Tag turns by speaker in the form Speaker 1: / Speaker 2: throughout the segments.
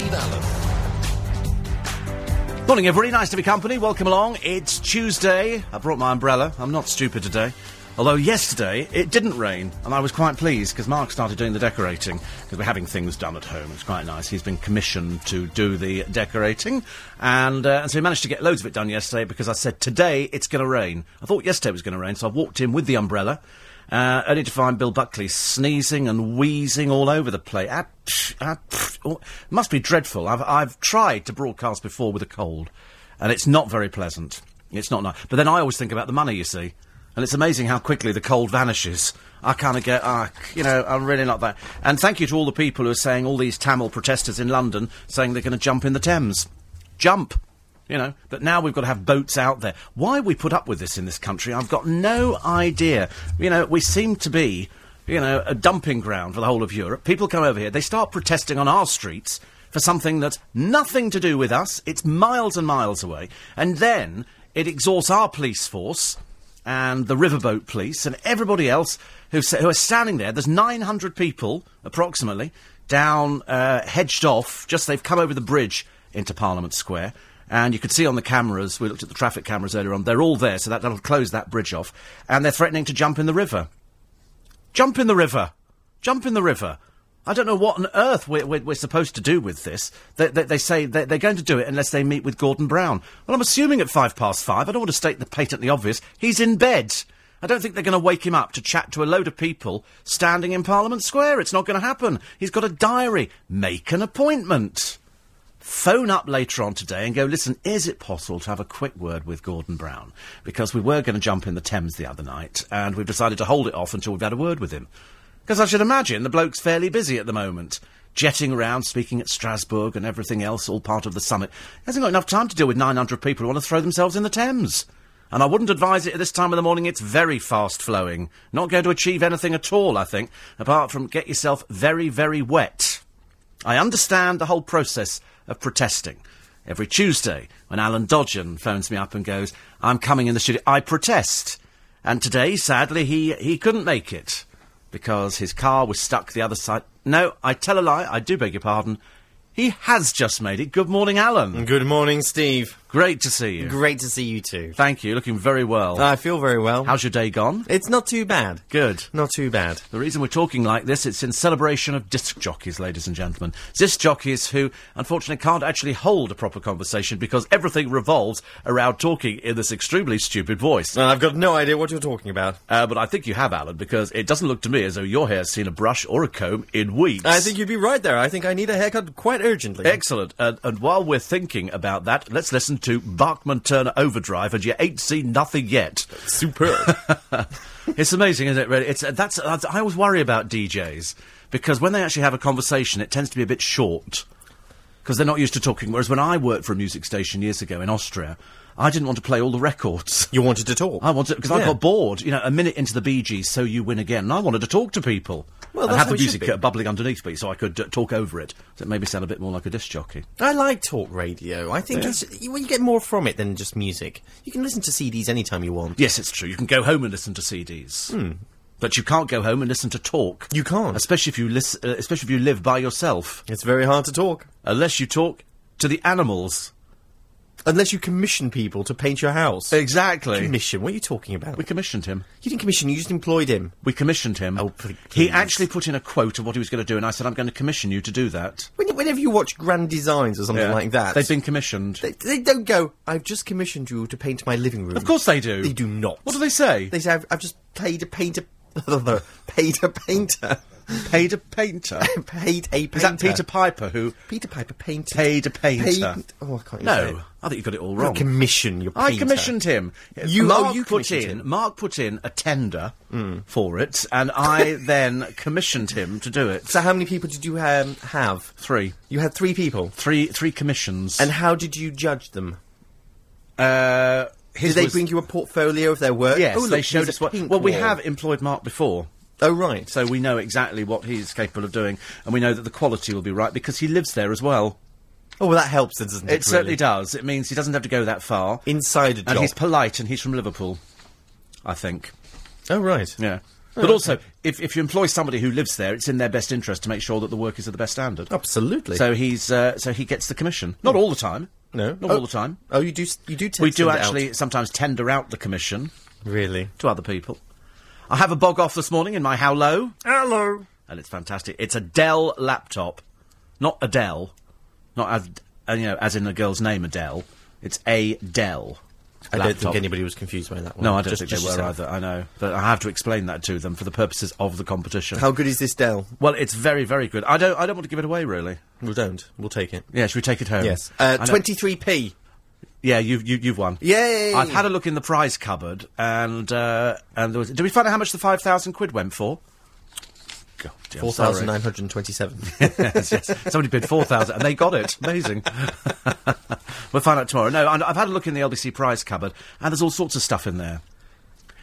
Speaker 1: with Alan. Morning, everybody. Nice to be company. Welcome along. It's Tuesday. I brought my umbrella. I'm not stupid today. Although yesterday it didn't rain, and I was quite pleased because Mark started doing the decorating because we're having things done at home. It's quite nice. He's been commissioned to do the decorating, and, uh, and so he managed to get loads of it done yesterday because I said today it's going to rain. I thought yesterday was going to rain, so I walked in with the umbrella, uh, only to find Bill Buckley sneezing and wheezing all over the place. Ah, psh, ah, psh. Oh, it must be dreadful. I've, I've tried to broadcast before with a cold, and it's not very pleasant. It's not nice. But then I always think about the money, you see. And it's amazing how quickly the cold vanishes. I kind of go, ah, c- you know, I'm really not that. And thank you to all the people who are saying, all these Tamil protesters in London saying they're going to jump in the Thames. Jump! You know, but now we've got to have boats out there. Why we put up with this in this country, I've got no idea. You know, we seem to be, you know, a dumping ground for the whole of Europe. People come over here, they start protesting on our streets for something that's nothing to do with us, it's miles and miles away, and then it exhausts our police force and the riverboat police and everybody else who, sa- who are standing there. There's 900 people, approximately, down, uh, hedged off, just they've come over the bridge into Parliament Square. And you could see on the cameras, we looked at the traffic cameras earlier on, they're all there, so that, that'll close that bridge off. And they're threatening to jump in the river. Jump in the river. Jump in the river. I don't know what on earth we're, we're, we're supposed to do with this. They, they, they say they, they're going to do it unless they meet with Gordon Brown. Well, I'm assuming at five past five, I don't want to state the patently obvious, he's in bed. I don't think they're going to wake him up to chat to a load of people standing in Parliament Square. It's not going to happen. He's got a diary. Make an appointment phone up later on today and go, listen, is it possible to have a quick word with Gordon Brown? Because we were going to jump in the Thames the other night, and we've decided to hold it off until we've had a word with him. Because I should imagine the bloke's fairly busy at the moment, jetting around, speaking at Strasbourg and everything else, all part of the summit. He hasn't got enough time to deal with 900 people who want to throw themselves in the Thames. And I wouldn't advise it at this time of the morning. It's very fast flowing. Not going to achieve anything at all, I think, apart from get yourself very, very wet. I understand the whole process of protesting. Every Tuesday, when Alan Dodgen phones me up and goes, I'm coming in the studio, I protest. And today, sadly, he, he couldn't make it because his car was stuck the other side. No, I tell a lie, I do beg your pardon. He has just made it. Good morning, Alan.
Speaker 2: Good morning, Steve.
Speaker 1: Great to see you.
Speaker 2: Great to see you too.
Speaker 1: Thank you. Looking very well.
Speaker 2: I feel very well.
Speaker 1: How's your day gone?
Speaker 2: It's not too bad.
Speaker 1: Good.
Speaker 2: Not too bad.
Speaker 1: The reason we're talking like this, it's in celebration of disc jockeys, ladies and gentlemen. Disc jockeys who, unfortunately, can't actually hold a proper conversation because everything revolves around talking in this extremely stupid voice.
Speaker 2: Well, I've got no idea what you're talking about.
Speaker 1: Uh, but I think you have, Alan, because it doesn't look to me as though your hair's seen a brush or a comb in weeks.
Speaker 2: I think you'd be right there. I think I need a haircut quite urgently.
Speaker 1: Excellent. And, and while we're thinking about that, let's listen to Barkman Turner Overdrive, and you ain't seen nothing yet.
Speaker 2: Superb.
Speaker 1: it's amazing, isn't it? Really, it's uh, that's uh, I always worry about DJs because when they actually have a conversation, it tends to be a bit short because they're not used to talking. Whereas when I worked for a music station years ago in Austria, I didn't want to play all the records.
Speaker 2: you wanted to talk.
Speaker 1: I wanted because I
Speaker 2: Yeah.
Speaker 1: got bored. You know, a minute into the Bee Gees, so you win again, and I wanted to talk to people.
Speaker 2: Well,
Speaker 1: and
Speaker 2: that's
Speaker 1: have
Speaker 2: how
Speaker 1: the
Speaker 2: it should
Speaker 1: music
Speaker 2: be.
Speaker 1: uh, bubbling underneath me, so I could uh, talk over it. So it made me sound a bit more like a disc jockey.
Speaker 2: I like talk radio. I think it's, you, well, you get more from it than just music. You can listen to CDs anytime you want.
Speaker 1: Yes, it's true. You can go home and listen to CDs, but you can't go home and listen to talk.
Speaker 2: You can't.
Speaker 1: especially if Hmm. you lis- uh, especially if you live by yourself.
Speaker 2: It's very hard to talk.
Speaker 1: unless you talk to the animals.
Speaker 2: Unless you commission people to paint your house.
Speaker 1: Exactly.
Speaker 2: Commission? What are you talking about?
Speaker 1: We commissioned him.
Speaker 2: You didn't commission, you just employed him.
Speaker 1: We commissioned him.
Speaker 2: Oh, pl-
Speaker 1: he
Speaker 2: please.
Speaker 1: actually put in a quote of what he was going to do, and I said, "I'm going to commission you to do that."
Speaker 2: When, whenever you watch Grand Designs or something like that,
Speaker 1: They've been commissioned.
Speaker 2: they, they don't go, I've just commissioned you to paint my living room.
Speaker 1: of course they do.
Speaker 2: They do not.
Speaker 1: What do they say?
Speaker 2: They say, I've, I've just paid a painter. paid a painter.
Speaker 1: paid a painter.
Speaker 2: paid a painter.
Speaker 1: Is that Peter Piper who
Speaker 2: Peter Piper painted.
Speaker 1: paid a painter?
Speaker 2: Paid- oh, I can't even say it.
Speaker 1: No, I think you got it all wrong.
Speaker 2: Commission your
Speaker 1: I
Speaker 2: painter.
Speaker 1: commissioned him.
Speaker 2: You-
Speaker 1: Mark
Speaker 2: oh, you
Speaker 1: put
Speaker 2: commissioned
Speaker 1: in
Speaker 2: him. Mm.
Speaker 1: Mark put in a tender for it, and I then commissioned him to do it.
Speaker 2: So how many people did you um, have?
Speaker 1: Three,
Speaker 2: You had three people.
Speaker 1: three, three commissions.
Speaker 2: And how did you judge them?
Speaker 1: Uh,
Speaker 2: Did
Speaker 1: his
Speaker 2: they
Speaker 1: was-
Speaker 2: bring you a portfolio of their work?
Speaker 1: Yes,
Speaker 2: oh, look,
Speaker 1: they showed
Speaker 2: here's a
Speaker 1: us what.
Speaker 2: pink
Speaker 1: Well, we
Speaker 2: wall.
Speaker 1: have employed Mark before,
Speaker 2: Oh, right.
Speaker 1: so we know exactly what he's capable of doing, and we know that the quality will be right because he lives there as well.
Speaker 2: Oh, well, that helps, then, doesn't it?
Speaker 1: It certainly
Speaker 2: really?
Speaker 1: does. It means he doesn't have to go that far,
Speaker 2: Inside a job.
Speaker 1: and he's polite, and he's from Liverpool, I think.
Speaker 2: oh, right.
Speaker 1: Yeah. But also, if, if you employ somebody who lives there, it's in their best interest to make sure that the work is of the best standard.
Speaker 2: Oh, Absolutely.
Speaker 1: So he's uh, so he gets the commission. Not all the time.
Speaker 2: Hmm. no,
Speaker 1: not
Speaker 2: Oh-
Speaker 1: all the time.
Speaker 2: Oh, you do. You do.
Speaker 1: We do
Speaker 2: tend to send it out.
Speaker 1: actually sometimes tender out the commission
Speaker 2: Really.
Speaker 1: to other people. I have a bog off this morning in my How Low,
Speaker 2: Hello.
Speaker 1: and it's fantastic. It's a Dell laptop, not Adele, not as uh, you know, as in the girl's name Adele. It's a Dell.
Speaker 2: I don't
Speaker 1: laptop.
Speaker 2: think anybody was confused by that one.
Speaker 1: No, I don't
Speaker 2: Just-
Speaker 1: think
Speaker 2: just
Speaker 1: they were
Speaker 2: yourself.
Speaker 1: either. I know, but I have to explain that to them for the purposes of the competition.
Speaker 2: How good is this Dell?
Speaker 1: well, it's very, very good. I don't, I don't want to give it away really.
Speaker 2: We don't. We'll take it.
Speaker 1: Yeah, should we take it home?
Speaker 2: Yes. Uh,
Speaker 1: I know-
Speaker 2: 23p.
Speaker 1: Yeah, you've you, you've won.
Speaker 2: Yay!
Speaker 1: I've had a look in the prize cupboard, and uh, and there was. Did we find out how much the five thousand quid went for? God, dear, I'm sorry.
Speaker 2: 4,927.
Speaker 1: yes, yes. Somebody bid 4,000 and they got it. Amazing. we'll find out tomorrow. No, and I've had a look in the LBC prize cupboard and there's all sorts of stuff in there.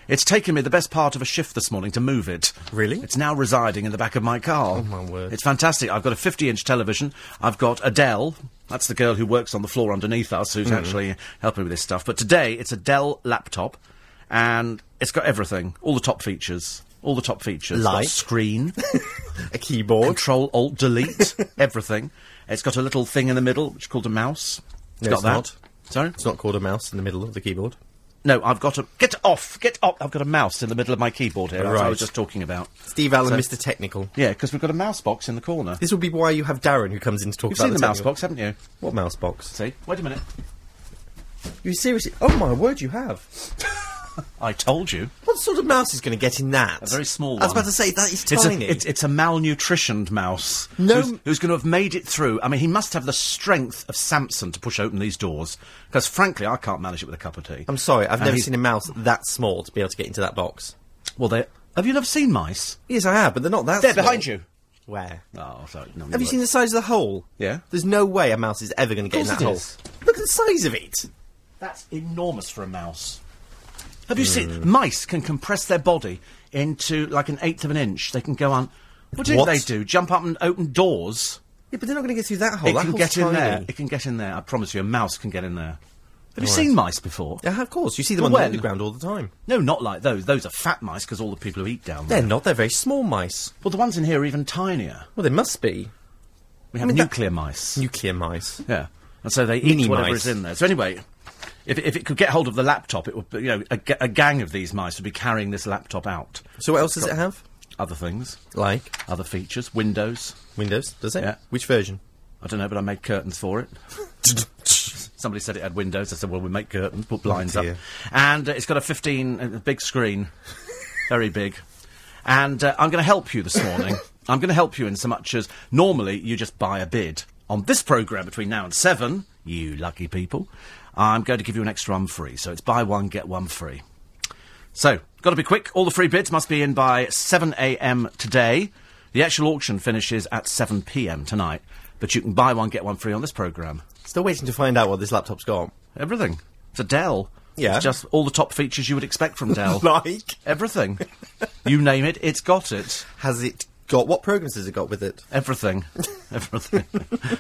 Speaker 1: It's taken me the best part of a shift this morning to move it.
Speaker 2: Really?
Speaker 1: It's now residing in the back of my car. Oh,
Speaker 2: my word.
Speaker 1: It's fantastic. I've got a 50 inch television. I've got Adele. That's the girl who works on the floor underneath us
Speaker 2: Mm.
Speaker 1: who's actually helping with this stuff. But today, it's a Dell laptop and it's got everything all the top features. All the top features. It's got
Speaker 2: Like?
Speaker 1: Screen.
Speaker 2: a keyboard.
Speaker 1: Control Alt Delete everything. It's got a little thing in the middle which is called a mouse.
Speaker 2: No,
Speaker 1: got
Speaker 2: it's
Speaker 1: that.
Speaker 2: not.
Speaker 1: Sorry.
Speaker 2: It's not called a mouse in the middle of the keyboard.
Speaker 1: No, I've got a get off, get up. I've got a mouse in the middle of my keyboard here. That's what I
Speaker 2: Right.
Speaker 1: was just talking about.
Speaker 2: Steve Allen,
Speaker 1: So-
Speaker 2: Mr. Technical.
Speaker 1: Yeah, because we've got a mouse box in the corner.
Speaker 2: This would be why you have Darren who comes in to talk
Speaker 1: You've
Speaker 2: about
Speaker 1: seen the, mouse
Speaker 2: technical-
Speaker 1: box, haven't you?
Speaker 2: What mouse box?
Speaker 1: See, wait a minute.
Speaker 2: You seriously? Oh my word, you have.
Speaker 1: I told you.
Speaker 2: What sort of mouse is going to get in that? A
Speaker 1: very small
Speaker 2: I was
Speaker 1: one.
Speaker 2: about to say that is
Speaker 1: It's a,
Speaker 2: tiny.
Speaker 1: it's, it's a malnutritioned mouse
Speaker 2: No-
Speaker 1: who's, who's going to have made it through. I mean, he must have the strength of Samson to push open these doors because, frankly, I can't manage it with a cup of tea.
Speaker 2: I'm sorry, I've
Speaker 1: And
Speaker 2: never
Speaker 1: he's-
Speaker 2: seen a mouse that small to be able to get into that box.
Speaker 1: Well, they have you never seen mice?
Speaker 2: Yes, I have, but they're not that.
Speaker 1: They're
Speaker 2: small.
Speaker 1: behind you.
Speaker 2: Where?
Speaker 1: Oh, sorry. No,
Speaker 2: Have you
Speaker 1: works.
Speaker 2: seen the size of the hole?
Speaker 1: Yeah.
Speaker 2: There's no way a mouse is ever going to get in
Speaker 1: Of course
Speaker 2: that
Speaker 1: it
Speaker 2: hole.
Speaker 1: is.
Speaker 2: Look at the size of it.
Speaker 1: That's enormous for a mouse. Have you
Speaker 2: Mm.
Speaker 1: seen mice can compress their body into like an eighth of an inch? They can go on. What do
Speaker 2: What?
Speaker 1: they do? Jump up and open doors?
Speaker 2: Yeah, but they're not going to get through that hole.
Speaker 1: it
Speaker 2: that
Speaker 1: can
Speaker 2: hole's
Speaker 1: get in
Speaker 2: tiny.
Speaker 1: there. It can get in there. I promise you, a mouse can get in there. Have you
Speaker 2: All
Speaker 1: seen
Speaker 2: right.
Speaker 1: mice before?
Speaker 2: Yeah, of course. You see them
Speaker 1: But
Speaker 2: on
Speaker 1: when?
Speaker 2: the underground all the time.
Speaker 1: No, not like those. Those are fat mice because all the people who eat down there.
Speaker 2: They're not. They're very small mice.
Speaker 1: Well, the ones in here are even tinier.
Speaker 2: Well, they must be
Speaker 1: We have
Speaker 2: mean, that-
Speaker 1: nuclear mice.
Speaker 2: nuclear mice.
Speaker 1: Yeah, and so they eat
Speaker 2: Mini
Speaker 1: whatever
Speaker 2: mice.
Speaker 1: is in there. So anyway, if, if it could get hold of the laptop, it would be- you know a, ga- a gang of these mice would be carrying this laptop out.
Speaker 2: So what else does it have?
Speaker 1: Other things,
Speaker 2: Like
Speaker 1: other features, Windows.
Speaker 2: Windows, does it?
Speaker 1: Yeah.
Speaker 2: Which version?
Speaker 1: I don't know, but I made curtains for it. Somebody said it had windows. I said, "Well, we make curtains, put blinds up."
Speaker 2: dear.
Speaker 1: And uh, it's got a 15 uh, big screen, very big. And uh, I'm going to help you this morning. I'm going to help you in so much as normally you just buy a bid on this program between now and seven. You lucky people! I'm going to give you an extra one free. So it's buy one get one free. So, got to be quick. All the free bids must be in by 7 a.m. today. The actual auction finishes at 7 p.m. tonight. But you can buy one, get one free on this programme.
Speaker 2: Still waiting to find out what this laptop's got.
Speaker 1: Everything. It's a Dell.
Speaker 2: Yeah.
Speaker 1: It's just all the top features you would expect from Dell.
Speaker 2: Like,
Speaker 1: Everything. you name it, it's got it.
Speaker 2: has it got what programs has it got with it?
Speaker 1: Everything. Everything.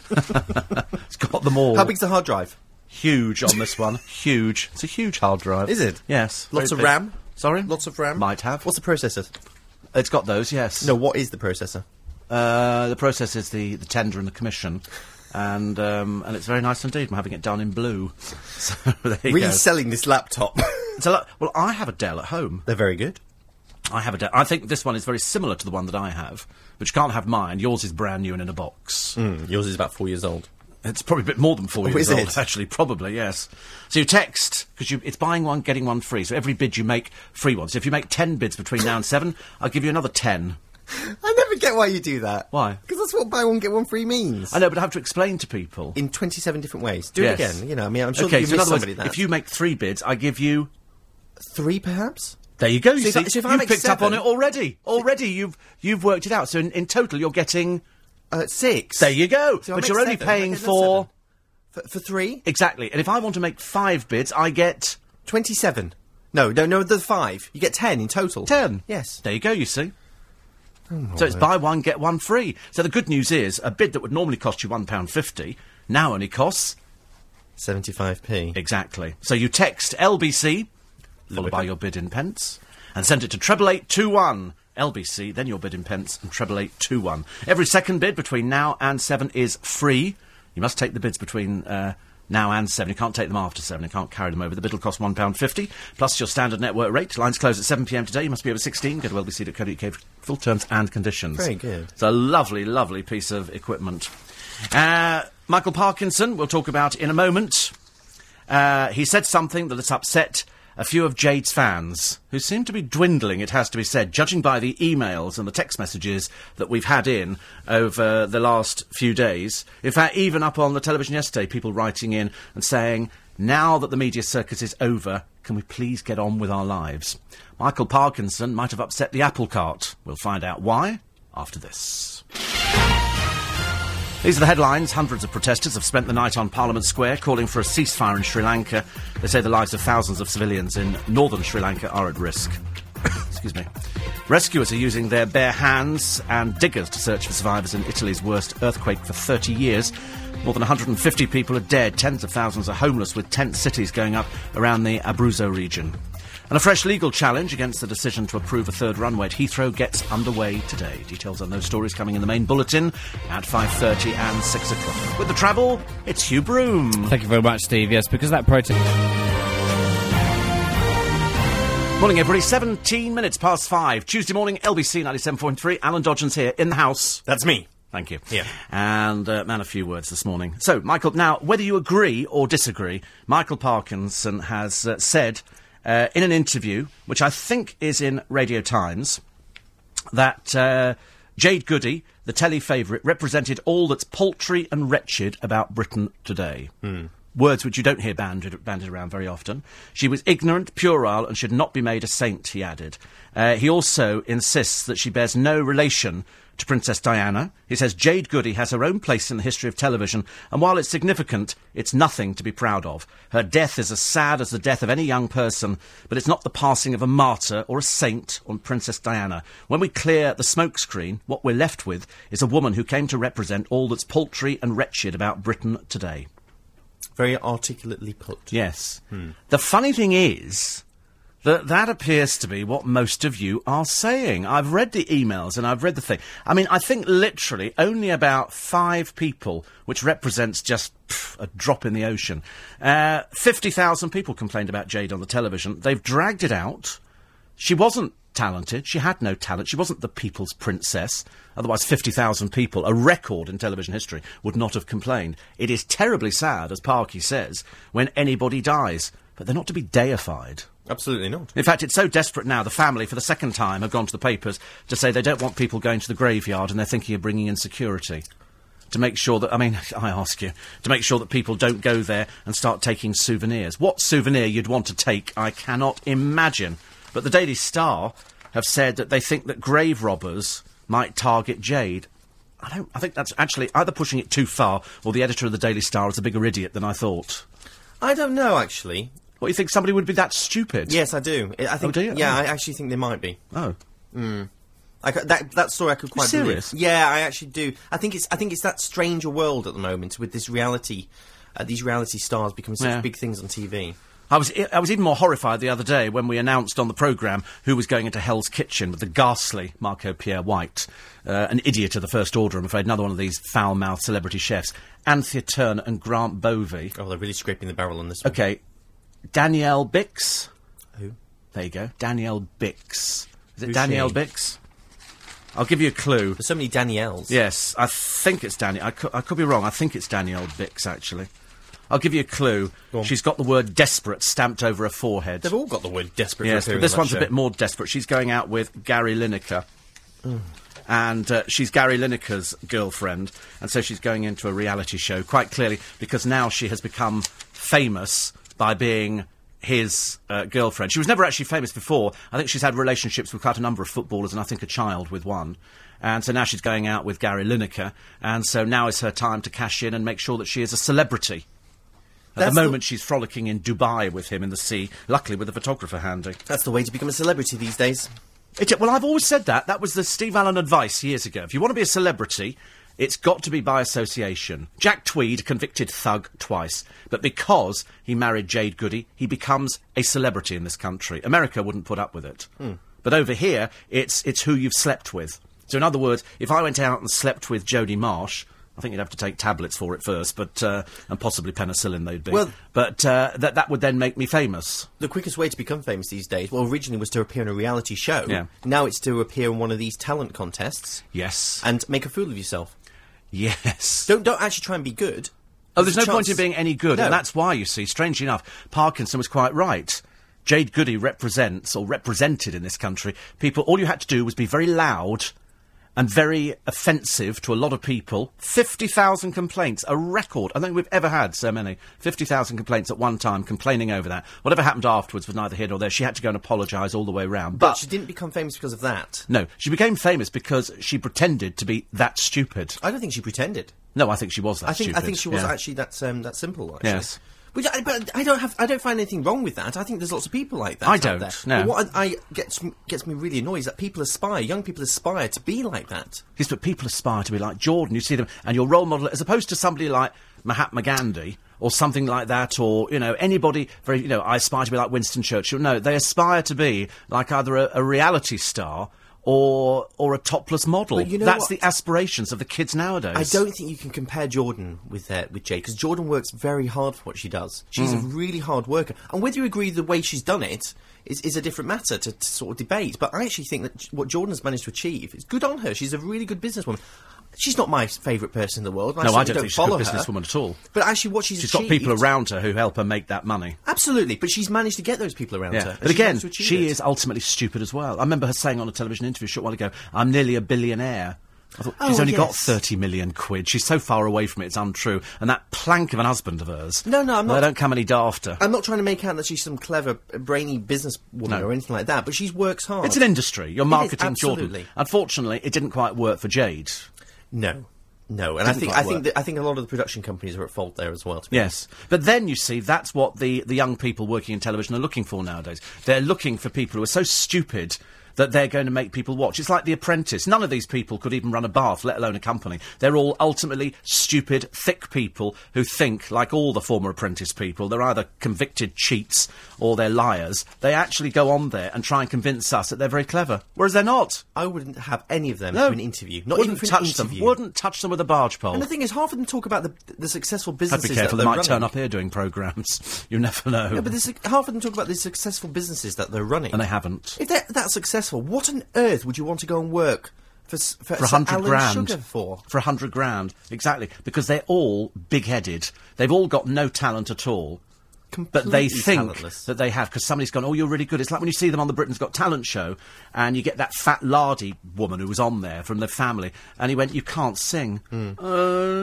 Speaker 1: it's got them all.
Speaker 2: How big's the hard drive?
Speaker 1: Huge on this one. huge. It's a huge hard drive.
Speaker 2: Is it?
Speaker 1: Yes.
Speaker 2: Lots
Speaker 1: Very
Speaker 2: of
Speaker 1: big.
Speaker 2: RAM?
Speaker 1: Sorry?
Speaker 2: Lots of RAM.
Speaker 1: Might have.
Speaker 2: What's the processor?
Speaker 1: It's got those, yes.
Speaker 2: No, what is the processor?
Speaker 1: Uh, the process is the, the tender and the commission, and um, and it's very nice indeed. I'm having it done in blue. So there you
Speaker 2: Really
Speaker 1: go.
Speaker 2: selling this laptop.
Speaker 1: It's a lot- well, I have a Dell at home.
Speaker 2: They're very good.
Speaker 1: I have a Dell. I think this one is very similar to the one that I have, but you can't have mine. Yours is brand new and in a box.
Speaker 2: Mm, yours is about four years old.
Speaker 1: It's probably a bit more than four years
Speaker 2: is
Speaker 1: old,
Speaker 2: it?
Speaker 1: actually. Probably yes. So you text because it's buying one, getting one free. So every bid you make, free one. So if you make ten bids between now and seven, I'll give you another ten.
Speaker 2: I never get why you do that.
Speaker 1: Why?
Speaker 2: Because that's what buy one get one free means.
Speaker 1: I know, but I have to explain to people.
Speaker 2: In twenty-seven different ways. Do it
Speaker 1: Yes.
Speaker 2: again. You know, I mean, I'm sure
Speaker 1: okay,
Speaker 2: that you
Speaker 1: so in
Speaker 2: missed
Speaker 1: other words,
Speaker 2: somebody that.
Speaker 1: if you make three bids, I give you
Speaker 2: three, perhaps.
Speaker 1: There you go. You
Speaker 2: So if
Speaker 1: see,
Speaker 2: I- so if I
Speaker 1: you've
Speaker 2: make
Speaker 1: picked up on
Speaker 2: seven-
Speaker 1: it already. Already, you've you've worked it out. So in, in total, you're getting.
Speaker 2: Uh, six.
Speaker 1: There you go.
Speaker 2: So I
Speaker 1: but
Speaker 2: make
Speaker 1: you're only
Speaker 2: seven,
Speaker 1: paying
Speaker 2: I get
Speaker 1: for
Speaker 2: seven. for for three.
Speaker 1: exactly. And if I want to make five bids, I get
Speaker 2: 27. No, no, no, the five. You get 10 in total.
Speaker 1: ten.
Speaker 2: Yes. Oh,
Speaker 1: There you go. You see. so it's buy one get one free. So the good news is a bid that would normally cost you one pound fifty now only costs
Speaker 2: 75p.
Speaker 1: exactly. So you text LBC followed by your bid in pence and send it to treble eight two one. LBC, then your bid in pence, and treble eight two one. Every second bid between now and seven is free. You must take the bids between uh, now and seven. You can't take them after seven. You can't carry them over. The bid will cost one pound fifty plus your standard network rate. Lines close at seven pm today. You must be over sixteen. Go to lbc.co.uk for full terms and conditions.
Speaker 2: Very good.
Speaker 1: It's a lovely, lovely piece of equipment. Uh, Michael Parkinson, we'll talk about in a moment. Uh, he said something that has upset a few of Jade's fans, who seem to be dwindling, it has to be said, judging by the emails and the text messages that we've had in over the last few days. In fact, even up on the television yesterday, people writing in and saying, now that the media circus is over, can we please get on with our lives? Michael Parkinson might have upset the apple cart. We'll find out why after this. These are the headlines. Hundreds of protesters have spent the night on Parliament Square calling for a ceasefire in Sri Lanka. They say the lives of thousands of civilians in northern Sri Lanka are at risk. Excuse me. Rescuers are using their bare hands and diggers to search for survivors in Italy's worst earthquake for 30 years. More than 150 people are dead. Tens of thousands are homeless, with tent cities going up around the Abruzzo region. And a fresh legal challenge against the decision to approve a third runway at Heathrow gets underway today. Details on those stories coming in the main bulletin at 5.30 and 6 o'clock. With the travel, it's Hugh Broom.
Speaker 3: Thank you very much, Steve. Yes, because that protest.
Speaker 1: Morning, everybody. 17 minutes past 5. Tuesday morning, LBC 97.3. Alan Dodgens here in the house.
Speaker 2: That's me.
Speaker 1: Thank you.
Speaker 2: Yeah.
Speaker 1: And, uh, man, a few words this morning. So, Michael, now, whether you agree or disagree, Michael Parkinson has uh, said uh, in an interview, which I think is in Radio Times, that uh, Jade Goody, the telly favourite, represented all that's paltry and wretched about Britain today. Words which you don't hear banded, banded around very often. She was ignorant, puerile, and should not be made a saint, he added. Uh, he also insists that she bears no relation to Princess Diana. He says Jade Goody has her own place in the history of television, and while it's significant, it's nothing to be proud of. Her death is as sad as the death of any young person, but it's not the passing of a martyr or a saint on Princess Diana. When we clear the smokescreen, what we're left with is a woman who came to represent all that's paltry and wretched about Britain today.
Speaker 2: Very articulately put.
Speaker 1: Yes. The funny thing is that that appears to be what most of you are saying. I've read the emails and I've read the thing. I mean, I think literally only about five people, which represents just pff, a drop in the ocean. Uh, 50,000 people complained about Jade on the television. They've dragged it out. She wasn't talented. She had no talent. She wasn't the people's princess. Otherwise, 50,000 people, a record in television history, would not have complained. It is terribly sad, as Parky says, when anybody dies, but they're not to be deified.
Speaker 2: Absolutely not.
Speaker 1: In fact, it's so desperate now, the family, for the second time, have gone to the papers to say they don't want people going to the graveyard and they're thinking of bringing in security. To make sure that, I mean, I ask you, to make sure that people don't go there and start taking souvenirs. What souvenir you'd want to take, I cannot imagine. But the Daily Star have said that they think that grave robbers might target Jade. I don't, I think that's actually either pushing it too far or the editor of the Daily Star is a bigger idiot than I thought.
Speaker 2: I don't know, actually.
Speaker 1: What, you think somebody would be that stupid?
Speaker 2: Yes, I do. I I think.
Speaker 1: do you?
Speaker 2: Yeah,
Speaker 1: Oh.
Speaker 2: I actually think they might be.
Speaker 1: Oh.
Speaker 2: I, ca- that that story I could quite believe.
Speaker 1: serious?
Speaker 2: Yeah, I actually do. I think it's I think it's that stranger world at the moment with this reality, uh, these reality stars becoming such
Speaker 1: Yeah.
Speaker 2: big things on TV.
Speaker 1: I was, I was even more horrified the other day when we announced on the programme who was going into Hell's Kitchen with the ghastly Marco Pierre White, uh, an idiot of the First Order, I'm afraid, another one of these foul mouthed celebrity chefs, Anthea Turner and Grant Bovey.
Speaker 2: Oh, they're really scraping the barrel on this one.
Speaker 1: Okay, Danielle Bix.
Speaker 2: Who?
Speaker 1: There you go. Danielle Bix. Is it
Speaker 2: Who's
Speaker 1: Danielle
Speaker 2: she?
Speaker 1: Bix? I'll give you a clue.
Speaker 2: There's so many Danielles.
Speaker 1: Yes, I think it's Danielle. I, cou- I could be wrong. I think it's Danielle Bix, actually. I'll give you a clue.
Speaker 2: Go on.
Speaker 1: She's got the word desperate stamped over her forehead.
Speaker 2: They've all got the word desperate.
Speaker 1: Yes,
Speaker 2: for
Speaker 1: but
Speaker 2: appearing
Speaker 1: this
Speaker 2: on that
Speaker 1: one's
Speaker 2: show.
Speaker 1: a bit more desperate. She's going out with Gary Lineker. And uh, she's Gary Lineker's girlfriend, and so she's going into a reality show quite clearly because now she has become famous by being his uh, girlfriend. She was never actually famous before. I think she's had relationships with quite a number of footballers, and I think a child with one. And so now she's going out with Gary Lineker, and so now is her time to cash in and make sure that she is a celebrity. At
Speaker 2: That's
Speaker 1: the
Speaker 2: the-
Speaker 1: moment, she's frolicking in Dubai with him in the sea, luckily with a photographer handy.
Speaker 2: That's the way to become a celebrity these days.
Speaker 1: It, well, I've always said that. That was the Steve Allen advice years ago. If you want to be a celebrity, it's got to be by association. Jack Tweed, convicted thug twice, but because
Speaker 2: Hmm.
Speaker 1: he married Jade Goody, he becomes a celebrity in this country. America wouldn't put up with it. But over here, it's it's who you've slept with. So in other words, if I went out and slept with Jodie Marsh, I think you'd have to take tablets for it first, but uh, and possibly penicillin they'd be.
Speaker 2: Well-
Speaker 1: but uh, that that would then make me famous.
Speaker 2: The quickest way to become famous these days, well, originally was to appear in a reality show.
Speaker 1: Yeah.
Speaker 2: Now it's to appear in one of these talent contests
Speaker 1: Yes.
Speaker 2: and make a fool of yourself.
Speaker 1: yes.
Speaker 2: Don't don't actually try and be good.
Speaker 1: Oh, there's no
Speaker 2: a
Speaker 1: point in
Speaker 2: chance-
Speaker 1: being any good,
Speaker 2: No.
Speaker 1: and that's why you see. Strangely enough, Parkinson was quite right. Jade Goody represents or represented in this country people. All you had to do was be very loud and very offensive to a lot of people. Fifty thousand complaints, a record. I don't think we've ever had so many. Fifty thousand complaints at one time, complaining over that. Whatever happened afterwards was neither here nor there. She had to go and apologise all the way round. But,
Speaker 2: But she didn't become famous because of that.
Speaker 1: no, she became famous because she pretended to be that stupid.
Speaker 2: I don't think she pretended.
Speaker 1: No, I think she was that
Speaker 2: I think
Speaker 1: stupid.
Speaker 2: I think she was
Speaker 1: Yeah.
Speaker 2: actually that um, that simple. Actually.
Speaker 1: Yes.
Speaker 2: Which I, but I don't have. I don't find anything wrong with that. I think there's lots of people like that.
Speaker 1: I
Speaker 2: out
Speaker 1: don't,
Speaker 2: there.
Speaker 1: no.
Speaker 2: But what I, I gets m- gets me really annoyed is that people aspire. Young people aspire to be like that.
Speaker 1: Yes, but people aspire to be like Jordan. You see them, and your role model, as opposed to somebody like Mahatma Gandhi or something like that, or you know anybody very, you know, I aspire to be like Winston Churchill. No, they aspire to be like either a, a reality star or or a topless model.
Speaker 2: But you know
Speaker 1: That's
Speaker 2: what?
Speaker 1: the aspirations of the kids nowadays.
Speaker 2: I don't think you can compare Jordan with uh, with Jade because Jordan works very hard for what she does. She's
Speaker 1: Mm.
Speaker 2: a really hard worker, and whether you agree with the way she's done it is, is a different matter to, to sort of debate. But I actually think that j- what Jordan's managed to achieve is good on her. She's a really good businesswoman. She's not my favourite person in the world. and
Speaker 1: No, I
Speaker 2: certainly
Speaker 1: don't think she's a
Speaker 2: follow
Speaker 1: good
Speaker 2: her.
Speaker 1: businesswoman at all.
Speaker 2: But actually, what she's
Speaker 1: She's got
Speaker 2: achieved,
Speaker 1: people around her who help her make that money.
Speaker 2: Absolutely, but she's managed to get those people around her.
Speaker 1: Yeah.
Speaker 2: and
Speaker 1: But
Speaker 2: she's
Speaker 1: again,
Speaker 2: managed to achieve
Speaker 1: she
Speaker 2: it.
Speaker 1: is ultimately stupid as well. I remember her saying on a television interview a short while ago, I'm nearly a billionaire. I thought, she's
Speaker 2: Oh,
Speaker 1: only got
Speaker 2: yes.
Speaker 1: 30 million quid. She's so far away from it, it's untrue. And that plank of an husband of hers.
Speaker 2: No, no, I'm
Speaker 1: Well,
Speaker 2: not- Uh,
Speaker 1: They don't come any dafter.
Speaker 2: I'm not trying to make out that she's some clever, uh, brainy businesswoman
Speaker 1: No.
Speaker 2: or anything like that, but she works hard.
Speaker 1: It's an industry. You're
Speaker 2: is,
Speaker 1: marketing Jordan.
Speaker 2: absolutely.
Speaker 1: Unfortunately, it didn't quite work for Jade.
Speaker 2: No, no, and I
Speaker 1: Didn't
Speaker 2: think
Speaker 1: quite
Speaker 2: I think
Speaker 1: work.
Speaker 2: that, I think a lot of the production companies are at fault there as well. To be
Speaker 1: Yes. But then you see, that's what the, the young people working in television are looking for nowadays. They're looking for people who are so stupid that they're going to make people watch. It's like The Apprentice. None of these people could even run a bath, let alone a company. They're all ultimately stupid, thick people who think, like all the former apprentice people, they're either convicted cheats or they're liars. They actually go on there and try and convince us that they're very clever, whereas they're not.
Speaker 2: I wouldn't have any of them
Speaker 1: No.
Speaker 2: for an interview. Not
Speaker 1: Wouldn't
Speaker 2: even for an
Speaker 1: touch
Speaker 2: interview.
Speaker 1: them. Wouldn't touch them with a barge pole.
Speaker 2: And the thing is, half of them talk about the, the successful
Speaker 1: I'd
Speaker 2: businesses.
Speaker 1: be careful.
Speaker 2: that
Speaker 1: They
Speaker 2: they're
Speaker 1: might turn
Speaker 2: running.
Speaker 1: up here doing programmes. you never know.
Speaker 2: No, but the suc- half of them talk about the successful businesses that they're running.
Speaker 1: and they haven't.
Speaker 2: if they're that successful, what on earth would you want to go and work for s- for,
Speaker 1: for a
Speaker 2: Sir
Speaker 1: hundred
Speaker 2: Alan
Speaker 1: grand.
Speaker 2: Sugar for?
Speaker 1: a hundred grand, exactly. Because they're all big-headed. They've all got no talent at all. But they
Speaker 2: Completely
Speaker 1: think
Speaker 2: talentless.
Speaker 1: that they have because somebody's gone. Oh, you're really good. It's like when you see them on the Britain's Got Talent show, and you get that fat lardy woman who was on there from the family, and he went, "You can't sing."
Speaker 2: Hmm.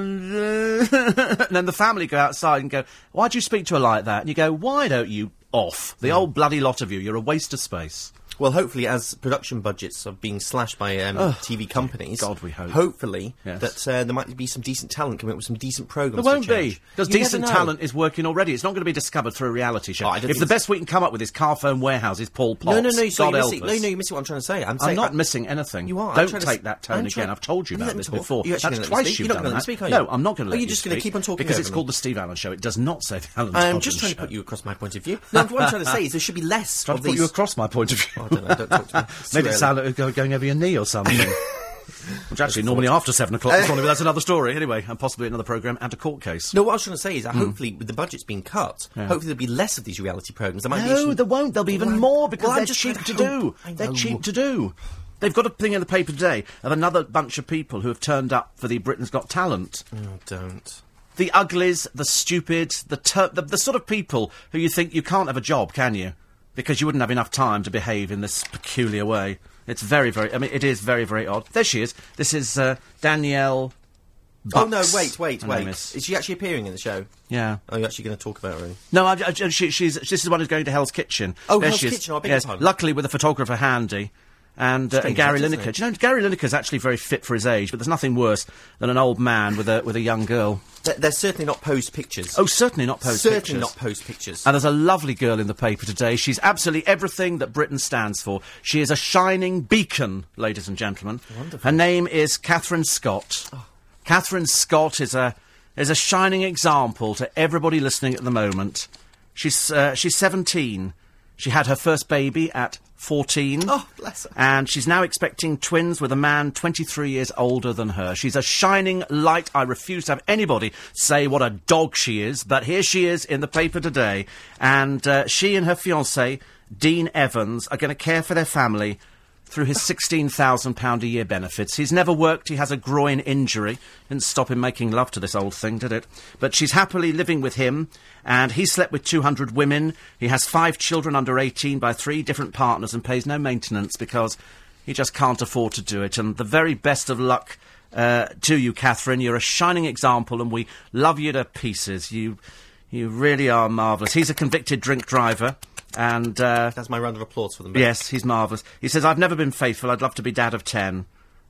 Speaker 1: Uh, and then the family go outside and go, "Why do you speak to her like that?" And you go, "Why don't you off
Speaker 2: Hmm.
Speaker 1: the old bloody lot of you? You're a waste of space."
Speaker 2: Well, hopefully, as production budgets are being slashed by um, TV companies,
Speaker 1: God, we hope.
Speaker 2: Hopefully,
Speaker 1: Yes.
Speaker 2: that uh, there might be some decent talent coming up with some decent programs.
Speaker 1: There won't
Speaker 2: for a
Speaker 1: be
Speaker 2: change.
Speaker 1: because
Speaker 2: You never
Speaker 1: decent
Speaker 2: know.
Speaker 1: talent is working already. It's not going to be discovered through a reality show.
Speaker 2: Oh, I don't
Speaker 1: if
Speaker 2: think
Speaker 1: the
Speaker 2: it's-
Speaker 1: best we can come up with is car phone warehouse is Paul Potts.
Speaker 2: No, no, no. So
Speaker 1: God
Speaker 2: you're
Speaker 1: help
Speaker 2: missing,
Speaker 1: us.
Speaker 2: no, no. You're missing what I'm trying to say. I'm,
Speaker 1: I'm
Speaker 2: saying,
Speaker 1: not missing anything.
Speaker 2: You are. I'm
Speaker 1: Don't
Speaker 2: trying to
Speaker 1: take
Speaker 2: s-
Speaker 1: that tone
Speaker 2: I'm
Speaker 1: again.
Speaker 2: trying-
Speaker 1: I've told you
Speaker 2: Let
Speaker 1: about
Speaker 2: me
Speaker 1: this
Speaker 2: talk.
Speaker 1: before.
Speaker 2: You're actually
Speaker 1: That's
Speaker 2: gonna let me
Speaker 1: twice you've
Speaker 2: speak? You're not
Speaker 1: done
Speaker 2: gonna let me
Speaker 1: that.
Speaker 2: speak, are
Speaker 1: No,
Speaker 2: you?
Speaker 1: I'm not going to.
Speaker 2: Are you just
Speaker 1: going
Speaker 2: gonna
Speaker 1: to
Speaker 2: keep on talking
Speaker 1: Because
Speaker 2: over
Speaker 1: it's
Speaker 2: me?
Speaker 1: called the Steve Allen Show. It does not say the Allen.
Speaker 2: I'm
Speaker 1: Dobbins
Speaker 2: just trying to
Speaker 1: Show.
Speaker 2: put you across my point of view. No, what I'm trying to say is there should be less
Speaker 1: Trying
Speaker 2: of
Speaker 1: to put
Speaker 2: these. Oh,
Speaker 1: you across my point of view.
Speaker 2: I don't know. Don't talk to me. It's
Speaker 1: Made
Speaker 2: too
Speaker 1: it
Speaker 2: early.
Speaker 1: sound like it was going over your knee or something. Which actually normally after seven o'clock this morning, but that's another story anyway, and possibly another programme and a court case.
Speaker 2: No, what I was trying to say is, that
Speaker 1: Hmm.
Speaker 2: hopefully, with the budgets being cut, hopefully there'll be less of these reality programs. There might be
Speaker 1: No,
Speaker 2: some-
Speaker 1: there won't. There'll be even
Speaker 2: Well, I-
Speaker 1: more because
Speaker 2: well, I'm
Speaker 1: they're
Speaker 2: just
Speaker 1: cheap to do.
Speaker 2: trying hope. I
Speaker 1: They're
Speaker 2: know.
Speaker 1: cheap to do. They've got a thing in the paper today of another bunch of people who have turned up for the Britain's Got Talent.
Speaker 2: No, don't.
Speaker 1: The uglies, the stupid, the, tur- the the sort of people who you think you can't have a job, can you? Because you wouldn't have enough time to behave in this peculiar way. It's very, very. I mean, it is very, very odd. There she is. This is uh, Danielle.
Speaker 2: Oh no!
Speaker 1: Bucks,
Speaker 2: Wait, wait,
Speaker 1: her
Speaker 2: wait.
Speaker 1: name
Speaker 2: Is.
Speaker 1: is.
Speaker 2: she actually appearing in the show?
Speaker 1: Yeah.
Speaker 2: Are you actually going to talk about her? Really?
Speaker 1: No, I, I, she, she's this is the one who's going to Hell's Kitchen.
Speaker 2: Oh,
Speaker 1: There
Speaker 2: Hell's
Speaker 1: she is.
Speaker 2: Kitchen, I beg your
Speaker 1: yes,
Speaker 2: pardon.
Speaker 1: luckily with a photographer handy. And, uh, and
Speaker 2: Strange,
Speaker 1: Gary
Speaker 2: that, isn't
Speaker 1: Lineker.
Speaker 2: it?
Speaker 1: Do you know, Gary Lineker's actually very fit for his age, but there's nothing worse than an old man with a, with a young girl.
Speaker 2: They're, they're certainly not posed pictures.
Speaker 1: Oh, certainly not post
Speaker 2: certainly
Speaker 1: pictures.
Speaker 2: not posed pictures.
Speaker 1: And there's a lovely girl in the paper today. She's absolutely everything that Britain stands for. She is a shining beacon, ladies and gentlemen. Wonderful. Her name is Catherine Scott. Catherine Scott is a is a shining example to everybody listening at the moment. She's uh, she's 17. She had her first baby at 14.
Speaker 2: Oh, bless her.
Speaker 1: And she's now expecting twins with a man 23 years older than her. She's a shining light. I refuse to have anybody say what a dog she is, but here she is in the paper today. And uh, she and her fiancé, Dean Evans, are going to care for their family through his £16,000 a year benefits. He's never worked, he has a groin injury. Didn't stop him making love to this old thing, did it? But she's happily living with him, and he slept with 200 women. He has five children under 18 by three different partners and pays no maintenance because he just can't afford to do it. And the very best of luck uh, to you, Catherine. You're a shining example, and we love you to pieces. You, you really are marvellous. He's a convicted drink driver. And uh,
Speaker 2: That's my round of applause for them. both.
Speaker 1: Yes, he's marvellous. He says, I've never been faithful. I'd love to be dad of 10.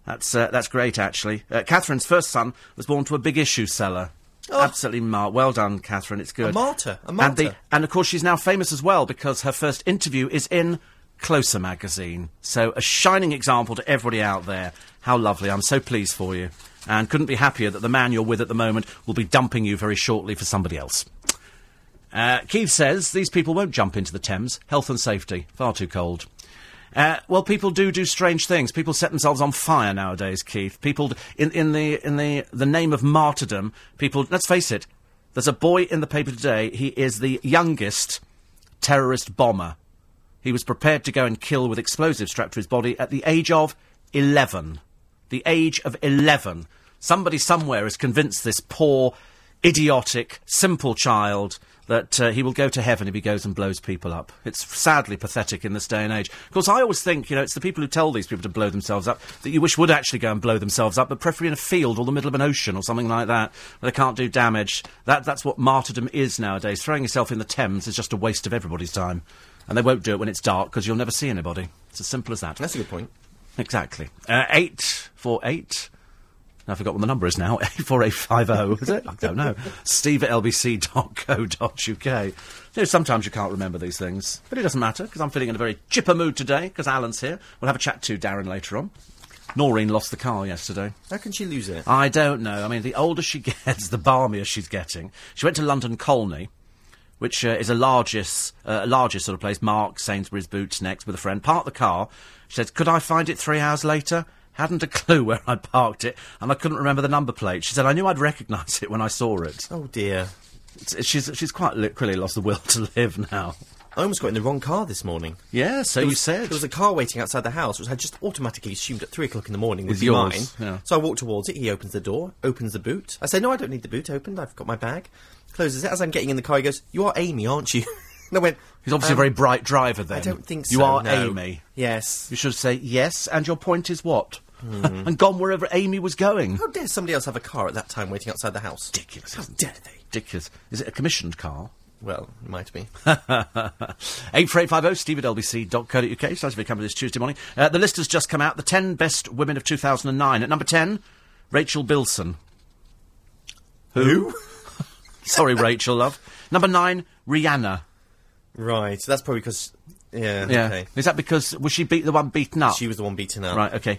Speaker 1: That's, uh, that's great, actually. Uh, Catherine's first son was born to a big issue seller.
Speaker 2: Oh.
Speaker 1: Absolutely mar- well done, Catherine. It's good.
Speaker 2: A martyr, a
Speaker 1: And, the,
Speaker 2: martyr.
Speaker 1: and of course, she's now famous as well because her first interview is in Closer magazine. So, a shining example to everybody out there. How lovely. I'm so pleased for you. And couldn't be happier that the man you're with at the moment will be dumping you very shortly for somebody else. Uh, Keith says these people won't jump into the Thames. Health and safety, far too cold. Uh, well, people do do strange things. People set themselves on fire nowadays, Keith. People d- in, in the in the the name of martyrdom. People, let's face it. There's a boy in the paper today. He is the youngest terrorist bomber. He was prepared to go and kill with explosives strapped to his body at the age of 11. The age of 11. Somebody somewhere has convinced this poor, idiotic, simple child that uh, he will go to heaven if he goes and blows people up. It's sadly pathetic in this day and age. Of course, I always think, you know, it's the people who tell these people to blow themselves up that you wish would actually go and blow themselves up, but preferably in a field or the middle of an ocean or something like that, where they can't do damage. That, that's what martyrdom is nowadays. Throwing yourself in the Thames is just a waste of everybody's time. And they won't do it when it's dark because you'll never see anybody. It's as simple as that.
Speaker 2: That's a good point.
Speaker 1: Exactly. Uh, eight four eight. I forgot what the number is now. Eight four eight five zero. Is it? I don't know. Steve at lbc.co.uk. You know, sometimes you can't remember these things, but it doesn't matter because I'm feeling in a very chipper mood today because Alan's here. We'll have a chat to Darren later on. Noreen lost the car yesterday.
Speaker 2: How can she lose it?
Speaker 1: I don't know. I mean, the older she gets, the balmier she's getting. She went to London Colney, which uh, is a largest, uh, largest sort of place. Mark Sainsbury's Boots next with a friend. Parked the car. She says, "Could I find it three hours later?" Hadn't a clue where I parked it, and I couldn't remember the number plate. She said, "I knew I'd recognise it when I saw it."
Speaker 2: Oh dear.
Speaker 1: It's- She's she's quite literally lost the will to live now.
Speaker 2: I almost got in the wrong car this morning.
Speaker 1: Yeah, so
Speaker 2: There
Speaker 1: you
Speaker 2: was-
Speaker 1: said.
Speaker 2: There was a car waiting outside the house, which I just automatically assumed at three o'clock in the morning would
Speaker 1: Is
Speaker 2: be
Speaker 1: yours,
Speaker 2: mine.
Speaker 1: yeah.
Speaker 2: So I walk towards it. He opens the door, opens the boot. I say, "No, I don't need the boot opened. I've got my bag." Closes it. As I'm getting in the car, he goes, "You are Amy, aren't you?" and I went,
Speaker 1: He's obviously
Speaker 2: um,
Speaker 1: a very bright driver. Then
Speaker 2: I don't think so.
Speaker 1: you are
Speaker 2: no.
Speaker 1: Amy.
Speaker 2: Yes.
Speaker 1: You should say yes, and your point is what?
Speaker 2: Hmm.
Speaker 1: and gone wherever Amy was going.
Speaker 2: How dare somebody else have a car at that time waiting outside the house?
Speaker 1: Ridiculous.
Speaker 2: How
Speaker 1: isn't it?
Speaker 2: dare they?
Speaker 1: Ridiculous. Is it a commissioned car?
Speaker 2: Well, it might be.
Speaker 1: 84850 oh, steve at lbc.co.uk. Starts to become this Tuesday morning. Uh, the list has just come out. The 10 best women of 2009. At number 10, Rachel Bilson. Who? Sorry, Rachel, love. Number 9, Rihanna.
Speaker 2: right. So that's probably because. Yeah.
Speaker 1: Yeah.
Speaker 2: Okay.
Speaker 1: Is that because, was she beat the one beaten up?
Speaker 2: She was the one beaten up.
Speaker 1: Right, okay.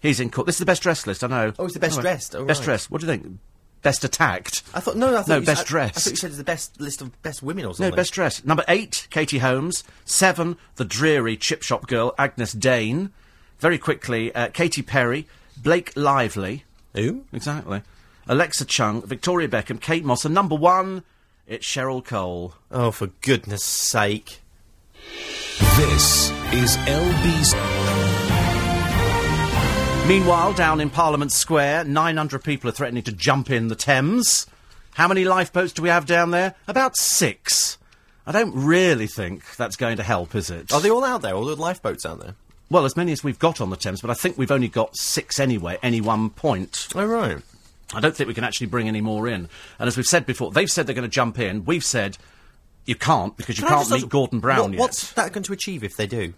Speaker 1: He's in court. This is the best dressed list, I know.
Speaker 2: Oh, it's the best
Speaker 1: right.
Speaker 2: dressed, oh,
Speaker 1: best
Speaker 2: right.
Speaker 1: dressed. What do you think? Best attacked?
Speaker 2: I thought no. I thought
Speaker 1: No,
Speaker 2: you
Speaker 1: best
Speaker 2: said, I- I,
Speaker 1: dressed.
Speaker 2: thought you said it's the best list of best women or
Speaker 1: No,
Speaker 2: something.
Speaker 1: best dressed. Number eight, Katie Holmes. Seven, the dreary chip shop girl, Agnes Dane. Very quickly, uh, Katy Perry, Blake Lively.
Speaker 2: Who?
Speaker 1: Exactly. Alexa Chung, Victoria Beckham, Kate Moss. And number one, it's Cheryl Cole.
Speaker 2: Oh, for goodness' sake!
Speaker 4: This is LBC.
Speaker 1: Meanwhile, down in Parliament Square, 900 people are threatening to jump in the Thames. How many lifeboats do we have down there? About six. I don't really think that's going to help, is it?
Speaker 2: Are they all out there? All the lifeboats out there?
Speaker 1: Well, as many as we've got on the Thames, but I think we've only got six anyway, at any one point.
Speaker 2: Oh right.
Speaker 1: I don't think we can actually bring any more in. And as we've said before, they've said they're going to jump in. We've said you can't because you
Speaker 2: Can I
Speaker 1: can't
Speaker 2: just
Speaker 1: meet
Speaker 2: ask-
Speaker 1: Gordon Brown
Speaker 2: what-
Speaker 1: yet.
Speaker 2: What's that going to achieve if they do?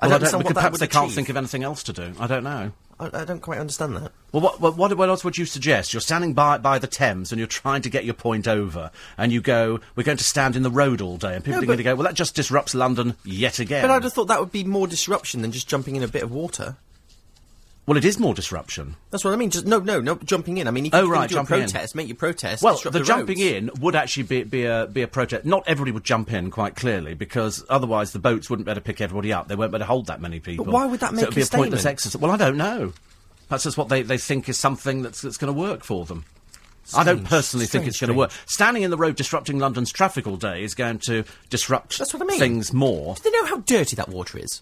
Speaker 1: Well, I don't,
Speaker 2: understand
Speaker 1: because
Speaker 2: that
Speaker 1: perhaps
Speaker 2: would
Speaker 1: they can't
Speaker 2: achieve.
Speaker 1: think of anything else to do. I don't know.
Speaker 2: I, I don't quite understand that.
Speaker 1: Well, what, what, what, what else would you suggest? You're standing by, by the Thames and you're trying to get your point over, and you go, "We're going to stand in the road all day," and people
Speaker 2: No,
Speaker 1: are going to
Speaker 2: but-
Speaker 1: go, "Well, that just disrupts London yet again."
Speaker 2: But I'd have thought that would be more disruption than just jumping in a bit of water.
Speaker 1: Well, it is more disruption.
Speaker 2: That's what I mean. Just no, no, no jumping in. I mean, if
Speaker 1: Oh,
Speaker 2: you're gonna
Speaker 1: right,
Speaker 2: do a
Speaker 1: jumping in.
Speaker 2: protest, make your protest.
Speaker 1: Well, the,
Speaker 2: disrupt roads.
Speaker 1: jumping in would actually be, be a be a protest. Not everybody would jump in, quite clearly, because otherwise the boats wouldn't be able to pick everybody up. They weren't able to hold that many people.
Speaker 2: why would that make
Speaker 1: so it'd be
Speaker 2: a
Speaker 1: a pointless
Speaker 2: statement?
Speaker 1: exercise? Well, I don't know. Perhaps that's what they, they think is something that's that's going to work for them. I don't
Speaker 2: Strange.
Speaker 1: personally think
Speaker 2: Strange,
Speaker 1: it's going to work. Standing in the road disrupting London's traffic all day is going to disrupt
Speaker 2: That's what I mean.
Speaker 1: things more.
Speaker 2: Do they know how dirty that water is?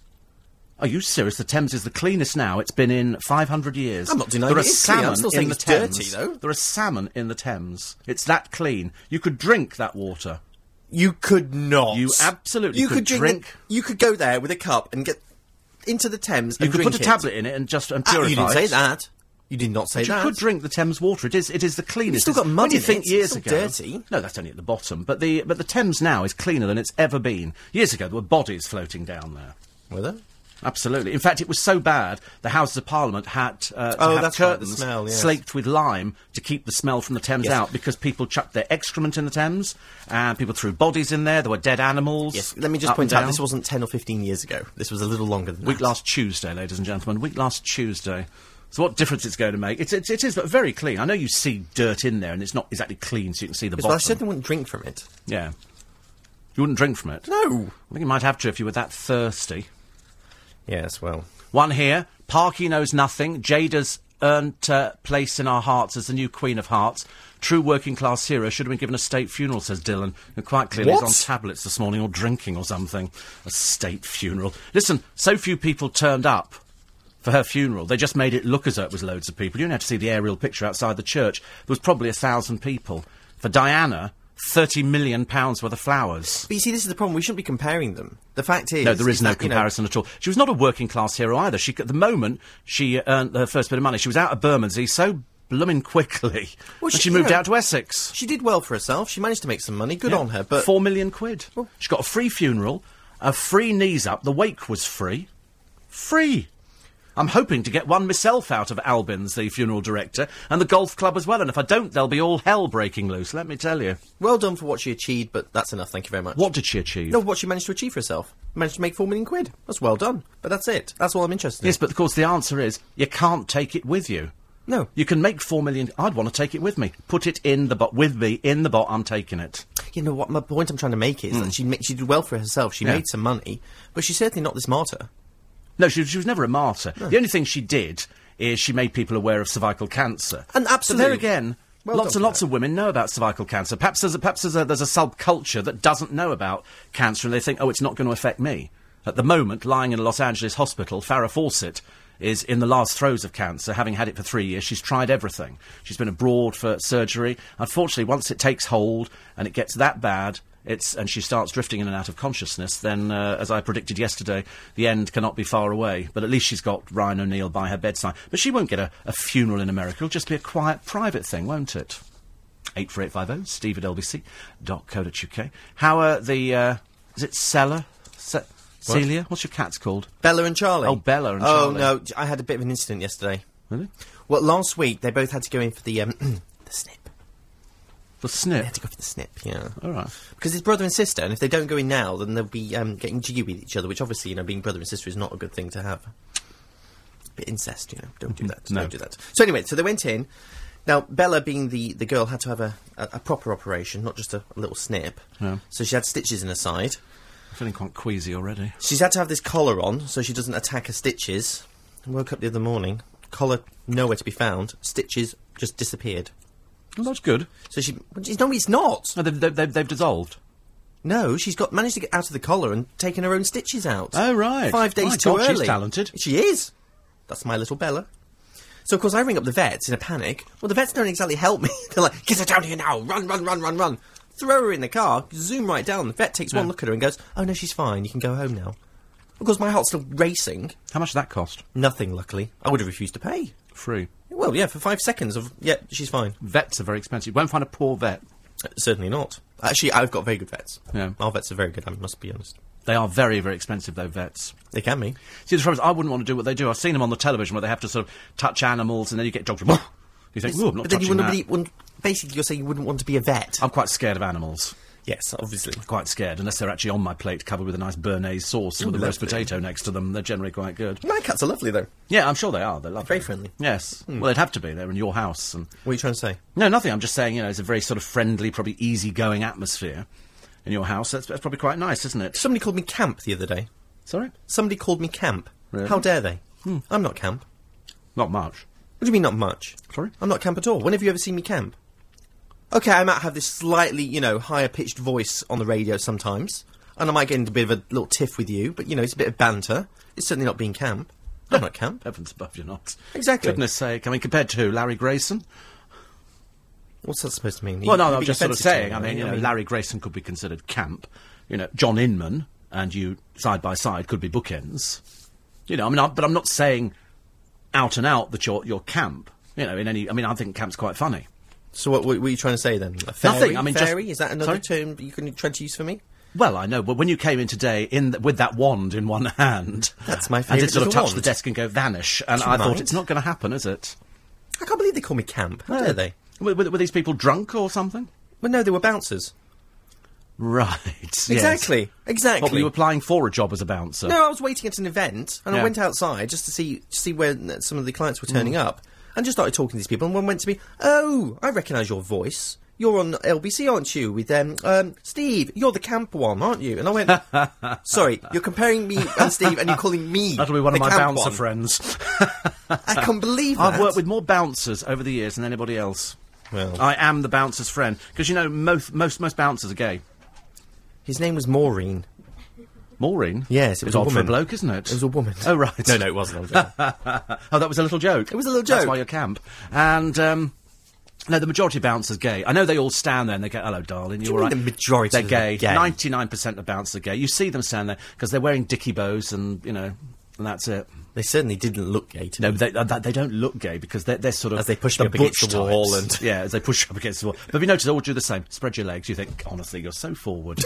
Speaker 1: Are you serious? The Thames is the cleanest now. It's been in 500 years.
Speaker 2: I'm not denying
Speaker 1: there
Speaker 2: it
Speaker 1: are
Speaker 2: is clean. I'm
Speaker 1: salmon
Speaker 2: still
Speaker 1: in
Speaker 2: saying
Speaker 1: the
Speaker 2: it's
Speaker 1: Thames.
Speaker 2: dirty, though.
Speaker 1: There are salmon in the Thames. It's that clean. You could drink that water.
Speaker 2: You could not.
Speaker 1: You absolutely
Speaker 2: You
Speaker 1: could
Speaker 2: could,
Speaker 1: drink-
Speaker 2: drink. the- you could go there with a cup and get into the Thames.
Speaker 1: You
Speaker 2: and
Speaker 1: could
Speaker 2: drink
Speaker 1: put a
Speaker 2: it.
Speaker 1: tablet in it and just and
Speaker 2: Ah,
Speaker 1: purify.
Speaker 2: you didn't say
Speaker 1: it.
Speaker 2: that. You did not say
Speaker 1: But You
Speaker 2: that.
Speaker 1: could drink the Thames water. It is. It is the cleanest.
Speaker 2: still got
Speaker 1: It's-
Speaker 2: mud
Speaker 1: When you
Speaker 2: in it.
Speaker 1: think
Speaker 2: It's
Speaker 1: years
Speaker 2: still
Speaker 1: ago,
Speaker 2: dirty.
Speaker 1: No, that's only at the bottom. But the but the Thames now is cleaner than it's ever been. Years ago, there were bodies floating down there.
Speaker 2: Were there?
Speaker 1: Absolutely. In fact, it was so bad the Houses of Parliament had uh, to
Speaker 2: Oh,
Speaker 1: have
Speaker 2: that's right, the
Speaker 1: curtains
Speaker 2: smell, yes.
Speaker 1: slaked with lime to keep the smell from the Thames
Speaker 2: Yes.
Speaker 1: out because people chucked their excrement in the Thames and people threw bodies in there. There were dead animals.
Speaker 2: Yes. Let me just
Speaker 1: up
Speaker 2: point
Speaker 1: and
Speaker 2: out this
Speaker 1: down.
Speaker 2: wasn't ten or fifteen years ago. This was a little longer than
Speaker 1: week
Speaker 2: that.
Speaker 1: last Tuesday, ladies and gentlemen. Week last Tuesday. So what difference it's going to make? It's, it's it is but very clean. I know you see dirt in there and it's not exactly clean, so you can see the
Speaker 2: Yes,
Speaker 1: bottom.
Speaker 2: Well, I certainly wouldn't drink from it.
Speaker 1: yeah. You wouldn't drink from it.
Speaker 2: No.
Speaker 1: I think you might have to if you were that thirsty.
Speaker 2: Yes. Well.
Speaker 1: One here. Parky knows nothing. Jada's earned uh, place in our hearts as the new Queen of Hearts. True working class hero should have been given a state funeral, says Dylan. And quite clearly,
Speaker 2: What?
Speaker 1: he's on tablets this morning or drinking or something. A state funeral. Listen, so few people turned up for her funeral. They just made it look as though it was loads of people. You only had to see the aerial picture outside the church. There was probably a thousand people. For Diana, thirty million pounds worth of flowers.
Speaker 2: But you see, this is the problem. We shouldn't be comparing them. The fact is,
Speaker 1: No, there is no
Speaker 2: that, you know,
Speaker 1: comparison at all. She was not a working class hero either. She, at the moment, she earned her first bit of money. She was out of Bermondsey so blooming quickly.
Speaker 2: Well,
Speaker 1: and
Speaker 2: she-
Speaker 1: she moved
Speaker 2: you know-
Speaker 1: out to Essex.
Speaker 2: she did well for herself. She managed to make some money. Good on her. But
Speaker 1: Four million quid. She got a free funeral, a free knees up. The wake was free. Free. I'm hoping to get one myself out of Albins, the funeral director, and the golf club as well. And if I don't, there'll be all hell breaking loose, let me tell you.
Speaker 2: well done for what she achieved. But that's enough. Thank you very much.
Speaker 1: What did she achieve?
Speaker 2: No, what she managed to achieve for herself. Managed to make four million quid. That's well done. But that's it. That's all I'm interested in.
Speaker 1: Yes, but of course the answer is you can't take it with you.
Speaker 2: No.
Speaker 1: You can make four million. I'd want to take it with me. Put it in the bot with me in the bot. I'm taking it.
Speaker 2: You know what? My point I'm trying to make is that she ma- she did well for herself. She
Speaker 1: Hmm. Yeah.
Speaker 2: made some money, but she's certainly not this martyr.
Speaker 1: No, she, she was never a martyr. The only thing she did is she made people aware of cervical cancer. But
Speaker 2: And
Speaker 1: there
Speaker 2: absolutely.
Speaker 1: again,
Speaker 2: Well
Speaker 1: lots
Speaker 2: done
Speaker 1: and
Speaker 2: for
Speaker 1: lots of women know about cervical cancer. Perhaps there's a, perhaps there's a, there's a subculture that doesn't know about cancer and they think, oh, it's not going to affect me. At the moment, lying in a Los Angeles hospital, Farrah Fawcett is in the last throes of cancer, having had it for three years. She's tried everything. She's been abroad for surgery. Unfortunately, once it takes hold and it gets that bad, it's, and she starts drifting in and out of consciousness, then, uh, as I predicted yesterday, the end cannot be far away. But at least she's got Ryan O'Neill by her bedside. But she won't get a, a funeral in America. It'll just be a quiet, private thing, won't it? 84850, oh, steve at lbc.co.uk. How are the, uh, is it Stella? Se- Celia? What's your cat's called?
Speaker 2: Bella and Charlie.
Speaker 1: Oh, Bella and Charlie.
Speaker 2: Oh no, j- I had a bit of an incident yesterday.
Speaker 1: Really?
Speaker 2: Well, last week they both had to go in for the um, the snip.
Speaker 1: The
Speaker 2: They
Speaker 1: snip.
Speaker 2: had to go for the snip. Yeah.
Speaker 1: All right.
Speaker 2: Because it's brother and sister, and if they don't go in now, then they'll be um, getting jiggy with each other, which obviously, you know, being brother and sister is not a good thing to have. Bit incest, you know. Don't do that.
Speaker 1: No.
Speaker 2: Don't do that. So anyway, so they went in. Now Bella, being the, the girl, had to have a, a, a proper operation, not just a, a little snip.
Speaker 1: Yeah.
Speaker 2: So she had stitches in her side.
Speaker 1: I'm feeling quite queasy already.
Speaker 2: She's had to have this collar on so she doesn't attack her stitches. I woke up the other morning, collar nowhere to be found, stitches just disappeared.
Speaker 1: Well, that's good.
Speaker 2: So she, well, she's- no, it's not.
Speaker 1: No, they've, they've, they've, they've dissolved.
Speaker 2: No, she's got managed to get out of the collar and taken her own stitches out.
Speaker 1: Oh, right.
Speaker 2: Five days
Speaker 1: My
Speaker 2: too
Speaker 1: God,
Speaker 2: early.
Speaker 1: she's talented.
Speaker 2: She is. That's my little Bella. So of course I ring up the vets in a panic. Well, the vets don't exactly help me. They're like, "Get her down here now! Run, run, run, run, run!" Throw her in the car. Zoom right down. The vet takes one look at her and goes, "Oh no, she's fine. You can go home now." Of course, my heart's still racing.
Speaker 1: How much did that cost?
Speaker 2: Nothing, luckily. I would have refused to pay.
Speaker 1: Free.
Speaker 2: Well, yeah, for five seconds of yeah, she's fine.
Speaker 1: Vets are very expensive. You won't find a poor vet.
Speaker 2: Uh, Certainly not. Actually, I've got very good vets.
Speaker 1: Yeah.
Speaker 2: Our vets are very good. I must be honest.
Speaker 1: They are very, very expensive, though, vets.
Speaker 2: They can be.
Speaker 1: See, the trouble is, I wouldn't want to do what they do. I've seen them on the television where they have to sort of touch animals and then you get dogs. you think, "Ooh, I'm not
Speaker 2: but then you
Speaker 1: touching
Speaker 2: wouldn't
Speaker 1: that." Um,
Speaker 2: really. Wouldn't, basically, you're saying you wouldn't want to be a vet.
Speaker 1: I'm quite scared of animals.
Speaker 2: Yes, obviously.
Speaker 1: Quite scared, unless they're actually on my plate covered with a nice Bernays sauce with a roast
Speaker 2: lovely.
Speaker 1: potato next to them. They're generally quite good.
Speaker 2: My cats are lovely, though.
Speaker 1: Yeah, I'm sure they are. They're lovely.
Speaker 2: Very friendly. Hmm.
Speaker 1: Yes. Well, they'd have to be. They're in your house. And
Speaker 2: What are you trying to say?
Speaker 1: no, nothing. I'm just saying, you know, it's a very sort of friendly, probably easygoing atmosphere in your house. That's, that's probably quite nice, isn't it?
Speaker 2: Somebody called me camp the other day.
Speaker 1: Sorry?
Speaker 2: Somebody called me camp.
Speaker 1: Really? Hmm.
Speaker 2: How dare they? I'm not camp.
Speaker 1: Not much.
Speaker 2: What do you mean not much?
Speaker 1: Sorry?
Speaker 2: I'm not camp at all. When have you ever seen me camp? Okay, I might have this slightly, you know, higher pitched voice on the radio sometimes, and I might get into a bit of a little tiff with you, but you know, it's a bit of banter. It's certainly not being camp. I'm not camp.
Speaker 1: Heavens above, you're not.
Speaker 2: Exactly.
Speaker 1: Goodness sake. I mean, compared to who? Larry Grayson?
Speaker 2: What's that supposed to mean?
Speaker 1: Well, no,
Speaker 2: You're
Speaker 1: no, I'm
Speaker 2: being
Speaker 1: just sort of
Speaker 2: offensive to
Speaker 1: saying.
Speaker 2: me,
Speaker 1: I
Speaker 2: aren't
Speaker 1: mean,
Speaker 2: you?
Speaker 1: you know, Larry Grayson could be considered camp. You know, John Inman and you side by side could be bookends. You know, I mean, I, but I'm not saying out and out that you're you're camp. You know, in any, I mean, I think camp's quite funny.
Speaker 2: So what, what were you trying to say then? A fairy?
Speaker 1: Nothing, I mean, just-
Speaker 2: fairy. Is that another
Speaker 1: Sorry?
Speaker 2: term you can try to use for me?
Speaker 1: Well, I know, but when you came in today in th- with that wand in one hand,
Speaker 2: That's my
Speaker 1: and
Speaker 2: favourite
Speaker 1: did sort of
Speaker 2: little
Speaker 1: touch
Speaker 2: wand.
Speaker 1: the desk and go vanish, and I
Speaker 2: Right.
Speaker 1: thought it's not going to happen, is it?
Speaker 2: I can't believe they call me camp. How dare they?
Speaker 1: Were, were- were these people drunk or something?
Speaker 2: Well, no, they were bouncers.
Speaker 1: Right. yes.
Speaker 2: Exactly. Exactly.
Speaker 1: What were you applying for a job as a bouncer?
Speaker 2: No, I was waiting at an event, and I
Speaker 1: Yeah. Mm.
Speaker 2: went outside just to see to see where uh, some of the clients were turning up, and just started talking to these people. And one went to me, "Oh, I recognise your voice. You're on LBC, aren't you? With um, um, Steve. You're the camp one, aren't you?" And I went, "Sorry, you're comparing me and Steve, and you're calling me
Speaker 1: That'll be one of
Speaker 2: the
Speaker 1: my
Speaker 2: camp
Speaker 1: bouncer
Speaker 2: one.
Speaker 1: friends.
Speaker 2: I can't believe
Speaker 1: I've
Speaker 2: that.
Speaker 1: worked with more bouncers over the years than anybody else.
Speaker 2: Well.
Speaker 1: I am the bouncer's friend because you know most most most bouncers are gay.
Speaker 2: His name was Maureen.
Speaker 1: Maureen.
Speaker 2: Yes, it was
Speaker 1: it's
Speaker 2: a
Speaker 1: odd for a
Speaker 2: woman.
Speaker 1: bloke, isn't it?
Speaker 2: It was a woman.
Speaker 1: Oh right.
Speaker 2: No, no, it wasn't. I was joking.
Speaker 1: Oh, that was a little joke. It
Speaker 2: was a little
Speaker 1: That's
Speaker 2: joke.
Speaker 1: why you're camp. And um, no, the majority of bouncers are gay. I know they all stand there and they go, "Hello, darling, you
Speaker 2: you
Speaker 1: all right?"
Speaker 2: mean the majority
Speaker 1: They're
Speaker 2: of them are
Speaker 1: gay.
Speaker 2: gay?
Speaker 1: Ninety-nine percent of bouncers are gay. You see them stand there because they're wearing dicky bows and you know, and that's it.
Speaker 2: they certainly didn't look gay to
Speaker 1: No,
Speaker 2: me.
Speaker 1: they, uh, that- they don't look gay because they're, they're sort of
Speaker 2: As they push
Speaker 1: the
Speaker 2: me up against
Speaker 1: butch
Speaker 2: the wall
Speaker 1: types.
Speaker 2: and-
Speaker 1: yeah, as they push up against the wall. But if you notice, they all do the same. Spread your legs. You think, honestly, you're so forward.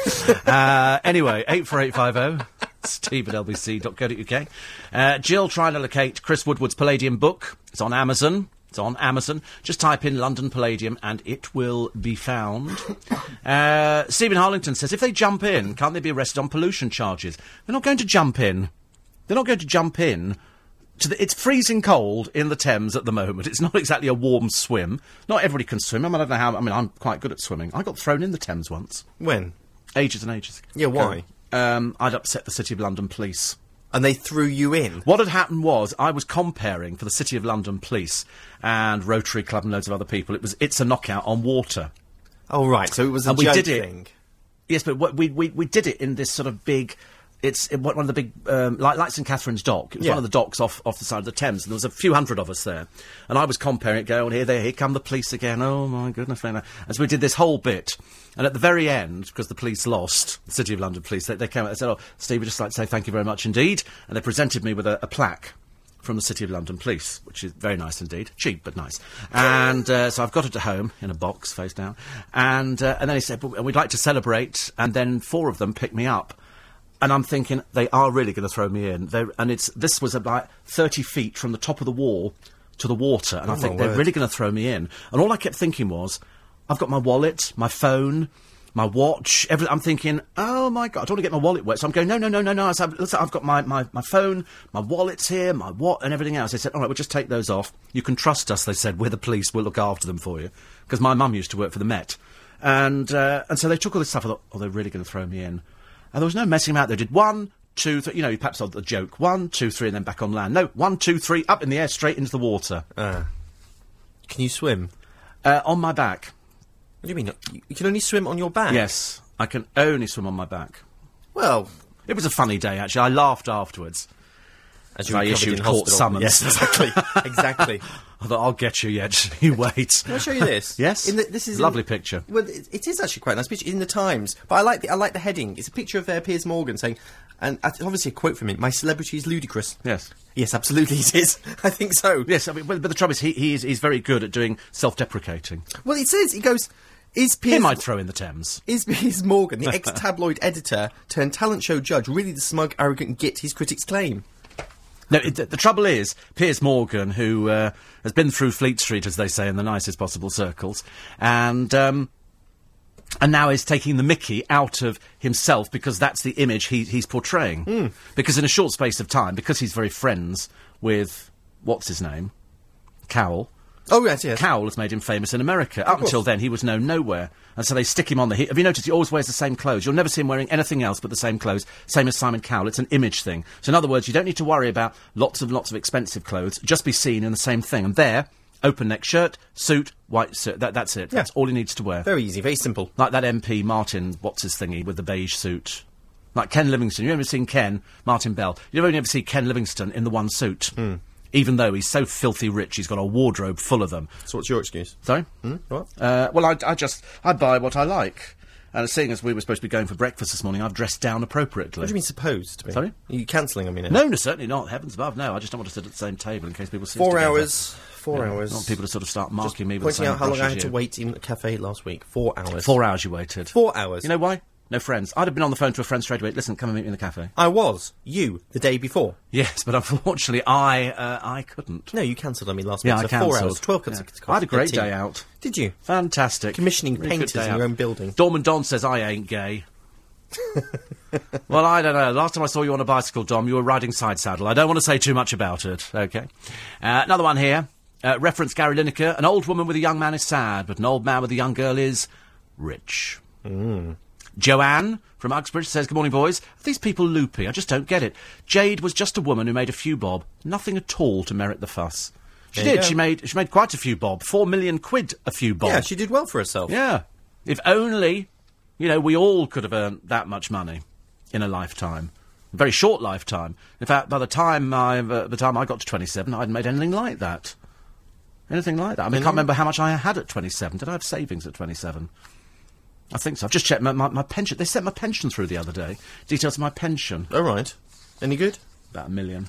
Speaker 1: uh, anyway, eight four eight five oh, zero. Steve at lbc.co.uk. Uh, Jill trying to locate Chris Woodward's Palladium book. It's on Amazon. It's on Amazon. Just type in London Palladium and it will be found. uh, Stephen Harlington says, if they jump in, can't they be arrested on pollution charges? They're not going to jump in. They're not going to jump in. To the, it's freezing cold in the Thames at the moment. It's not exactly a warm swim. Not everybody can swim. I, mean, I don't know how. I mean, I'm quite good at swimming. I got thrown in the Thames once,
Speaker 2: When?
Speaker 1: ages and ages.
Speaker 2: Yeah, why?
Speaker 1: ago. Um, I'd upset the City of London police.
Speaker 2: And they threw you in.
Speaker 1: What had happened was I was comparing for the City of London police and Rotary Club and loads of other people. It was it's a knockout on water.
Speaker 2: Oh right, so it was a
Speaker 1: And we
Speaker 2: joke
Speaker 1: did it.
Speaker 2: thing.
Speaker 1: Yes, but what, we, we we did it in this sort of big. It's it, one of the big um, like like St Catherine's Dock. It was
Speaker 2: Yeah.
Speaker 1: one of the docks off, off the side of the Thames, and there was a few hundred of us there. And I was comparing it, going here, there, here come the police again. Oh my goodness, man! As we did this whole bit, and at the very end, because the police lost, the City of London police, they, they came out and said, "Oh, Steve, we'd just like to say thank you very much indeed," and they presented me with a, a plaque from the City of London Police, which is very nice indeed. Cheap, but nice. And uh, so I've got it at home in a box, face down. And, uh, and then he said, but we'd like to celebrate. And then four of them picked me up. And I'm thinking, they are really going to throw me in. They're, and it's, this was about 30 feet from the top of the wall to the water. And I
Speaker 2: Oh, my
Speaker 1: think they're
Speaker 2: word.
Speaker 1: really going to throw me in. And all I kept thinking was, I've got my wallet, my phone, my watch. Every, I'm thinking, oh my god, I don't want to get my wallet wet. So I'm going, no, no, no, no, no. I said, listen, I've got my, my, my phone, my wallet's here, my what, and everything else. They said, all right, we'll just take those off. You can trust us. They said, we're the police. We'll look after them for you. Because my mum used to work for the Met, and uh, and so they took all this stuff. I thought, oh, they're really going to throw me in. And there was no messing about. They did one, two, three. You know, perhaps the joke. One, two, three, and then back on land. No, one, two, three, up in the air, straight into the water,
Speaker 2: Ah. Can you swim?
Speaker 1: uh, on my back.
Speaker 2: What do you mean? You- You can only swim on your back.
Speaker 1: Yes, I can only swim on my back.
Speaker 2: Well,
Speaker 1: It was a funny day, actually. I laughed afterwards.
Speaker 2: as
Speaker 1: I
Speaker 2: recovered
Speaker 1: issued
Speaker 2: in
Speaker 1: court
Speaker 2: hospital.
Speaker 1: summons.
Speaker 2: Yes, exactly, exactly.
Speaker 1: I thought, I'll get you yet. you wait.
Speaker 2: Can I show you this?
Speaker 1: Yes.
Speaker 2: In the, this is
Speaker 1: Lovely
Speaker 2: in-
Speaker 1: picture.
Speaker 2: Well, it, it is actually quite a nice picture in the Times. But I like the I like the heading. It's a picture of uh, Piers Morgan saying, and uh, obviously a quote from him: "My celebrity is ludicrous."
Speaker 1: Yes.
Speaker 2: Yes, absolutely, it is. I think so.
Speaker 1: Yes, I mean, but, but the trouble is, he, he is he's very good at doing self deprecating.
Speaker 2: Well, it says he goes. Is Piers
Speaker 1: Him I'd throw in the Thames.
Speaker 2: Is Piers Morgan, the ex-tabloid editor turned talent show judge, really the smug, arrogant git his critics claim?
Speaker 1: No, it, the, the trouble is, Piers Morgan, who uh, has been through Fleet Street, as they say, in the nicest possible circles, and. Um, and now is taking the mickey out of himself because that's the image he, he's portraying. Because in a short space of time, because he's very friends with what's his name, Cowell.
Speaker 2: Oh, yes, yes.
Speaker 1: Cowell has made him famous in America. Up until then, he was known nowhere, and so they stick him on the. He- Have you noticed he always wears the same clothes? You'll never see him wearing anything else but the same clothes, same as Simon Cowell. It's an image thing. So in other words, you don't need to worry about lots and lots of expensive clothes. Just be seen in the same thing, and there, open neck shirt, suit, white suit. That, that's it.
Speaker 2: Yeah.
Speaker 1: That's all he needs to wear.
Speaker 2: Very easy, very simple.
Speaker 1: Like that MP Martin, what's his thingy with the beige suit. Like Ken Livingstone. You've never seen Ken, Martin Bell. You've only ever seen Ken Livingstone in the one suit. Even though he's so filthy rich, he's got a wardrobe full of them.
Speaker 2: So what's your excuse?
Speaker 1: Sorry?
Speaker 2: What?
Speaker 1: Uh, well, I, I just, I buy what I like. And seeing as we were supposed to be going for breakfast this morning, I've dressed down appropriately.
Speaker 2: What do you mean supposed to be?
Speaker 1: Sorry?
Speaker 2: Are you cancelling on me now?
Speaker 1: No, no, certainly not. Heavens above, no. I just don't want to sit at the same table in case people see us
Speaker 2: Four
Speaker 1: together.
Speaker 2: hours. Four
Speaker 1: Yeah,
Speaker 2: hours.
Speaker 1: I want people to sort of start
Speaker 2: Just
Speaker 1: marking me with the
Speaker 2: pointing
Speaker 1: same
Speaker 2: out how
Speaker 1: brush
Speaker 2: long I
Speaker 1: as
Speaker 2: had to
Speaker 1: you.
Speaker 2: wait in the cafe last week. Four hours.
Speaker 1: Four hours you waited.
Speaker 2: Four hours.
Speaker 1: You know why? No friends. I'd have been on the phone to a friend straight away. Listen, come and meet me in the cafe.
Speaker 2: I was you the day before.
Speaker 1: Yes, but unfortunately, I uh, I couldn't.
Speaker 2: No, you cancelled on me last
Speaker 1: Yeah,
Speaker 2: week.
Speaker 1: I
Speaker 2: so
Speaker 1: cancelled.
Speaker 2: Four hours. Twelve cups
Speaker 1: Yeah.
Speaker 2: of coffee.
Speaker 1: I had a great
Speaker 2: tea.
Speaker 1: day out.
Speaker 2: Did you?
Speaker 1: Fantastic.
Speaker 2: Commissioning
Speaker 1: Really good
Speaker 2: painters
Speaker 1: day
Speaker 2: in
Speaker 1: out.
Speaker 2: your own building.
Speaker 1: Dorman Don says I ain't gay. well, I don't know. Last time I saw you on a bicycle, Dom, you were riding side saddle. I don't want to say too much about it. Okay. Uh, another one here. Uh, reference Gary Lineker. An old woman with a young man is sad, but an old man with a young girl is rich.
Speaker 2: Mm.
Speaker 1: Joanne from Uxbridge says, Good morning, boys. Are these people loopy? I just don't get it. Jade was just a woman who made a few bob, nothing at all to merit the fuss. She
Speaker 2: There you
Speaker 1: did.
Speaker 2: go.
Speaker 1: She made she made quite a few bob, four million quid a few bob.
Speaker 2: Yeah, she did well for herself.
Speaker 1: Yeah. If only, you know, we all could have earned that much money in a lifetime. A very short lifetime. In fact, by the time I, uh, by the time I got to 27, I'd made anything like that. Anything like that. I mean, I can't remember how much I had at 27. Did I have savings at 27? I think so. I've just checked my, my, my pension. They sent my pension through the other day. Details of my pension.
Speaker 2: All right. Any good?
Speaker 1: About a million.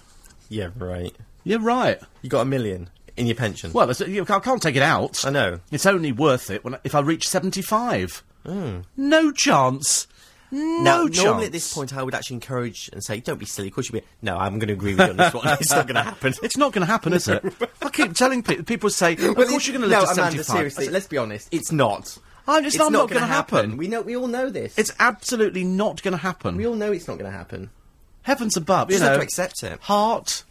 Speaker 2: Yeah, right.
Speaker 1: Yeah, right.
Speaker 2: You got a million in your pension.
Speaker 1: Well, that's- you, I can't take it out.
Speaker 2: I know.
Speaker 1: It's only worth it when, I- if I reach 75. No chance. No
Speaker 2: Hmm. Now,
Speaker 1: chance.
Speaker 2: normally at this point, I would actually encourage and say, "Don't be silly. Of course you be." No, I'm going to agree with you on this one. it's not going to happen.
Speaker 1: It's not going to happen, is it? I keep telling people. People say, "Of course you're going to live
Speaker 2: no,
Speaker 1: to 75."
Speaker 2: Amanda, seriously, let's be honest. It's not.
Speaker 1: I'm- it's not- not
Speaker 2: gonna
Speaker 1: gonna happen.
Speaker 2: We know. We all know this.
Speaker 1: It's absolutely not going to
Speaker 2: we
Speaker 1: happen.
Speaker 2: all know it's not going to happen.
Speaker 1: Heavens above, you
Speaker 2: Just
Speaker 1: know.
Speaker 2: have to accept it.
Speaker 1: Heart,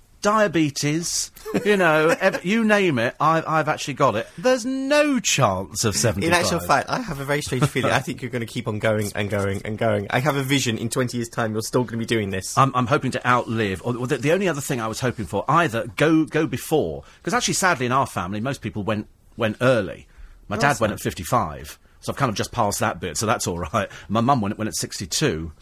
Speaker 1: diabetes, you know, ev- you name it. I- I've actually got it. There's no chance of 75.
Speaker 2: In actual fact, I have a very strange feeling. I think you're going to keep on going and going and going. I have a vision in 20 years' time you're still going to be doing this.
Speaker 1: I'm, I'm hoping to outlive. Or, or the, the only other thing I was hoping for, either go go before, because actually, sadly, in our family, most people went went early. My
Speaker 2: Oh,
Speaker 1: dad went at 55, so I've kind of just passed that bit, so that's all right. My mum went went at 62,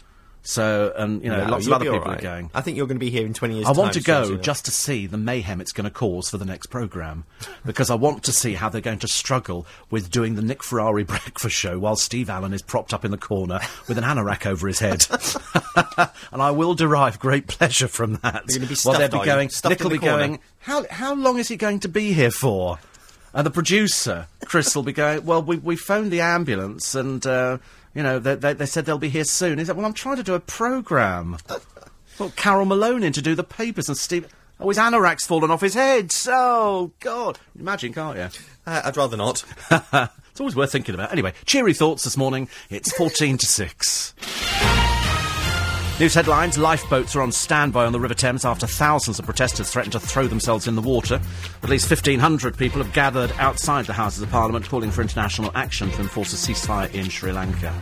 Speaker 1: so and you know,
Speaker 2: No,
Speaker 1: lots of
Speaker 2: you'll
Speaker 1: other
Speaker 2: be
Speaker 1: people
Speaker 2: all right.
Speaker 1: are going.
Speaker 2: I think you're going to be here in 20 years'
Speaker 1: I want to
Speaker 2: time,
Speaker 1: go
Speaker 2: so-
Speaker 1: just to see the mayhem it's going to cause for the next programme because I want to see how they're going to struggle with doing the Nick Ferrari breakfast show while Steve Allen is propped up in the corner with an anorak over his head. and I will derive great pleasure from that.
Speaker 2: They're gonna be
Speaker 1: while they'll
Speaker 2: stuffed, are
Speaker 1: be
Speaker 2: you?
Speaker 1: going,
Speaker 2: Stuffed
Speaker 1: Nick
Speaker 2: in
Speaker 1: will
Speaker 2: the
Speaker 1: be
Speaker 2: corner.
Speaker 1: going, how, how long is he going to be here for? And the producer, Chris, will be going, well, we, we phoned the ambulance and, uh, you know, they, they, they said they'll be here soon. He said, well, I'm trying to do a programme. Well, Carol Malone in to do the papers and Steve. Oh, his anorak's fallen off his head. Oh, God. Imagine, can't you?
Speaker 2: Uh, I'd rather not.
Speaker 1: It's always worth thinking about. Anyway, cheery thoughts this morning. It's 14 to 6. News headlines Lifeboats are on standby on the River Thames after thousands of protesters threatened to throw themselves in the water. At least 1,500 people have gathered outside the Houses of Parliament calling for international action to enforce a ceasefire in Sri Lanka.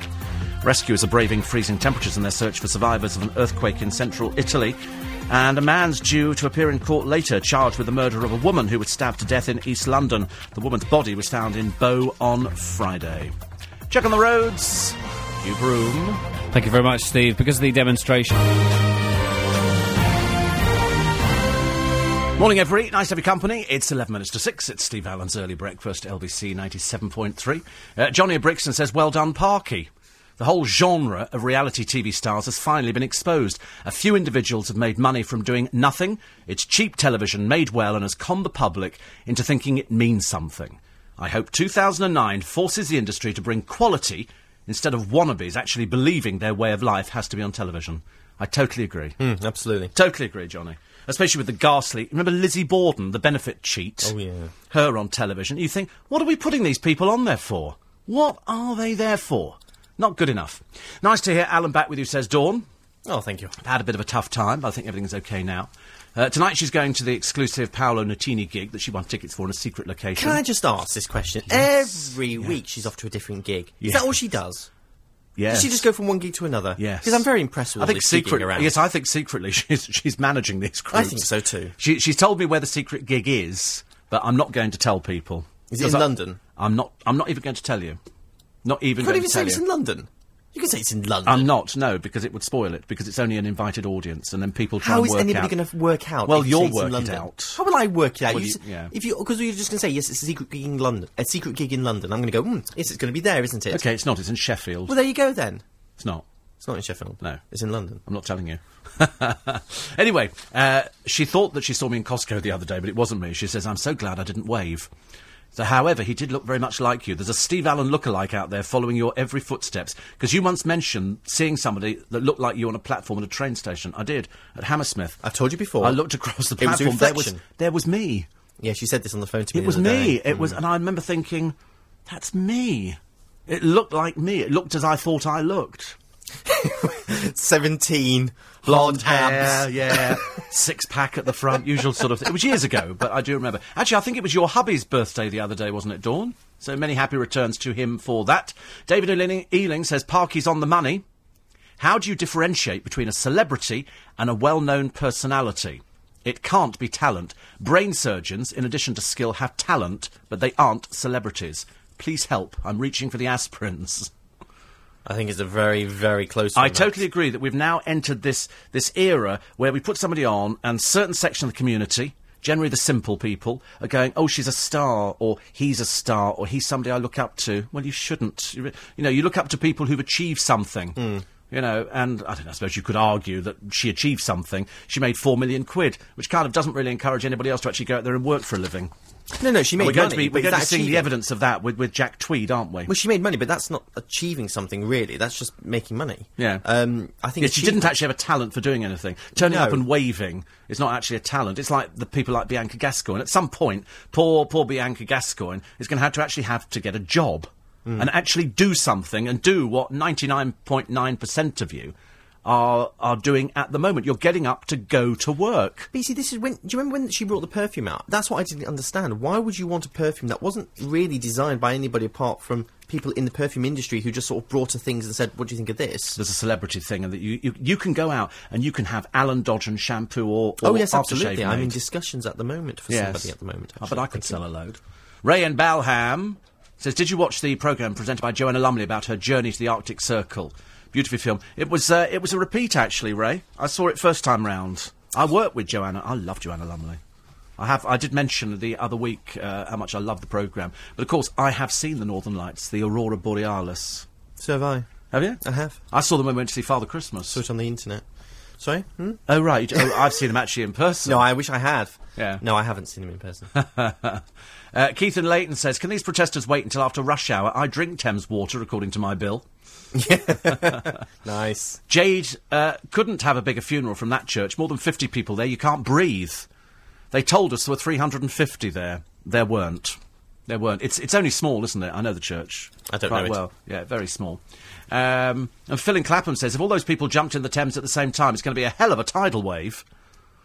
Speaker 1: Rescuers are braving freezing temperatures in their search for survivors of an earthquake in central Italy. And a man's due to appear in court later, charged with the murder of a woman who was stabbed to death in East London. The woman's body was found in Bow on Friday. Check on the roads. Hugh Broom.
Speaker 3: Thank you very much, Steve. Because of the demonstration.
Speaker 1: Morning, every. Nice to have your company. It's 11 minutes to 6. It's Steve Allen's Early Breakfast, LBC 97.3. Uh, Johnny Brixton says, Well done, Parky. The whole genre of reality TV stars has finally been exposed. A few individuals have made money from doing nothing. It's cheap television made well and has conned the public into thinking it means something. I hope 2009 forces the industry to bring quality instead of wannabes actually believing their way of life has to be on television. I totally agree.
Speaker 2: Mm, absolutely.
Speaker 1: Totally agree, Johnny. Especially with the ghastly. Remember Lizzie Borden, the benefit cheat?
Speaker 2: Oh, yeah.
Speaker 1: Her on television. You think, what are we putting these people on there for? What are they there for? Not good enough. Nice to hear Alan back with you, says Dawn.
Speaker 2: Oh, thank you.
Speaker 1: Had a bit of a tough time, but I think everything's okay now. Uh, tonight she's going to the exclusive Paolo Nutini gig that she won tickets for in a secret location.
Speaker 2: Can I just ask this question? Every week she's off to a different gig.
Speaker 1: Yes.
Speaker 2: Is that all she does?
Speaker 1: yes.
Speaker 2: Does she just go from one gig to another?
Speaker 1: Yes.
Speaker 2: Because I'm very impressed with
Speaker 1: I
Speaker 2: all
Speaker 1: think
Speaker 2: this
Speaker 1: secret-
Speaker 2: gigging around.
Speaker 1: Yes, I think secretly she's she's managing these
Speaker 2: I
Speaker 1: groups.
Speaker 2: think so too.
Speaker 1: She, she's told me where the secret gig is, but I'm not going to tell people.
Speaker 2: Is it
Speaker 1: 'Cause
Speaker 2: in
Speaker 1: I-
Speaker 2: London?
Speaker 1: I'm not. I'm not even going to tell you. Not even.
Speaker 2: You can't
Speaker 1: going
Speaker 2: even
Speaker 1: to
Speaker 2: say
Speaker 1: tell
Speaker 2: it's
Speaker 1: you.
Speaker 2: in London. You can say it's in London.
Speaker 1: I'm not. No, because it would spoil it. Because it's only an invited audience, and then people try
Speaker 2: How
Speaker 1: and
Speaker 2: is
Speaker 1: work
Speaker 2: anybody
Speaker 1: out.
Speaker 2: going to work out?
Speaker 1: Well,
Speaker 2: if
Speaker 1: you'll
Speaker 2: it's in
Speaker 1: work it
Speaker 2: London?
Speaker 1: out.
Speaker 2: How will I work it out?
Speaker 1: Well,
Speaker 2: You
Speaker 1: you-
Speaker 2: s-
Speaker 1: yeah.
Speaker 2: If you because you're just going to say yes, it's a secret gig in London. A secret gig in London. I'm going to go. Mm, yes, it's going to be there, isn't it?
Speaker 1: Okay, it's not. It's in Sheffield.
Speaker 2: Well, there you go then.
Speaker 1: it's not.
Speaker 2: It's not in Sheffield.
Speaker 1: No.
Speaker 2: it's in London.
Speaker 1: I'm not telling you. anyway, uh, she thought that she saw me in Costco the other day, but it wasn't me. She says, I'm so glad I didn't wave. So, however, he did look very much like you. There's a Steve Allen lookalike out there following your every footsteps. Because you once mentioned seeing somebody that looked like you on a platform at a train station. I did, at Hammersmith.
Speaker 2: I've told you before.
Speaker 1: I looked across the
Speaker 2: It was a
Speaker 1: platform. there, was,
Speaker 2: reflection.
Speaker 1: there was me.
Speaker 2: Yeah, she said this on the phone to me.
Speaker 1: It
Speaker 2: the
Speaker 1: was
Speaker 2: other
Speaker 1: me.
Speaker 2: day.
Speaker 1: It was, and I remember thinking, that's me. It looked like me. It looked as I thought I looked.
Speaker 2: Mm. Seventeen blonde
Speaker 1: Yeah,
Speaker 2: abs.
Speaker 1: yeah. Six pack at the front, usual sort of thing. It was years ago, but I do remember. Actually, I think it was your hubby's birthday the other day, wasn't it, Dawn? So many happy returns to him for that. David Ealing, Ealing says Parky's on the money. How do you differentiate between a celebrity and a well known personality? It can't be talent. Brain surgeons, in addition to skill, have talent, but they aren't celebrities. Please help. I'm reaching for the aspirins.
Speaker 2: I think it's a very, very close.
Speaker 1: I
Speaker 2: one, that.
Speaker 1: totally agree that we've now entered this this era where we put somebody on, and certain section of the community, generally the simple people, are going, "Oh, she's a star," or "He's a star," or "He's somebody I look up to." Well, you shouldn't. You re- you know, you look up to people who've achieved something.
Speaker 2: Hmm.
Speaker 1: You know, and I don't know, I suppose you could argue that she achieved something. She made four million quid, which kind of doesn't really encourage anybody else to actually go out there and work for a living.
Speaker 2: No, no, she made
Speaker 1: We're going
Speaker 2: money.
Speaker 1: to be
Speaker 2: but
Speaker 1: we're
Speaker 2: is
Speaker 1: going to
Speaker 2: that
Speaker 1: be seeing the
Speaker 2: achieving?
Speaker 1: evidence of that with, with Jack Tweed, aren't we?
Speaker 2: Well, she made money, but that's not achieving something really. That's just making money.
Speaker 1: Yeah.
Speaker 2: Um, I think
Speaker 1: Yeah, she didn't actually have a talent for doing anything. Turning
Speaker 2: No.
Speaker 1: up and waving is not actually a talent. It's like the people like Bianca Gascoigne. At some point, poor, poor Bianca Gascoigne is going to have to actually have to get a job
Speaker 2: Mm.
Speaker 1: and actually do something and do what 99.9% of you are, are doing at the moment. You're getting up to go to work.
Speaker 2: But you see, this is when. Do you remember when she brought the perfume out? That's what I didn't understand. Why would you want a perfume that wasn't really designed by anybody apart from people in the perfume industry who just sort of brought her things and said, "What do you think of this?"
Speaker 1: There's a celebrity thing, and that you, you, you can go out and you can have Alan Dodgen shampoo or, or
Speaker 2: oh yes,
Speaker 1: aftershave
Speaker 2: absolutely. I'm
Speaker 1: made.
Speaker 2: in discussions at the moment for somebody at the moment.
Speaker 1: Oh, I bet
Speaker 2: actually.
Speaker 1: I could sell a load. Ray and Balham says, Did you watch the programme presented by Joanna Lumley about her journey to the Arctic Circle? Beautiful film. It was, uh, it was a repeat, actually, Ray. I saw it first time round. I worked with Joanna. I love Joanna Lumley. I have. I did mention the other week uh, how much I love the programme. But of course, I have seen the Northern Lights, the Aurora Borealis.
Speaker 2: So have I.
Speaker 1: Have you?
Speaker 2: I have.
Speaker 1: I saw them when we went to see Father Christmas.
Speaker 2: Put it on the internet. Sorry. Hmm?
Speaker 1: Oh, right. Oh, I've seen them actually in person.
Speaker 2: No, I wish I had.
Speaker 1: Yeah.
Speaker 2: No, I haven't seen him in person.
Speaker 1: uh, Keith and Leighton says, "Can these protesters wait until after rush hour? I drink Thames water, according to my bill."
Speaker 2: nice.
Speaker 1: Jade uh, couldn't have a bigger funeral from that church. More than fifty people there. You can't breathe. They told us there were three hundred and fifty there. There weren't. There weren't. It's it's only small, isn't it? I know the church.
Speaker 2: I don't
Speaker 1: quite
Speaker 2: know it.
Speaker 1: well. Yeah, very small. Um, and Phil in Clapham says, "If all those people jumped in the Thames at the same time, it's going to be a hell of a tidal wave."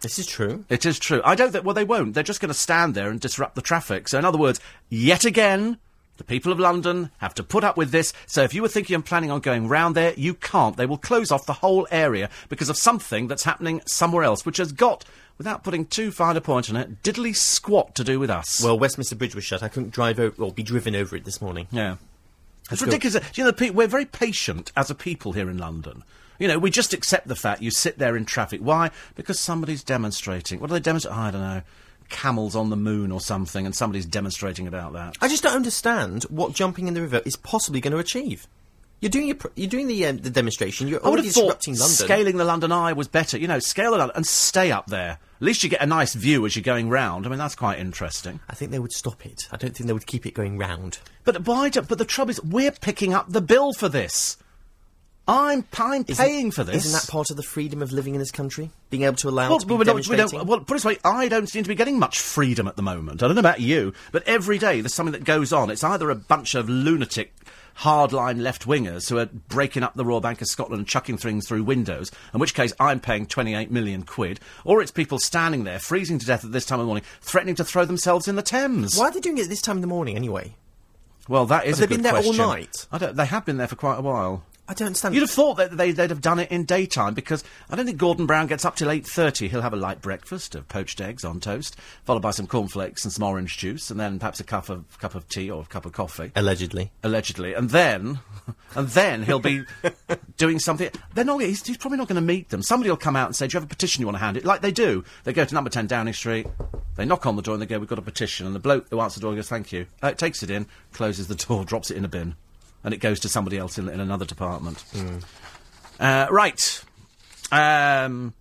Speaker 2: This is true.
Speaker 1: It is true. I don't think. Well, they won't. They're just going to stand there and disrupt the traffic. So, in other words, yet again, the people of London have to put up with this. So, if you were thinking and planning on going round there, you can't. They will close off the whole area because of something that's happening somewhere else, which has got, without putting too fine a point on it, diddly squat to do with us.
Speaker 2: Well, Westminster Bridge was shut. I couldn't drive over or be driven over it this morning.
Speaker 1: Yeah. It's
Speaker 2: That's
Speaker 1: ridiculous. Do You know, pe- we're very patient as a people here in London. You know, we just accept the fact you sit there in traffic. Why? Because somebody's demonstrating. What are they demonstrating? I don't know. Camels on the moon or something, and somebody's demonstrating about that.
Speaker 2: I just don't understand what jumping in the river is possibly going to achieve. You're doing your, pr- you're doing the um, the demonstration. You're
Speaker 1: I would
Speaker 2: already
Speaker 1: have thought
Speaker 2: disrupting London.
Speaker 1: scaling the London Eye was better. You know, scale the London and stay up there. At least you get a nice view as you're going round. I mean, that's quite interesting.
Speaker 2: I think they would stop it. I don't think they would keep it going round.
Speaker 1: But why? Do, but the trouble is, we're picking up the bill for this. I'm, I'm
Speaker 2: Isn't-
Speaker 1: paying for this.
Speaker 2: Isn't that part of the freedom of living in this country? Being able to allow
Speaker 1: Well,
Speaker 2: to
Speaker 1: but
Speaker 2: be
Speaker 1: we don't, we
Speaker 2: demonstrating?
Speaker 1: don't, well, put it this way, I don't seem to be getting much freedom at the moment. I don't know about you, but every day there's something that goes on. It's either a bunch of lunatic, hardline left wingers who are breaking up the Royal Bank of Scotland and chucking things through windows, in which case I'm paying 28 million quid, or it's people standing there freezing to death at this time of the morning, threatening to throw themselves in the Thames.
Speaker 2: Why are they doing it this time in the morning anyway?
Speaker 1: Well, that is
Speaker 2: Have
Speaker 1: a
Speaker 2: they been
Speaker 1: good
Speaker 2: there all
Speaker 1: question.
Speaker 2: night?
Speaker 1: I don't, they have been there for quite a while.
Speaker 2: I don't understand.
Speaker 1: You'd have thought that they, they'd have done it in daytime because I don't think Gordon Brown gets up till eight thirty. He'll have a light breakfast of poached eggs on toast, followed by some cornflakes and some orange juice, and then perhaps a cup of cup of tea or a cup of coffee,
Speaker 2: Allegedly.
Speaker 1: allegedly. And then, and then he'll be doing something. They're not. He's, he's probably not going to meet them. Somebody will come out and say, "Do you have a petition you want to hand it?" Like they do. They go to number ten Downing Street. They knock on the door and they go, "We've got a petition." And the bloke who answers the door goes, "Thank you." Uh, takes it in, closes the door, drops it in a bin, and it goes to somebody else in, in another department. Uh, right. Um,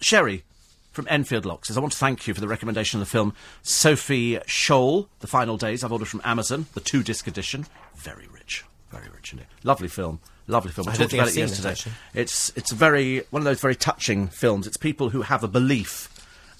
Speaker 1: Sherry from Enfield Lock says, I want to thank you for the recommendation of the film Sophie Scholl, The Final Days. I've ordered from Amazon, the two disc edition. Very rich. Very rich indeed. Lovely film. Lovely film. We
Speaker 2: I don't
Speaker 1: talked
Speaker 2: think
Speaker 1: about
Speaker 2: I've
Speaker 1: it
Speaker 2: seen it,
Speaker 1: yesterday.
Speaker 2: actually.
Speaker 1: it's it's a very one of those very touching films. It's people who have a belief,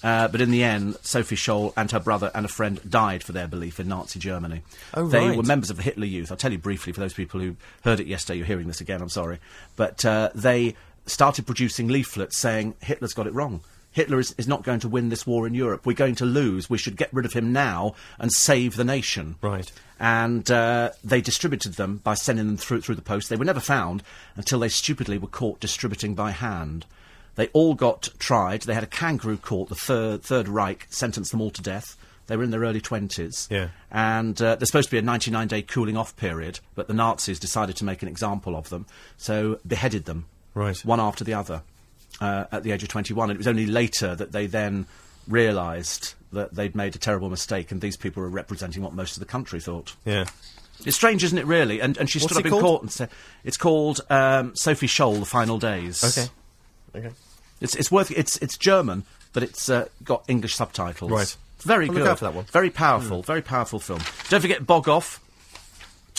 Speaker 1: uh, but in the end, Sophie Scholl and her brother and a friend died for their belief in Nazi Germany.
Speaker 2: Oh,
Speaker 1: they
Speaker 2: right.
Speaker 1: were members of the Hitler Youth. I'll tell you briefly for those people who heard it yesterday. You're hearing this again. I'm sorry, but uh, they started producing leaflets saying Hitler's got it wrong. Hitler is, is not going to win this war in Europe. We're going to lose. We should get rid of him now and save the nation.
Speaker 2: Right.
Speaker 1: And uh, they distributed them by sending them through through the post. They were never found until they stupidly were caught distributing by hand. They all got tried. They had a kangaroo court. The third, third Reich sentenced them all to death. They were in their early twenties
Speaker 2: Yeah.
Speaker 1: and uh, there's supposed to be a 99 day cooling off period, but the Nazis decided to make an example of them, so beheaded them,
Speaker 2: Right.
Speaker 1: one after the other, uh, at the age of 21. And it was only later that they then realised that they'd made a terrible mistake, and these people were representing what most of the country thought.
Speaker 2: Yeah.
Speaker 1: It's strange, isn't it, really? And, and she
Speaker 2: What's
Speaker 1: stood up
Speaker 2: it
Speaker 1: in
Speaker 2: called?
Speaker 1: court and said, It's called um, Sophie Scholl, The Final Days.
Speaker 2: Okay. Okay.
Speaker 1: It's it's worth it's it's German, but it's uh, got English subtitles.
Speaker 2: Right.
Speaker 1: It's very
Speaker 2: I'll
Speaker 1: good.
Speaker 2: look out for that one. Hmm.
Speaker 1: Very powerful. Very powerful film. Don't forget Bog Off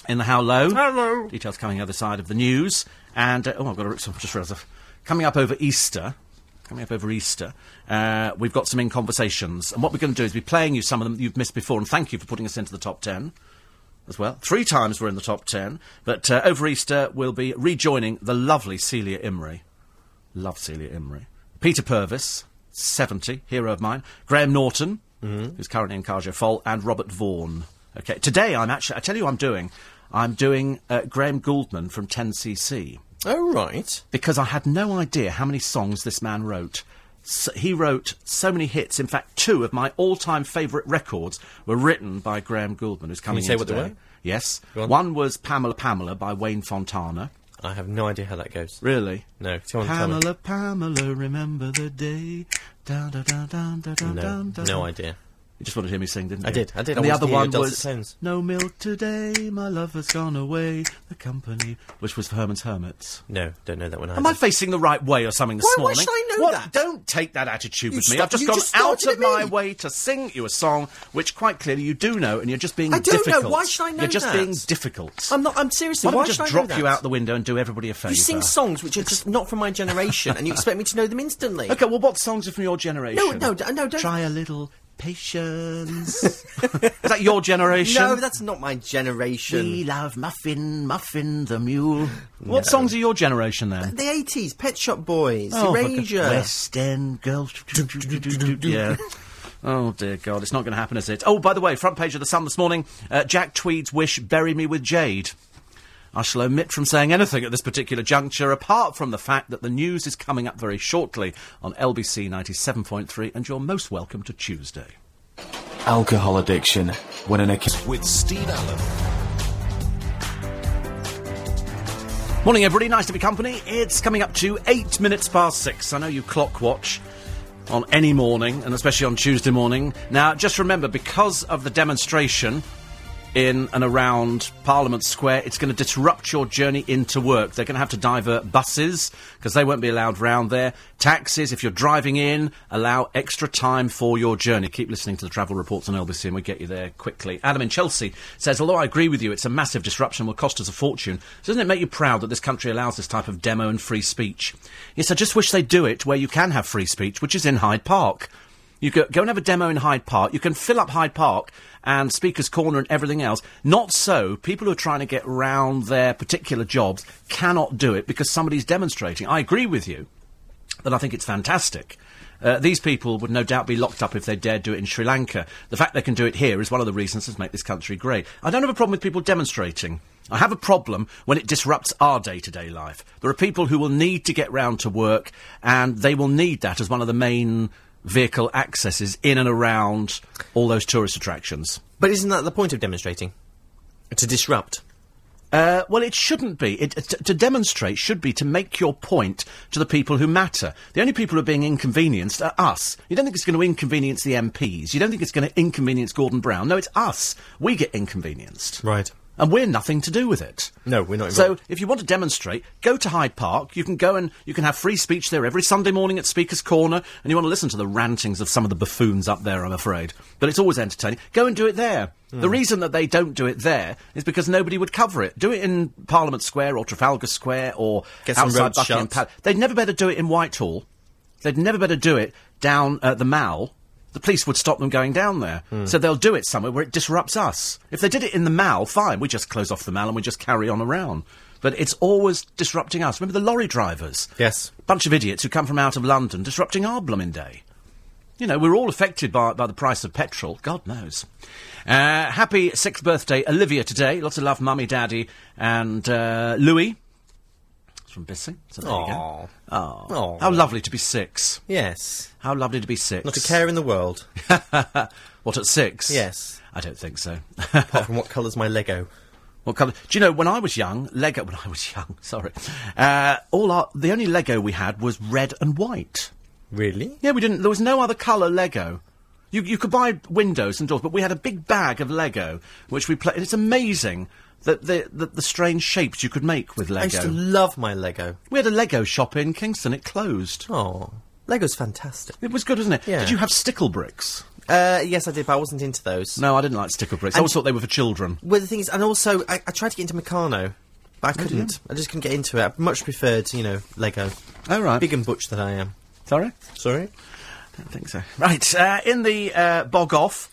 Speaker 1: in the How Low.
Speaker 2: Hello.
Speaker 1: Details coming other side of the news. And uh, oh, I've got to rip some. Just realised. I've- Coming up over Easter. Coming up over Easter, uh, we've got some in conversations, and what we're going to do is be playing you some of them that you've missed before. And thank you for putting us into the top ten as well. Three times we're in the top ten, but uh, over Easter we'll be rejoining the lovely Celia Imrie. Love Celia Imrie. Peter Purvis, 70, hero of mine. Graham Norton,
Speaker 2: Mm-hmm.
Speaker 1: who's currently in Carjo Fol, and Robert Vaughan. Okay, today I'm actually, I tell you what I'm doing. I'm doing uh, Graham Gouldman from 10cc
Speaker 2: Oh, right.
Speaker 1: because I had no idea how many songs this man wrote. S he wrote so many hits. In fact, two of my all-time favourite records were written by Graham Gouldman, who's coming
Speaker 2: you say
Speaker 1: in
Speaker 2: what they
Speaker 1: today.
Speaker 2: were?
Speaker 1: Yes,
Speaker 2: Go on.
Speaker 1: one was Pamela Pamela by Wayne Fontana.
Speaker 2: I have no idea how that goes.
Speaker 1: Really?
Speaker 2: No, tell me, tell me.
Speaker 1: Pamela, Pamela, remember the day. Dun, dun, dun, dun, dun, dun,
Speaker 2: No,
Speaker 1: dun, dun.
Speaker 2: no idea.
Speaker 1: You just wanted to hear me sing, didn't you?
Speaker 2: I did, I did. I
Speaker 1: And the
Speaker 2: wanted
Speaker 1: other
Speaker 2: to hear
Speaker 1: one
Speaker 2: your dulcet
Speaker 1: was
Speaker 2: tones.
Speaker 1: No Milk Today, My Love Has Gone Away, The Company, which was for Herman's Hermits.
Speaker 2: No, don't know that one either.
Speaker 1: Am I facing the right way or something this
Speaker 2: Why- why
Speaker 1: morning?
Speaker 2: should I know
Speaker 1: What-
Speaker 2: that?
Speaker 1: Don't take that attitude
Speaker 2: You
Speaker 1: with me.
Speaker 2: sta-
Speaker 1: I've just
Speaker 2: you
Speaker 1: gone
Speaker 2: just
Speaker 1: out
Speaker 2: started
Speaker 1: of
Speaker 2: at
Speaker 1: my
Speaker 2: me.
Speaker 1: way to sing you a song which quite clearly you do know and you're just being
Speaker 2: I don't know.
Speaker 1: difficult.
Speaker 2: Why should I know
Speaker 1: You're just
Speaker 2: that?
Speaker 1: being difficult.
Speaker 2: I'm not. I'm seriously.
Speaker 1: Why don't we
Speaker 2: should
Speaker 1: just
Speaker 2: I know
Speaker 1: drop
Speaker 2: that?
Speaker 1: you out the window and do everybody a favour?
Speaker 2: You sing songs which are just not from my generation, and you expect me to know them instantly.
Speaker 1: Okay, well, what songs are from your generation?
Speaker 2: No, no, d- no, don't-
Speaker 1: Try a little patience. Is that your generation?
Speaker 2: No, that's not my generation.
Speaker 1: We love Muffin, Muffin the Mule. What songs are your generation then?
Speaker 2: The 80s, Pet Shop Boys,
Speaker 1: Oh, for
Speaker 2: Erasure.
Speaker 1: God- West End Girls. yeah. Oh dear God, it's not going to happen, is it? Oh, by the way, front page of the Sun this morning: uh, Jack Tweed's wish, bury me with jade. I shall omit from saying anything at this particular juncture, apart from the fact that the news is coming up very shortly on LBC ninety-seven point three, and you're most welcome to Tuesday.
Speaker 5: Alcohol addiction. When an account.
Speaker 4: With Steve Allen.
Speaker 1: Morning, everybody. Nice to be company. It's coming up to eight minutes past six. I know you clock watch on any morning, and especially on Tuesday morning. Now, just remember, because of the demonstration, in and around Parliament Square. It's going to disrupt your journey into work. They're going to have to divert buses because they won't be allowed round there. Taxis, if you're driving in, allow extra time for your journey. Keep listening to the travel reports on LBC and we get you there quickly. Adam in Chelsea says, although I agree with you, it's a massive disruption, will cost us a fortune. Doesn't it make you proud that this country allows this type of demo and free speech? Yes, I just wish they'd do it where you can have free speech, which is in Hyde Park. You go, go and have a demo in Hyde Park. You can fill up Hyde Park and Speaker's Corner and everything else. Not so. People who are trying to get round their particular jobs cannot do it because somebody's demonstrating. I agree with you that I think it's fantastic. Uh, these people would no doubt be locked up if they dared do it in Sri Lanka. The fact they can do it here is one of the reasons that's made this country great. I don't have a problem with people demonstrating. I have a problem when it disrupts our day to day life. There are people who will need to get round to work, and they will need that as one of the main vehicle accesses in and around all those tourist attractions.
Speaker 2: But isn't that the point of demonstrating? To disrupt.
Speaker 1: Uh, well, it shouldn't be. It, t- to demonstrate should be to make your point to the people who matter. The only people who are being inconvenienced are us. You don't think it's going to inconvenience the MPs. You don't think it's going to inconvenience Gordon Brown. No, it's us. We get inconvenienced.
Speaker 2: Right.
Speaker 1: And we're nothing to do with it.
Speaker 2: No, we're not
Speaker 1: So,
Speaker 2: involved.
Speaker 1: if you want to demonstrate, go to Hyde Park. You can go and you can have free speech there every Sunday morning at Speaker's Corner, and you want to listen to the rantings of some of the buffoons up there. I'm afraid, but it's always entertaining. Go and do it there.
Speaker 2: Hmm.
Speaker 1: The reason that they don't do it there is because nobody would cover it. Do it in Parliament Square or Trafalgar Square or
Speaker 2: Get some
Speaker 1: outside
Speaker 2: roads
Speaker 1: Buckingham
Speaker 2: shut.
Speaker 1: Palace. They'd never better do it in Whitehall. They'd never better do it down at the Mall. The police would stop them going down there. So they'll do it somewhere where it disrupts us. If they did it in the Mall, fine. We just close off the Mall and we just carry on around. But it's always disrupting us. Remember the lorry drivers?
Speaker 2: Yes.
Speaker 1: Bunch of idiots who come from out of London disrupting our blooming day. You know, we're all affected by, by the price of petrol. God knows. Uh, happy sixth birthday, Olivia, today. Lots of love, mummy, daddy, and uh, Louis. It's from Bissing. So there you go.
Speaker 2: Aw. Aw.
Speaker 1: How lovely to be six.
Speaker 2: Yes.
Speaker 1: How lovely to be six.
Speaker 2: Not a care in the world,
Speaker 1: What, at six?
Speaker 2: Yes.
Speaker 1: I don't think so.
Speaker 2: apart from what colour's my Lego.
Speaker 1: what colour? Do you know, when I was young, Lego, when I was young, sorry, uh, all our, the only Lego we had was red and white.
Speaker 2: Really?
Speaker 1: Yeah, we didn't. There was no other colour Lego. You, you could buy windows and doors, but we had a big bag of Lego, which we played. It's amazing that the, the, the strange shapes you could make with
Speaker 2: I used to
Speaker 1: Lego.
Speaker 2: love my Lego.
Speaker 1: We had a Lego shop in Kingston. It closed.
Speaker 2: Oh, Lego's fantastic.
Speaker 1: It was good, wasn't it?
Speaker 2: Yeah.
Speaker 1: Did you have stickle bricks?
Speaker 2: Uh, yes, I did, but I wasn't into those.
Speaker 1: No, I didn't like stickle bricks. I
Speaker 2: And-
Speaker 1: always thought they were for children.
Speaker 2: Well, the thing is, and also, I, I tried to get into Meccano,
Speaker 1: Oh,
Speaker 2: but I couldn't. I just couldn't get into it. I much preferred, you know, Lego.
Speaker 1: Oh, right.
Speaker 2: Big and butch that I am.
Speaker 1: Sorry?
Speaker 2: Sorry?
Speaker 1: I don't think so. Right, uh, in the uh, bog off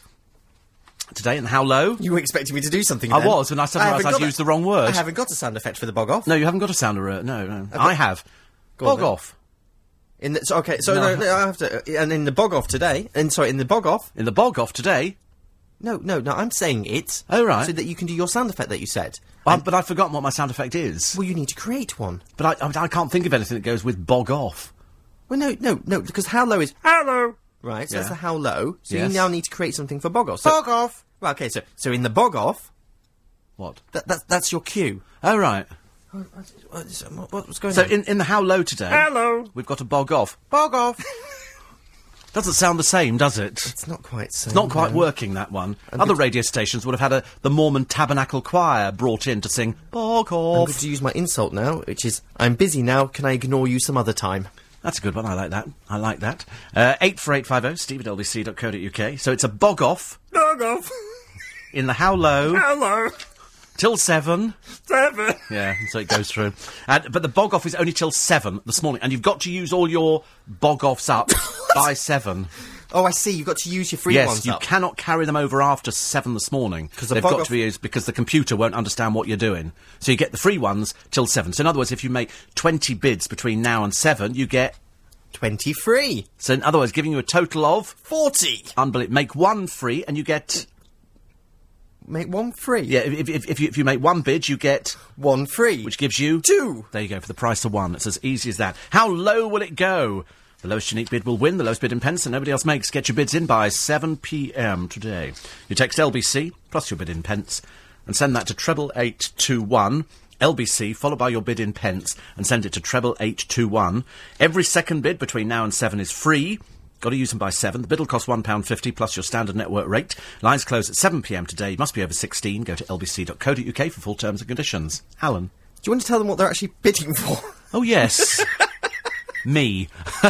Speaker 1: today, and how low?
Speaker 2: You were expecting me to do something.
Speaker 1: I
Speaker 2: then.
Speaker 1: was, and I suddenly
Speaker 2: haven't
Speaker 1: realised I'd
Speaker 2: got a-
Speaker 1: used the wrong word.
Speaker 2: I haven't got a sound effect for the bog off.
Speaker 1: No, you haven't got a sound alert. No, no. I have.
Speaker 2: on
Speaker 1: Bog
Speaker 2: then.
Speaker 1: off.
Speaker 2: In the, so, okay, so
Speaker 1: No, I
Speaker 2: no, no, I have to. And in the bog off today, and sorry, in the bog off.
Speaker 1: In the bog off today,
Speaker 2: No, no, no. I'm saying it.
Speaker 1: Oh, right.
Speaker 2: So that you can do your sound effect that you said.
Speaker 1: Um, but I've forgotten what my sound effect is.
Speaker 2: Well, you need to create one.
Speaker 1: But I, I, I can't think of anything that goes with bog off.
Speaker 2: Well, no, no, no, because how low is how low? Right, so
Speaker 1: Yeah.
Speaker 2: that's the how low. So
Speaker 1: Yes.
Speaker 2: you now need to create something for bog off. So, bog off. Well, okay, so so in the bog off,
Speaker 1: What?
Speaker 2: that, that that's your cue.
Speaker 1: Oh, right.
Speaker 2: What is- what- What's going
Speaker 1: So
Speaker 2: on?
Speaker 1: in, in the how low today,
Speaker 2: Hello.
Speaker 1: we've got a bog off.
Speaker 2: bog off.
Speaker 1: Doesn't sound the same, does it?
Speaker 2: it's not quite. So
Speaker 1: It's not quite working, that one. Other radio stations would have had a, the Mormon Tabernacle Choir brought in to sing Bog
Speaker 2: I'm
Speaker 1: Off.
Speaker 2: going to use my insult now, which is I'm busy now. Can I ignore you some other time?
Speaker 1: That's a good one. I like that. I like that. Uh, 84850, steve at lbc.co.uk. So it's a bog off
Speaker 2: Bog off.
Speaker 1: in the how low
Speaker 2: Hello.
Speaker 1: till seven.
Speaker 2: Seven.
Speaker 1: Yeah, so it goes through. And, but the bog off is only till seven this morning, and you've got to use all your bog offs up by seven.
Speaker 2: Oh, I see. You've got to use your free
Speaker 1: Yes,
Speaker 2: ones.
Speaker 1: you
Speaker 2: up.
Speaker 1: cannot carry them over after seven this morning.
Speaker 2: 'Cause the
Speaker 1: They've
Speaker 2: bog
Speaker 1: got
Speaker 2: off-
Speaker 1: to be used because the computer won't understand what you're doing. So you get the free ones till seven. So in other words, if you make 20 bids between now and seven, you get.
Speaker 2: Twenty free.
Speaker 1: So in other words, giving you a total of.
Speaker 2: Forty.
Speaker 1: Unbelievable. Make one free and you get.
Speaker 2: Make one free.
Speaker 1: Yeah, if, if, if, you, if you make one bid, you get,
Speaker 2: One free.
Speaker 1: which gives you
Speaker 2: Two.
Speaker 1: There you go, for the price of one. It's as easy as that. How low will it go? The lowest unique bid will win. The lowest bid in pence that nobody else makes. Get your bids in by 7 p.m. today. You text LBC plus your bid in pence and send that to treble eight two one. LBC followed by your bid in pence and send it to treble eight two one. Every second bid between now and seven is free. Got to use them by 7. The bid'll cost £1.50 plus your standard network rate. Lines close at 7pm today. You must be over 16. Go to lbc.co.uk for full terms and conditions. Alan.
Speaker 2: Do you want to tell them what they're actually bidding for?
Speaker 1: Oh, yes. Me.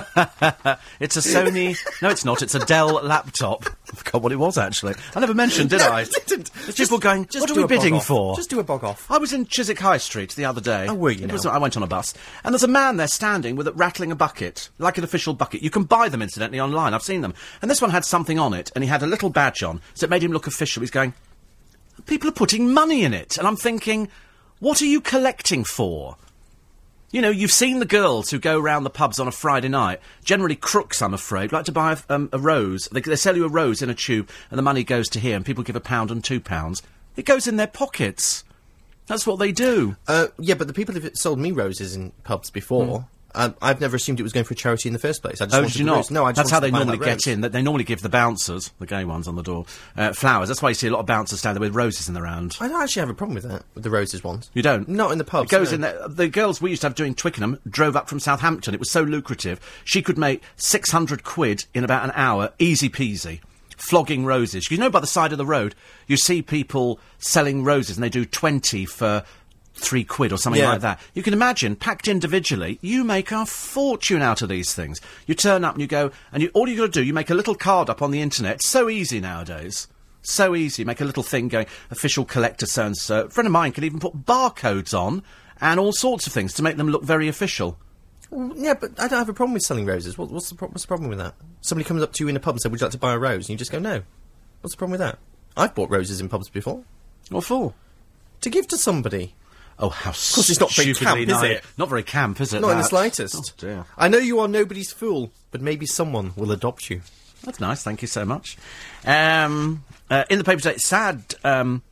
Speaker 1: it's a Sony. No, it's not. It's a Dell laptop. I forgot what it was, actually. I never mentioned, did I?
Speaker 2: didn't.
Speaker 1: It's people going,
Speaker 2: just
Speaker 1: what are
Speaker 2: do
Speaker 1: we
Speaker 2: a bog
Speaker 1: bidding
Speaker 2: off.
Speaker 1: for?
Speaker 2: Just do a bog off.
Speaker 1: I was in Chiswick High Street the other day.
Speaker 2: Oh, were you
Speaker 1: It
Speaker 2: now?
Speaker 1: was- I went on a bus, and there's a man there standing with a rattling a bucket, like an official bucket. You can buy them incidentally online. I've seen them, and this one had something on it, and he had a little badge on, so it made him look official. He's going, people are putting money in it, and I'm thinking, what are you collecting for? You know, you've seen the girls who go round the pubs on a Friday night, generally crooks, I'm afraid, like to buy a, um, a rose. They, they sell you a rose in a tube, and the money goes to here, and people give a pound and two pounds. It goes in their pockets. That's what they do.
Speaker 2: Uh, yeah, but the people who've sold me roses in pubs before, um, I've never assumed it was going for charity in the first place. I just
Speaker 1: Oh,
Speaker 2: wanted
Speaker 1: do you
Speaker 2: the
Speaker 1: not?
Speaker 2: rose. No, I just
Speaker 1: That's how
Speaker 2: wanted
Speaker 1: they
Speaker 2: to buy
Speaker 1: normally
Speaker 2: that
Speaker 1: get
Speaker 2: rose.
Speaker 1: in. That They normally give the bouncers, the gay ones on the door, uh, flowers. That's why you see a lot of bouncers standing there with roses in their hand.
Speaker 2: I don't actually have a problem with that. With the roses ones,
Speaker 1: You don't?
Speaker 2: Not in the pubs.
Speaker 1: It goes
Speaker 2: no.
Speaker 1: in there. The girls we used to have doing Twickenham drove up from Southampton. It was so lucrative. She could make 600 quid in about an hour, easy peasy, flogging roses. You know, by the side of the road, you see people selling roses and they do 20 for three quid or something
Speaker 2: Yeah.
Speaker 1: like that. You can imagine, packed individually, you make a fortune out of these things. You turn up and you go, and you, all you got to do, you make a little card up on the internet. It's so easy nowadays. So easy. Make a little thing going, official collector so and so. A friend of mine can even put barcodes on and all sorts of things to make them look very official.
Speaker 2: Well, yeah, but I don't have a problem with selling roses. What, what's the pro- what's the problem with that? Somebody comes up to you in a pub and says, "Would you like to buy a rose?" and you just go, "No." What's the problem with that? I've bought roses in pubs before
Speaker 1: What for?
Speaker 2: to give to somebody.
Speaker 1: Oh, how Of
Speaker 2: course it's not very camp, is it?
Speaker 1: Not very camp, is it?
Speaker 2: Not in the
Speaker 1: that?
Speaker 2: slightest.
Speaker 1: Oh, dear.
Speaker 2: I know you are nobody's fool, but maybe someone will adopt you.
Speaker 1: That's nice. Thank you so much. Um, uh, in the paper today, sad um,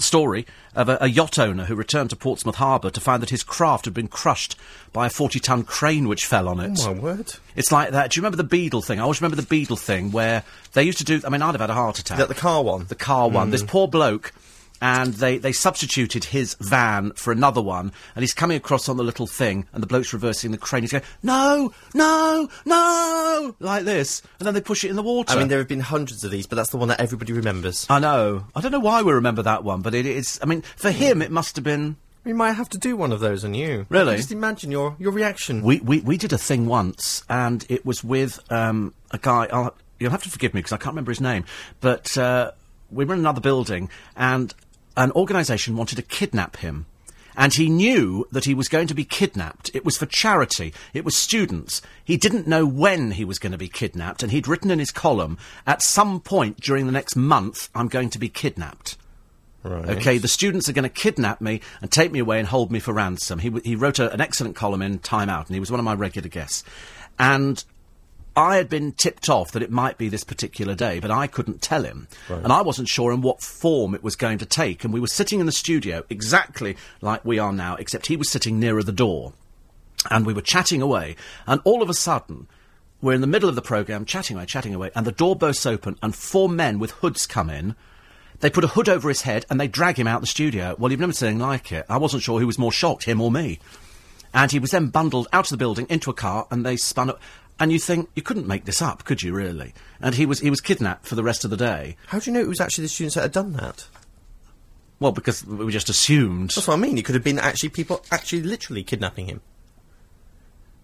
Speaker 1: story of a, a yacht owner who returned to Portsmouth Harbour to find that his craft had been crushed by a 40 ton crane which fell on it.
Speaker 2: My word! Is
Speaker 1: It's like that. Do you remember the Beadle thing? I always remember the Beadle thing where they used to do. I mean, I'd have had a heart attack.
Speaker 2: that the car one?
Speaker 1: the car one.
Speaker 2: Mm.
Speaker 1: This poor bloke. And they, they substituted his van for another one, and he's coming across on the little thing, and the bloke's reversing the crane. He's going, no, no, no, like this, and then they push it in the water.
Speaker 2: I mean, there have been hundreds of these, but that's the one that everybody remembers.
Speaker 1: I know. I don't know why we remember that one, but it, it's. I mean, for him, it must have been.
Speaker 2: We might have to do one of those on you.
Speaker 1: Really?
Speaker 2: Just imagine your, your reaction.
Speaker 1: We, we, we did a thing once, and it was with um, a guy. I'll, you'll have to forgive me because I can't remember his name. But uh, we were in another building, and an organisation wanted to kidnap him. And he knew that he was going to be kidnapped. It was for charity. It was students. He didn't know when he was going to be kidnapped, and he'd written in his column, at some point during the next month, I'm going to be kidnapped.
Speaker 2: Right.
Speaker 1: Okay, the students are going to kidnap me and take me away and hold me for ransom. He, w- he wrote a, an excellent column in Time Out, and he was one of my regular guests. And I had been tipped off that it might be this particular day, but I couldn't tell him. And I wasn't sure in what form it was going to take. And we were sitting in the studio exactly like we are now, except he was sitting nearer the door. And we were chatting away, and all of a sudden, we're in the middle of the programme, chatting away, chatting away, and the door bursts open, and four men with hoods come in. They put a hood over his head and they drag him out the studio. Well, you've never seen anything like it. I wasn't sure who was more shocked, him or me. And he was then bundled out of the building into a car, and they spun up. And you think you couldn't make this up, could you really? And he was he was kidnapped for the rest of the day.
Speaker 2: How do you know it was actually the students that had done that?
Speaker 1: Well, because we just assumed.
Speaker 2: That's what I mean. It could have been actually people actually literally kidnapping him.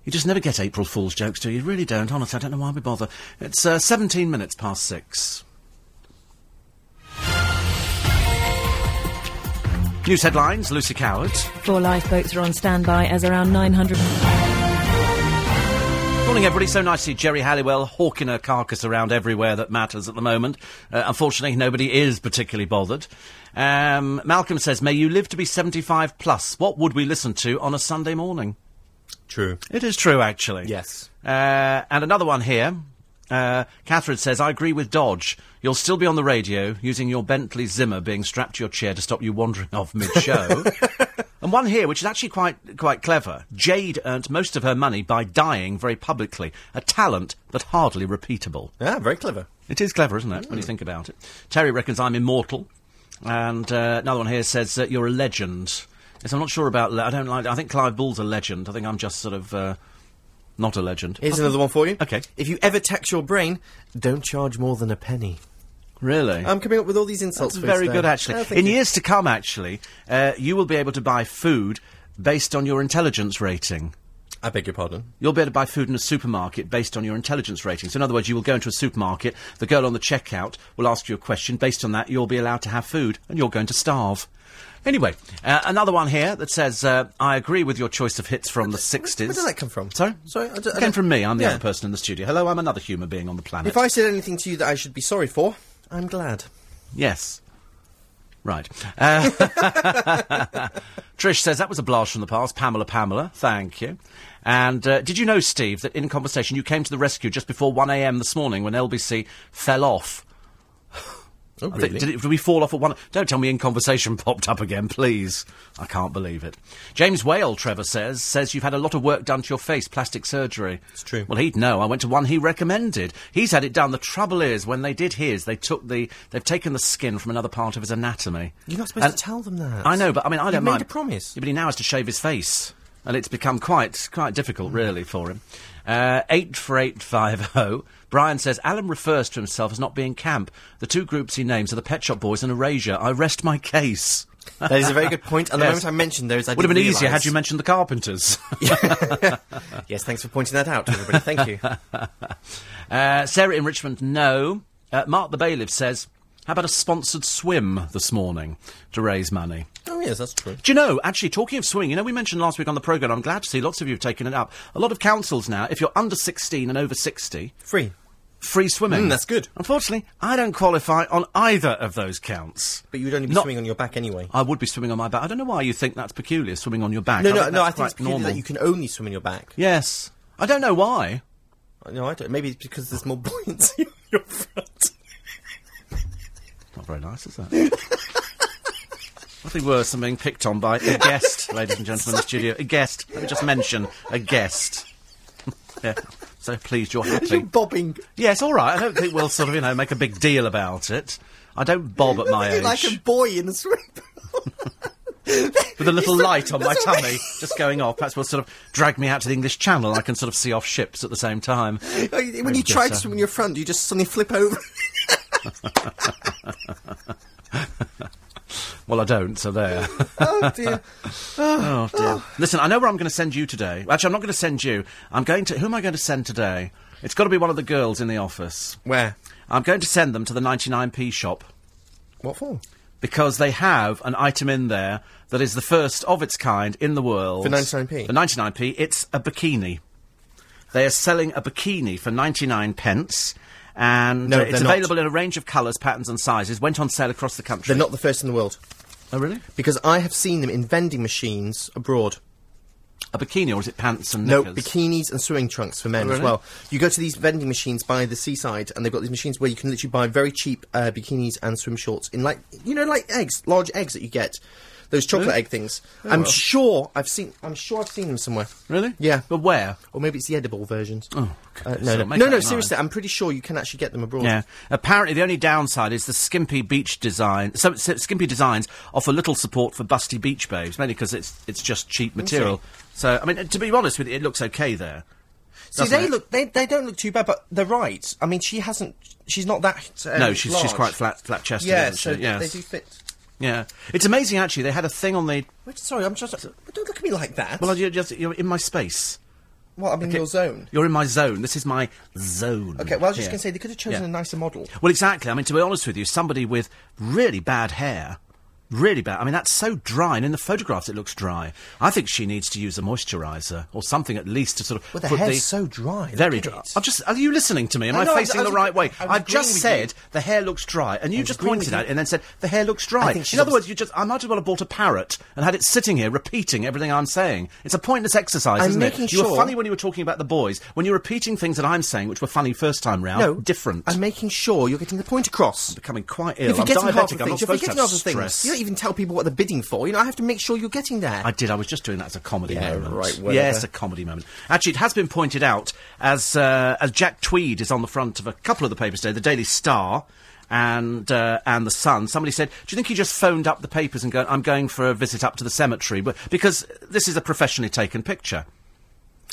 Speaker 1: You just never get April Fool's jokes, do you? You really don't. Honestly, I don't know why we bother. It's uh, 17 minutes past six. News headlines, Lucy Coward.
Speaker 6: Four lifeboats are on standby as around 900.
Speaker 1: Morning, everybody. So nice to see Jerry Halliwell hawking her carcass around everywhere that matters at the moment. Uh, unfortunately, nobody is particularly bothered. Um, Malcolm says, May you live to be 75 plus. What would we listen to on a Sunday morning?
Speaker 2: True.
Speaker 1: It is true, actually.
Speaker 2: Yes.
Speaker 1: Uh, and another one here. Uh, Catherine says, I agree with Dodge. You'll still be on the radio using your Bentley Zimmer being strapped to your chair to stop you wandering off mid show. and one here, which is actually quite, quite clever. Jade earned most of her money by dying very publicly. A talent, but hardly repeatable.
Speaker 2: Ah, very clever.
Speaker 1: It is clever, isn't it, when you think about it? Terry reckons I'm immortal. And uh, another one here says that you're a legend. Yes, I'm not sure about. Le- I don't like. I think Clive Bull's a legend. I think I'm just sort of uh, Not a legend.
Speaker 2: Here's another one for you.
Speaker 1: Okay.
Speaker 2: If you ever tax your brain, don't charge more than a penny.
Speaker 1: Really?
Speaker 2: I'm coming up with all these insults.
Speaker 1: That's
Speaker 2: for you
Speaker 1: very
Speaker 2: today.
Speaker 1: good, actually.
Speaker 2: Oh, thank
Speaker 1: In
Speaker 2: you.
Speaker 1: years to come, actually, uh, you will be able to buy food based on your intelligence rating.
Speaker 2: I beg your pardon.
Speaker 1: You'll be able to buy food in a supermarket based on your intelligence rating. So, in other words, you will go into a supermarket, the girl on the checkout will ask you a question. Based on that, you'll be allowed to have food, and you're going to starve. Anyway, uh, another one here that says, uh, I agree with your choice of hits from the 60s.
Speaker 2: Where did that come from?
Speaker 1: Sorry?
Speaker 2: Sorry, I d- I
Speaker 1: It came
Speaker 2: don't-
Speaker 1: from me. I'm the
Speaker 2: Yeah.
Speaker 1: other person in the studio. Hello, I'm another human being on the planet.
Speaker 2: If I said anything to you that I should be sorry for, I'm glad.
Speaker 1: Yes. Right. Uh, Trish says that was a blast from the past. Pamela, Pamela, thank you. And uh, did you know, Steve, that in conversation you came to the rescue just before 1 a.m. this morning when LBC fell off?
Speaker 2: Oh,
Speaker 1: I think- Did, it, did we fall off at one? Don't tell me in conversation popped up again, please. I can't believe it. James Whale, Trevor says, says you've had a lot of work done to your face, plastic surgery. It's
Speaker 2: true.
Speaker 1: Well, he'd know. I went to one he recommended. He's had it done. The trouble is, when they did his, they took the, they've taken the skin from another part of his anatomy.
Speaker 2: You're not supposed
Speaker 1: And-
Speaker 2: to tell them that.
Speaker 1: I know, but I mean, I
Speaker 2: You
Speaker 1: don't
Speaker 2: made
Speaker 1: mind.
Speaker 2: a promise.
Speaker 1: Yeah, but he now has to shave his face, and it's become quite quite difficult, really, for him. Uh, eight for eight five zero. Brian says Alan refers to himself as not being camp. The two groups he names are the Pet Shop Boys and Erasure. I rest my case.
Speaker 2: That is a very good point. And the
Speaker 1: Yes.
Speaker 2: moment I mentioned those, I
Speaker 1: Would have been
Speaker 2: didn't
Speaker 1: easier
Speaker 2: realise.
Speaker 1: had you mentioned the Carpenters.
Speaker 2: Yes, thanks for pointing that out, everybody. Thank you.
Speaker 1: uh, Sarah in Richmond, no. Uh, Mark the bailiff says, "How about a sponsored swim this morning to raise money?"
Speaker 2: Oh yes, that's true.
Speaker 1: Do you know, actually, talking of swimming, you know, we mentioned last week on the programme, I'm glad to see lots of you have taken it up. A lot of councils now, if you're under 16 and over 60,
Speaker 2: Free.
Speaker 1: free swimming.
Speaker 2: Mm, that's good.
Speaker 1: Unfortunately, I don't qualify on either of those counts.
Speaker 2: But you'd only be
Speaker 1: Not-
Speaker 2: swimming on your back anyway.
Speaker 1: I would be swimming on my back. I don't know why you think that's peculiar, swimming on your back.
Speaker 2: no, no,
Speaker 1: think
Speaker 2: no.
Speaker 1: that's
Speaker 2: I think it's
Speaker 1: quite
Speaker 2: peculiar
Speaker 1: normal.
Speaker 2: that you can only swim on your back.
Speaker 1: Yes. I don't know why.
Speaker 2: No, I don't. Maybe it's because there's more buoyancy on your front.
Speaker 1: Not very nice, is that? Nothing worse than being picked on by a guest, ladies and gentlemen, in the studio. A guest. Let me just mention a guest. yeah. So pleased you're happy.
Speaker 2: You're bobbing.
Speaker 1: Yes, all right. I don't think we'll sort of, you know, make a big deal about it. I don't bob at my
Speaker 2: You're
Speaker 1: age.
Speaker 2: like a boy in a swim.
Speaker 1: With a little light on my
Speaker 2: that's what-
Speaker 1: tummy just going off. Perhaps we'll sort of drag me out to the English Channel and I can sort of see off ships at the same time.
Speaker 2: when
Speaker 1: I
Speaker 2: you try
Speaker 1: guess
Speaker 2: to
Speaker 1: so.
Speaker 2: swim on your front, you just suddenly flip over.
Speaker 1: Well, I don't, so there.
Speaker 2: oh dear.
Speaker 1: oh, dear. Listen, I know where I'm going to send you today. Actually, I'm not going to send you. I'm going to. Who am I going to send today? It's got to be one of the girls in the office.
Speaker 2: Where?
Speaker 1: I'm going to send them to the 99p shop.
Speaker 2: What for?
Speaker 1: because they have an item in there that is the first of its kind in the world.
Speaker 2: For 99p?
Speaker 1: For 99p, it's a bikini. They are selling a bikini for 99 pence. And
Speaker 2: No,
Speaker 1: uh,
Speaker 2: they're
Speaker 1: it's
Speaker 2: not.
Speaker 1: available in a range of colours, patterns, and sizes. Went on sale across the country.
Speaker 2: They're not the first in the world
Speaker 1: oh, really?
Speaker 2: because I have seen them in vending machines abroad.
Speaker 1: A bikini, or is it pants and
Speaker 2: No,
Speaker 1: knickers?
Speaker 2: bikinis and swimming trunks for men
Speaker 1: Oh,
Speaker 2: as
Speaker 1: really?
Speaker 2: well. You go to these vending machines by the seaside, and they've got these machines where you can literally buy very cheap uh, bikinis and swim shorts in like you know like eggs, large eggs that you get, those chocolate egg things. I'm sure I've seen. I'm sure I've seen them somewhere.
Speaker 1: Oh, Really?
Speaker 2: Yeah.
Speaker 1: But where?
Speaker 2: Or maybe it's the edible versions.
Speaker 1: Oh,
Speaker 2: Uh,
Speaker 1: goodness,
Speaker 2: no,
Speaker 1: so
Speaker 2: no,
Speaker 1: make
Speaker 2: no,
Speaker 1: that
Speaker 2: no,
Speaker 1: nice.
Speaker 2: seriously, I'm pretty sure you can actually get them abroad.
Speaker 1: Yeah. Apparently, the only downside is the skimpy beach design. Some s- skimpy designs offer little support for busty beach babes, mainly because it's it's just cheap material. So, I mean, to be honest with you, it looks okay there.
Speaker 2: See,
Speaker 1: doesn't
Speaker 2: they
Speaker 1: it?
Speaker 2: look they, they don't look too bad, but they're right. I mean, she hasn't. She's not that. uh,
Speaker 1: No, she's she's
Speaker 2: large.
Speaker 1: quite flat flat chested.
Speaker 2: Yeah, so
Speaker 1: yeah,
Speaker 2: they do fit.
Speaker 1: yeah. It's amazing actually. They had a thing on the
Speaker 2: Wait, sorry, I'm just. Don't look at me like that.
Speaker 1: well, you're just you're in my space.
Speaker 2: Well, I'm in your zone.
Speaker 1: You're in my zone. This is my zone.
Speaker 2: Okay, well, I was just
Speaker 1: Yeah.
Speaker 2: going to say they could have chosen
Speaker 1: Yeah.
Speaker 2: a nicer model.
Speaker 1: Well, exactly. I mean, to be honest with you, somebody with really bad hair, really bad. I mean, that's so dry, and in the photographs it looks dry. I think she needs to use a moisturiser or something at least to sort of.
Speaker 2: Well, the
Speaker 1: put
Speaker 2: hair's
Speaker 1: the-
Speaker 2: so dry, look
Speaker 1: Very
Speaker 2: at
Speaker 1: dry.
Speaker 2: it.
Speaker 1: I'm just. Are you listening to me? Am
Speaker 2: I
Speaker 1: I,
Speaker 2: know, I was-
Speaker 1: facing
Speaker 2: I
Speaker 1: the
Speaker 2: was-
Speaker 1: right way?
Speaker 2: I was
Speaker 1: I've just
Speaker 2: agreeing with
Speaker 1: said the hair looks dry, and you just
Speaker 2: agreeing
Speaker 1: pointed
Speaker 2: with
Speaker 1: at it
Speaker 2: you.
Speaker 1: and then said the hair looks dry.
Speaker 2: I think she's
Speaker 1: In other
Speaker 2: obs-
Speaker 1: words, you just. I might as well have bought a parrot and had it sitting here repeating everything I'm saying. It's a pointless exercise,
Speaker 2: I'm
Speaker 1: isn't
Speaker 2: making
Speaker 1: it? You were
Speaker 2: sure-
Speaker 1: funny when you were talking about the boys. When you're repeating things that I'm saying, which were funny first time round, different
Speaker 2: I'm making sure you're getting the point across.
Speaker 1: becoming quite ill.
Speaker 2: You're
Speaker 1: I'm
Speaker 2: forgetting
Speaker 1: diabetic. I'm
Speaker 2: half the
Speaker 1: not
Speaker 2: things. You're
Speaker 1: supposed to
Speaker 2: forgetting
Speaker 1: have
Speaker 2: half the things.
Speaker 1: stress.
Speaker 2: You don't even tell people what they're bidding for. You know, I have to make sure you're getting there.
Speaker 1: I did. I was just doing that as a comedy
Speaker 2: Yeah,
Speaker 1: moment.
Speaker 2: right, whatever.
Speaker 1: yes, a comedy moment. Actually, it has been pointed out as uh, as Jack Tweed is on the front of a couple of the papers today, the Daily Star and uh, and the Sun. Somebody said, "Do you think he just phoned up the papers and go, I'm going for a visit up to the cemetery?" But because this is a professionally taken picture.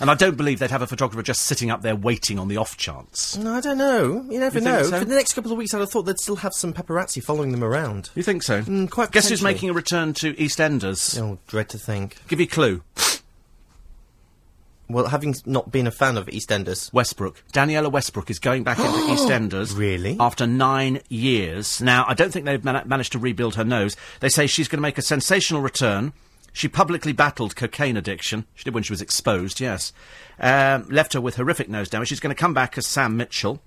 Speaker 1: And I don't believe they'd have a photographer just sitting up there waiting on the off chance.
Speaker 2: No, I don't know. You never
Speaker 1: You think
Speaker 2: know.
Speaker 1: so?
Speaker 2: For the next couple of weeks, I'd have thought they'd still have some paparazzi following them around.
Speaker 1: You think so?
Speaker 2: Mm, quite
Speaker 1: Guess who's
Speaker 2: potentially.
Speaker 1: making a return to EastEnders?
Speaker 2: Oh, dread to think.
Speaker 1: Give you a clue.
Speaker 2: Well, having s- not been a fan of EastEnders,
Speaker 1: Westbrook. Daniela Westbrook is going back into EastEnders.
Speaker 2: Really?
Speaker 1: After nine years. Now, I don't think they've mana managed to rebuild her nose. They say she's going to make a sensational return. She publicly battled cocaine addiction. She did when she was exposed, yes. Um, left her with horrific nose damage. She's going to come back as Sam Mitchell.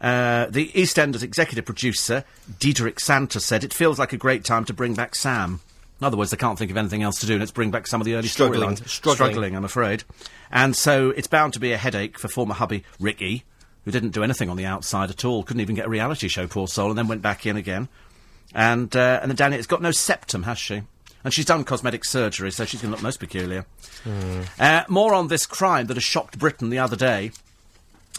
Speaker 1: Uh, the EastEnders executive producer, Diederik Santa, said it feels like a great time to bring back Sam. In other words, they can't think of anything else to do. Let's bring back some of the early
Speaker 2: Struggling,
Speaker 1: storylines.
Speaker 2: struggling.
Speaker 1: I'm afraid. And so it's bound to be a headache for former hubby Ricky, who didn't do anything on the outside at all, couldn't even get a reality show, poor soul, and then went back in again. And uh, and then Danny, it's got no septum, has she? And she's done cosmetic surgery, so she's going to look most peculiar. Uh, more on this crime that has shocked Britain the other day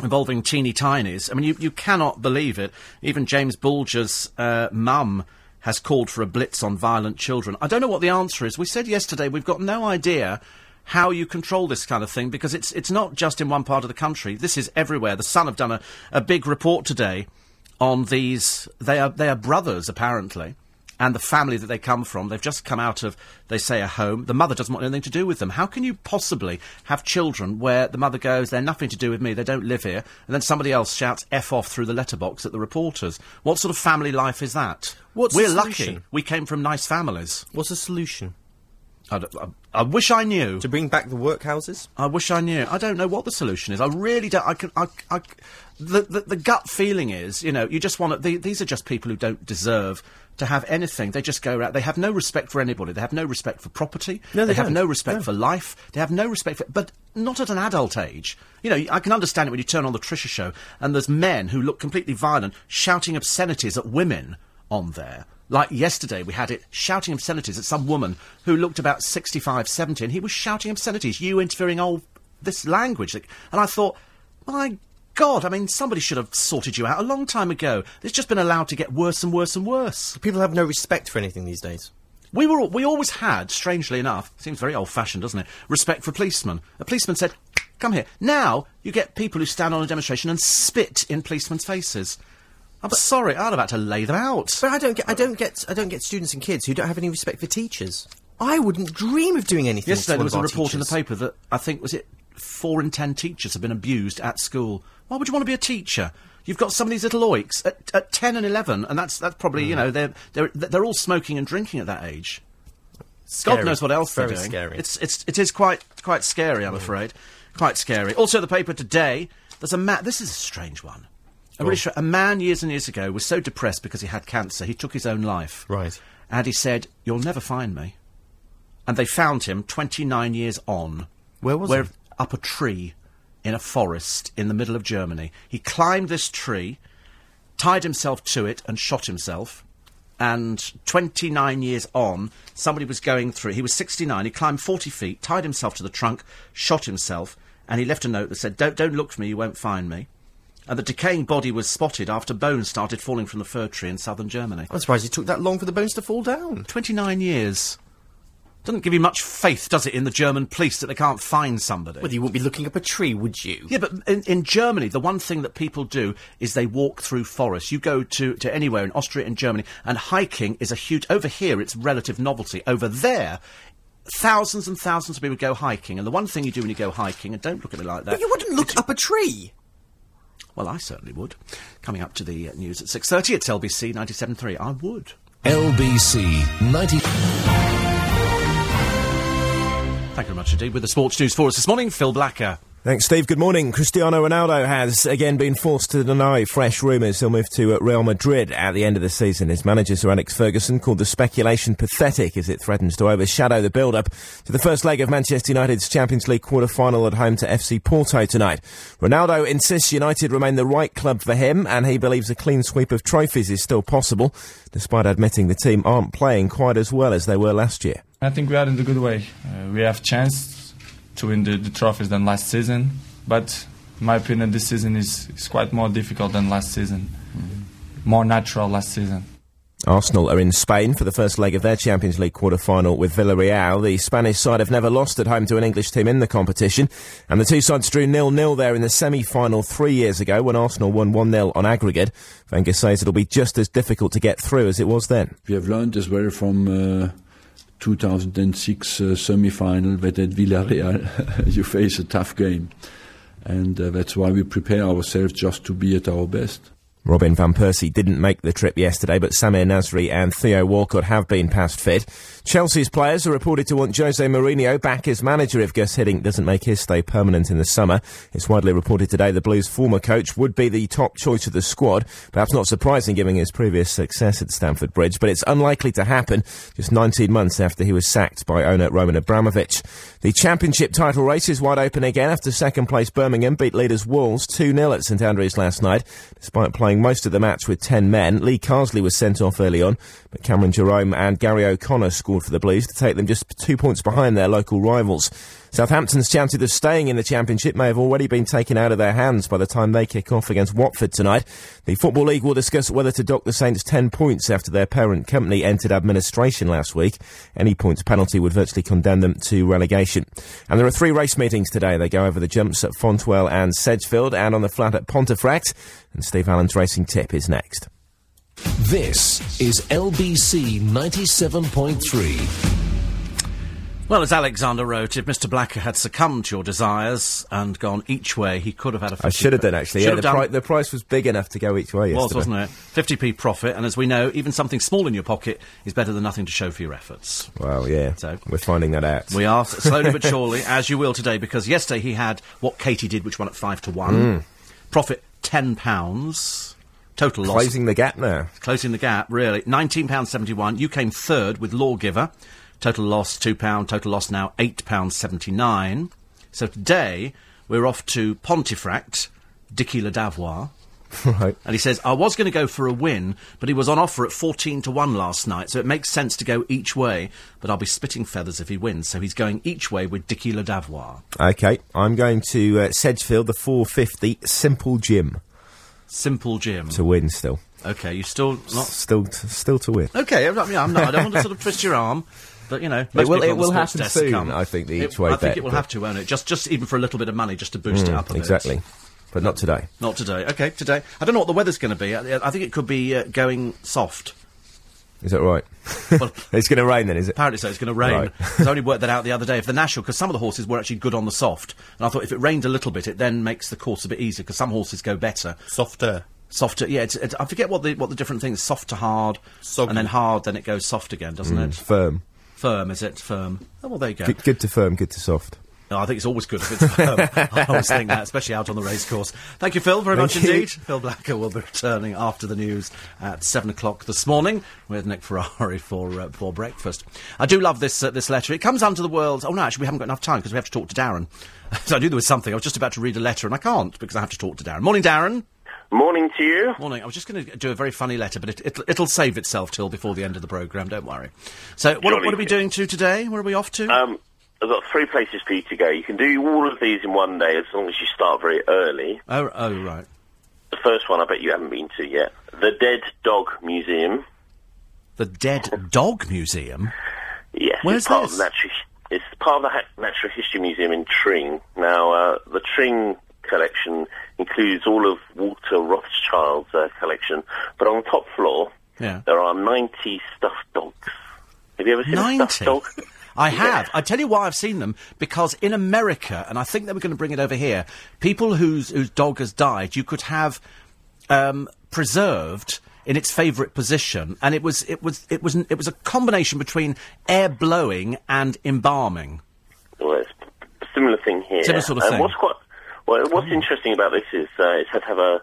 Speaker 1: involving teeny tinies. I mean, you, you cannot believe it. Even James Bulger's uh, mum has called for a blitz on violent children. I don't know what the answer is. We said yesterday we've got no idea how you control this kind of thing because it's it's not just in one part of the country. This is everywhere. The Sun have done a, a big report today on these. They are they are brothers apparently. And the family that they come from, they've just come out of, they say, a home. The mother doesn't want anything to do with them. How can you possibly have children where the mother goes, they're nothing to do with me, they don't live here, and then somebody else shouts F off through the letterbox at the reporters? What sort of family life is that?
Speaker 2: What's the
Speaker 1: We're lucky.
Speaker 2: solution?
Speaker 1: We came from nice families.
Speaker 2: what's the solution?
Speaker 1: I, d- I- I wish I knew.
Speaker 2: To bring back the workhouses?
Speaker 1: I wish I knew. I don't know what the solution is. I really don't. I can. I. I the, the the gut feeling is, you know, you just want to. The, these are just people who don't deserve to have anything. They just go around. They have no respect for anybody. They have no respect for property.
Speaker 2: No, they
Speaker 1: have
Speaker 2: don't.
Speaker 1: no respect for life. They have no respect for. But not at an adult age. You know, I can understand it when you turn on the Trisha show and there's men who look completely violent, shouting obscenities at women on there. Like yesterday, we had it shouting obscenities at some woman who looked about 65, 70, and he was shouting obscenities, you interfering old this language. Like, And I thought, my God, I mean, somebody should have sorted you out a long time ago. It's just been allowed to get worse and worse and worse.
Speaker 2: People have no respect for anything these days.
Speaker 1: We were all, we always had, strangely enough, seems very old fashioned, doesn't it? Respect for policemen. A policeman said, "Come here." Now you get people who stand on a demonstration and spit in policemen's faces. I'm sorry, I'd about to lay them out.
Speaker 2: But I don't get, I don't get, I don't get students and kids who don't have any respect for teachers. I wouldn't dream of doing anything.
Speaker 1: Yesterday
Speaker 2: to
Speaker 1: there
Speaker 2: one
Speaker 1: was
Speaker 2: of
Speaker 1: a
Speaker 2: our
Speaker 1: report in the
Speaker 2: teachers.
Speaker 1: paper that I think was it four in ten teachers have been abused at school. Why would you want to be a teacher? You've got some of these little oiks at, at ten and eleven, and that's that's probably
Speaker 2: Hmm.
Speaker 1: you know they're they're they're all smoking and drinking at that age. God
Speaker 2: Scary.
Speaker 1: knows what else
Speaker 2: Very
Speaker 1: they're doing.
Speaker 2: scary. Hmm.
Speaker 1: It's it's it is quite quite scary. I'm afraid, quite scary. Also, the paper today. There's a man. This is a strange one. A really stra- a man years and years ago was so depressed because he had cancer, he took his own life.
Speaker 2: Right.
Speaker 1: And he said, "You'll never find me." And they found him 29 years on.
Speaker 2: Where was he?
Speaker 1: Up a tree in a forest in the middle of Germany. He climbed this tree, tied himself to it, and shot himself. And 29 years on, somebody was going through. He was 69. He climbed 40 feet, tied himself to the trunk, shot himself, and he left a note that said, "Don't don't look for me. You won't find me." And the decaying body was spotted after bones started falling from the fir tree in southern Germany.
Speaker 2: I'm surprised it took that long for the bones to fall down.
Speaker 1: 29 years. Doesn't give you much faith, does it, in the German police that they can't find somebody?
Speaker 2: Whether you wouldn't be looking up a tree, would you?
Speaker 1: yeah, but in, in Germany, the one thing that people do is they walk through forests. You go to, to anywhere in Austria and Germany, and hiking is a huge. Over here, it's relative novelty. Over there, thousands and thousands of people go hiking. And the one thing you do when you go hiking, and don't look at me like that.
Speaker 2: But you wouldn't look up a tree.
Speaker 1: Well, I certainly would. Coming up to the uh, news at 6.30, it's LBC 97.3. I would.
Speaker 4: LBC 90.
Speaker 1: Thank you very much indeed. With the sports news for us this morning, Phil Blacker.
Speaker 7: Thanks, Steve. Good morning. Cristiano Ronaldo has again been forced to deny fresh rumours he'll move to uh, Real Madrid at the end of the season. His manager, Sir Alex Ferguson, called the speculation pathetic as it threatens to overshadow the build-up to the first leg of Manchester United's Champions League quarter-final at home to FC Porto tonight. Ronaldo insists United remain the right club for him, and he believes a clean sweep of trophies is still possible, despite admitting the team aren't playing quite as well as they were last year.
Speaker 8: I think we are in the good way. Uh, we have chance to win the, the trophies than last season, but in my opinion, this season is, is quite more difficult than last season. More natural last season.
Speaker 7: Arsenal are in Spain for the first leg of their Champions League quarter-final with Villarreal. The Spanish side have never lost at home to an English team in the competition, and the two sides drew nil-nil there in the semi-final three years ago when Arsenal won 1-0 on aggregate. Wenger says it'll be just as difficult to get through as it was then.
Speaker 9: We have learned as well from uh, 2006 uh, semi-final that at Villarreal you face a tough game, and uh, that's why we prepare ourselves just to be at our best.
Speaker 7: Robin Van Persie didn't make the trip yesterday, but Samir Nasri and Theo Walcott have been past fit. Chelsea's players are reported to want Jose Mourinho back as manager if Gus Hiddink doesn't make his stay permanent in the summer. It's widely reported today the Blues' former coach would be the top choice of the squad. Perhaps not surprising given his previous success at Stamford Bridge, but it's unlikely to happen just 19 months after he was sacked by owner Roman Abramovich. The championship title race is wide open again after second place Birmingham beat leaders Wolves 2-0 at St Andrews last night, despite playing most of the match with 10 men. Lee Carsley was sent off early on, but Cameron Jerome and Gary O'Connor scored for the Blues to take them just two points behind their local rivals. Southampton's chances of staying in the Championship may have already been taken out of their hands by the time they kick off against Watford tonight. The Football League will discuss whether to dock the Saints 10 points after their parent company entered administration last week. Any points penalty would virtually condemn them to relegation. And there are three race meetings today. They go over the jumps at Fontwell and Sedgefield and on the flat at Pontefract. And Steve Allen's racing tip is next.
Speaker 4: This is LBC 97.3.
Speaker 1: Well, as Alexander wrote, if Mr. Blacker had succumbed to your desires and gone each way, he could have had a. 50
Speaker 7: I should have done actually.
Speaker 1: Should
Speaker 7: Yeah,
Speaker 1: have
Speaker 7: the,
Speaker 1: done.
Speaker 7: pri- the price was big enough to go each way yesterday.
Speaker 1: was, wasn't it? 50p profit, and as we know, even something small in your pocket is better than nothing to show for your efforts.
Speaker 7: Well, yeah,
Speaker 1: So-
Speaker 7: we're finding that out.
Speaker 1: We are s- slowly but surely, as you will today, because yesterday he had what Katie did, which won at five to one. Profit ten pounds. Total loss.
Speaker 7: closing the gap now.
Speaker 1: Closing the gap, really. Nineteen pounds seventy one. You came third with Lawgiver. Total loss two pound. Total loss now eight pounds seventy nine. So today we're off to Pontefract, Dicky Ladavoie.
Speaker 7: right.
Speaker 1: And he says, I was going to go for a win, but he was on offer at 14 to 1 last night, so it makes sense to go each way, but I'll be spitting feathers if he wins. So he's going each way with Dicky Ladavoie.
Speaker 7: Okay, I'm going to uh, Sedgefield, the 450 Simple Gym
Speaker 1: Simple Jim.
Speaker 7: to win. Still,
Speaker 1: okay, you still not.
Speaker 7: still, t- still to win.
Speaker 1: Okay, I mean, I'm not, I don't want to sort of twist your arm. But you know, most
Speaker 7: will-
Speaker 1: people
Speaker 7: it
Speaker 1: on the
Speaker 7: will
Speaker 1: sports
Speaker 7: happen
Speaker 1: desk
Speaker 7: soon,
Speaker 1: come.
Speaker 7: I think, the
Speaker 1: It-
Speaker 7: each way
Speaker 1: I think
Speaker 7: bet,
Speaker 1: it will
Speaker 7: but- Mm,
Speaker 1: have to, won't it? Just, just even for a little bit of money, just to boost it up a bit.
Speaker 7: Exactly, but not today.
Speaker 1: Not today. Okay, today. I don't know what the weather's going to be. I, I think it could be uh, going soft.
Speaker 7: Is that right?
Speaker 1: Well-
Speaker 7: it's going to rain then, is it?
Speaker 1: Apparently so. It's going to rain.
Speaker 7: Right.
Speaker 1: I only worked that out the other day for the national because some of the horses were actually good on the soft, and I thought if it rained a little bit, it then makes the course a bit easier because some horses go better.
Speaker 2: Softer.
Speaker 1: Softer, yeah. It's, it's, I forget what the what the different things. Soft to hard,
Speaker 2: Soggy. Hmm.
Speaker 1: and then hard. Then it goes soft again, doesn't it?
Speaker 7: Firm.
Speaker 1: Firm is it? Firm. Oh well, there you go.
Speaker 7: Good, good to firm, good to soft.
Speaker 1: No, I think it's always good if it's firm. I always think that, especially out on the racecourse. Thank you, Phil, very
Speaker 7: Thank
Speaker 1: much
Speaker 7: you.
Speaker 1: indeed. Phil Blacker will be returning after the news at seven o'clock this morning with Nick Ferrari for uh, for breakfast. I do love this uh, this letter. It comes under the world. Oh no, actually, we haven't got enough time because we have to talk to Darren. so I knew there was something. I was just about to read a letter and I can't because I have to talk to Darren. Morning, Darren.
Speaker 10: Morning to you.
Speaker 1: Morning. I was just going to do a very funny letter, but it, it'll, it'll save itself till before the end of the programme. Don't worry. So, what,
Speaker 10: Jolly
Speaker 1: what are we
Speaker 10: good.
Speaker 1: doing to today? Where are we off to?
Speaker 10: Um, I've got three places for you to go. You can do all of these in one day as long as you start very early.
Speaker 1: oh, oh, right.
Speaker 10: The first one I bet you haven't been to yet. The Dead Dog Museum.
Speaker 1: The Dead Dog Museum.
Speaker 10: Yes,
Speaker 1: Where's
Speaker 10: it's part of
Speaker 1: this?
Speaker 10: the natural, it's part of the ha- Natural History Museum in Tring. Now, uh, the Tring collection includes all of Walter Rothschild's uh, collection, but on the top floor
Speaker 1: Yeah.
Speaker 10: there are 90 stuffed dogs. Have you ever seen a
Speaker 1: 90?
Speaker 10: stuffed dog?
Speaker 1: I have. I tell you why I've seen them because in America, and I think they were going to bring it over here, people whose whose dog has died, you could have um, preserved in its favourite position, and it was it was it was it was a combination between air blowing and embalming.
Speaker 10: Well, it's a similar thing here.
Speaker 1: Similar sort of
Speaker 10: and
Speaker 1: thing.
Speaker 10: What's quite well, what's interesting about this is uh, it's had to have a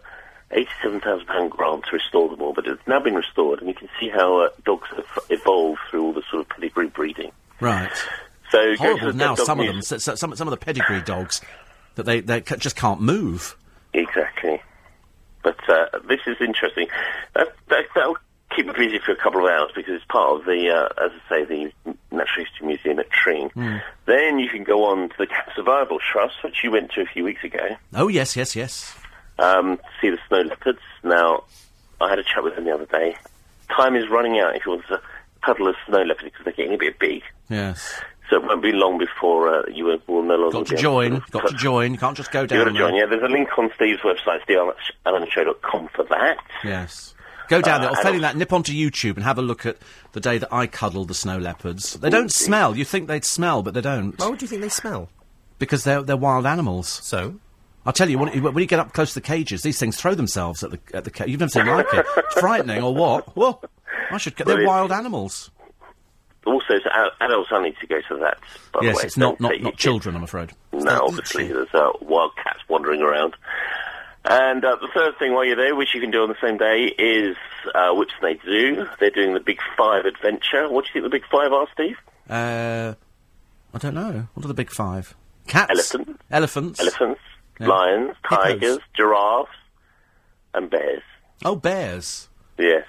Speaker 10: eighty-seven thousand pound grant to restore them all, but it's now been restored, and you can see how uh, dogs have evolved through all the sort of pedigree breeding.
Speaker 1: Right.
Speaker 10: So go to
Speaker 1: Horrible
Speaker 10: the
Speaker 1: now.
Speaker 10: Dead Dog
Speaker 1: Some of them,
Speaker 10: Museum-
Speaker 1: so, so- some some of the pedigree dogs that they they c- just can't move.
Speaker 10: Exactly. But uh, this is interesting. That, that, that'll keep me busy for a couple of hours because it's part of the, uh, as I say, the Natural History Museum at Tring.
Speaker 9: Hmm.
Speaker 10: Then you can go on to the Cat Survival Trust, which you went to a few weeks ago.
Speaker 1: Oh yes, yes, yes.
Speaker 10: um, see the snow leopards. Now, I had a chat with them the other day. time is running out if you want to cuddle a snow leopard because they're getting a bit big.
Speaker 1: Yes.
Speaker 10: So it won't be long before uh, you will will no longer
Speaker 1: Got to
Speaker 10: be able
Speaker 1: join.
Speaker 10: to-
Speaker 1: Got to join. You can't just go
Speaker 10: You
Speaker 1: down.
Speaker 10: got to join.
Speaker 1: there.
Speaker 10: Yeah, there's a link on Steve's website, steveallanshow.com for that.
Speaker 1: Yes. Go down
Speaker 10: Uh,
Speaker 1: there, or
Speaker 10: and
Speaker 1: failing that, nip onto YouTube and have a look at the day that I cuddled the snow leopards. They
Speaker 2: Ooh,
Speaker 1: don't
Speaker 2: dear.
Speaker 1: smell. You think they'd smell, but they don't.
Speaker 2: Why would you think they smell?
Speaker 1: Because they're, they're wild animals.
Speaker 2: So?
Speaker 1: I'll tell you, when, when you get up close to the cages, these things throw themselves at the, at the cage. You've never seen like it. It's frightening, or what? Whoa. I should get. They're
Speaker 10: Brilliant.
Speaker 1: wild animals.
Speaker 10: Also, so ad- adults only to go to that. By the
Speaker 1: Yes,
Speaker 10: way.
Speaker 1: it's not,
Speaker 10: Don't
Speaker 1: not,
Speaker 10: take your
Speaker 1: not children, I'm afraid.
Speaker 10: No, obviously there's uh, wild cats wandering around. And uh, the third thing while you're there, which you can do on the same day, is uh, Whipsnade Zoo. They're doing the Big Five adventure. What do you think the Big Five are, Steve?
Speaker 1: Uh, I don't know. What are the big five? Cats?
Speaker 10: Elephant.
Speaker 1: Elephants?
Speaker 10: Elephants,
Speaker 1: Yeah.
Speaker 10: lions,
Speaker 1: Hippos.
Speaker 10: tigers, giraffes, and bears.
Speaker 1: Oh, bears.
Speaker 10: Yes,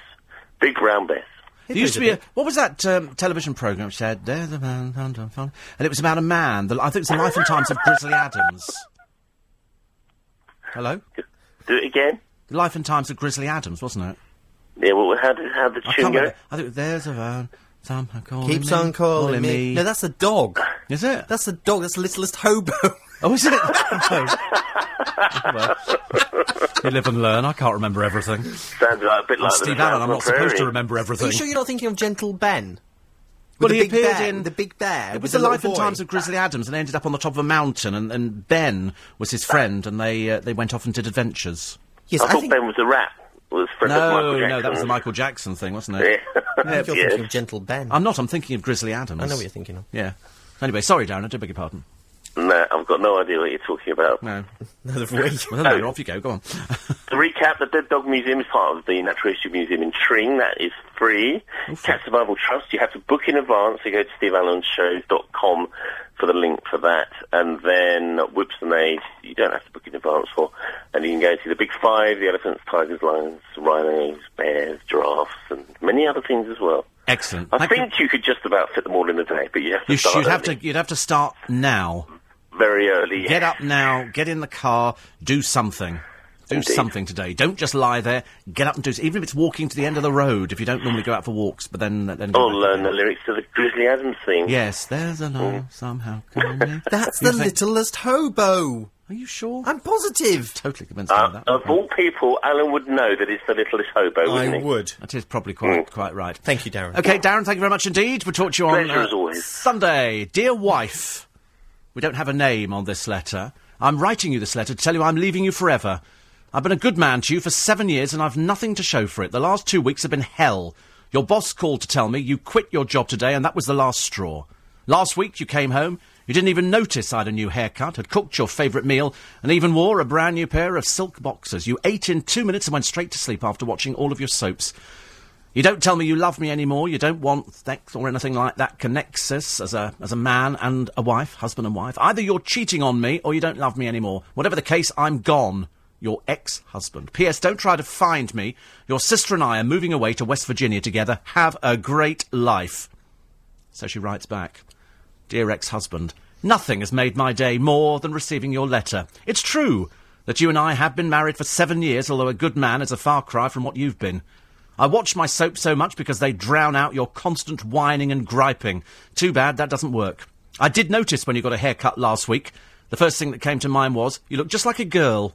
Speaker 10: big round bears.
Speaker 1: There used to be a, what was that um, television program which said "There's a man, dun, dun, dun," and it was about a man. The, I think it's the Life and Times of Grizzly Adams. Hello,
Speaker 10: Do it again.
Speaker 1: the Life and Times of Grizzly Adams, wasn't it?
Speaker 10: Yeah, well, how did how did the
Speaker 1: I
Speaker 10: tune
Speaker 1: can't
Speaker 10: go?
Speaker 1: remember. I think there's a man. Someone calling
Speaker 2: Keeps
Speaker 1: me,
Speaker 2: on calling, me. No, that's a dog.
Speaker 1: Is it?
Speaker 2: That's a dog. That's the littlest hobo.
Speaker 1: Oh, is it? well, you live and learn. I can't remember everything.
Speaker 10: Sounds like a bit
Speaker 1: I'm
Speaker 10: like the
Speaker 1: Steve
Speaker 10: House
Speaker 1: Allen.
Speaker 10: on
Speaker 1: I'm
Speaker 10: the
Speaker 1: not supposed to
Speaker 10: Prairie.
Speaker 1: remember
Speaker 2: Are
Speaker 1: everything.
Speaker 2: you sure you're not thinking of Gentle Ben?
Speaker 1: Well,
Speaker 2: With
Speaker 1: he
Speaker 2: the big
Speaker 1: appeared
Speaker 2: bear,
Speaker 1: in
Speaker 2: the big bear.
Speaker 1: It
Speaker 2: with
Speaker 1: was the Life and
Speaker 2: little boy.
Speaker 1: Times of Grizzly Adams, and they ended up on the top of a mountain, and, and Ben was his friend, and they uh, they went off and did adventures.
Speaker 2: Yes,
Speaker 10: I
Speaker 2: I
Speaker 10: thought
Speaker 2: think
Speaker 10: Ben was a rat. Was friend of Michael
Speaker 1: No,
Speaker 10: Jackson.
Speaker 1: no, that was the Michael Jackson thing, wasn't
Speaker 10: Yeah.
Speaker 1: it?
Speaker 2: I think you're
Speaker 10: Yes.
Speaker 2: thinking of Gentle Ben.
Speaker 1: I'm not. I'm thinking of Grizzly Adams.
Speaker 2: I know what you're thinking of.
Speaker 1: Yeah. Anyway, sorry, Darren. I do beg your pardon.
Speaker 10: No, I've got no idea what you're talking about.
Speaker 1: No.
Speaker 2: Neither have we.
Speaker 1: Well, anyway, off you go. Go on.
Speaker 10: To recap, the Dead Dog Museum is part of the Natural History Museum in Tring. That is free. Cat Survival Trust, you have to book in advance. You go to steveallenshow.com for the link for that. And then Whipsonade, you don't have to book in advance for. And you can go to the Big Five, the elephants, tigers, lions, rhinos, bears, giraffes, and many other things as well.
Speaker 1: Excellent.
Speaker 10: I
Speaker 1: Thank you.
Speaker 10: think you could just about fit them all in a day, but you have to
Speaker 1: You
Speaker 10: start
Speaker 1: should have to.
Speaker 10: early.
Speaker 1: You'd have to start now.
Speaker 10: very early.
Speaker 1: Get up now. Get in the car. Do something. Do
Speaker 10: Indeed.
Speaker 1: something today. Don't just lie there. Get up and do. s- Even if it's walking to the end of the road. If you don't normally go out for walks, but then then. go
Speaker 10: Or
Speaker 1: back
Speaker 10: Oh, learn
Speaker 1: again.
Speaker 10: the lyrics Mm. to the Grizzly Adams thing.
Speaker 1: Yes, there's a law somehow coming.
Speaker 2: That's
Speaker 1: You
Speaker 2: the
Speaker 1: think-
Speaker 2: littlest hobo.
Speaker 1: Are you sure?
Speaker 2: I'm positive.
Speaker 1: totally convinced
Speaker 10: Uh,
Speaker 1: of that.
Speaker 10: of all people, Alan would know that it's the littlest hobo, wouldn't he?
Speaker 2: would.
Speaker 1: That is probably
Speaker 10: mm.
Speaker 1: quite quite right.
Speaker 2: Thank you, Darren.
Speaker 1: Okay, Darren, thank you very much indeed. We'll talk to you on uh,
Speaker 10: Pleasure as always.
Speaker 1: Sunday. Dear wife, we don't have a name on this letter. I'm writing you this letter to tell you I'm leaving you forever. I've been a good man to you for seven years and I've nothing to show for it. The last two weeks have been hell. Your boss called to tell me you quit your job today and that was the last straw. Last week you came home, you didn't even notice I'd a new haircut, had cooked your favourite meal, and even wore a brand new pair of silk boxers. You ate in two minutes and went straight to sleep after watching all of your soaps. You don't tell me you love me anymore. You don't want sex or anything like that connects us as a, as a man and a wife, husband and wife. Either you're cheating on me or you don't love me anymore. Whatever the case, I'm gone. Your ex husband. P.S. Don't try to find me. Your sister and I are moving away to West Virginia together. Have a great life. So she writes back Dear ex husband, nothing has made my day more than receiving your letter. It's true that you and I have been married for seven years, although a good man is a far cry from what you've been. I watch my soap so much because they drown out your constant whining and griping. Too bad that doesn't work. I did notice when you got a haircut last week. The first thing that came to mind was, you look just like a girl.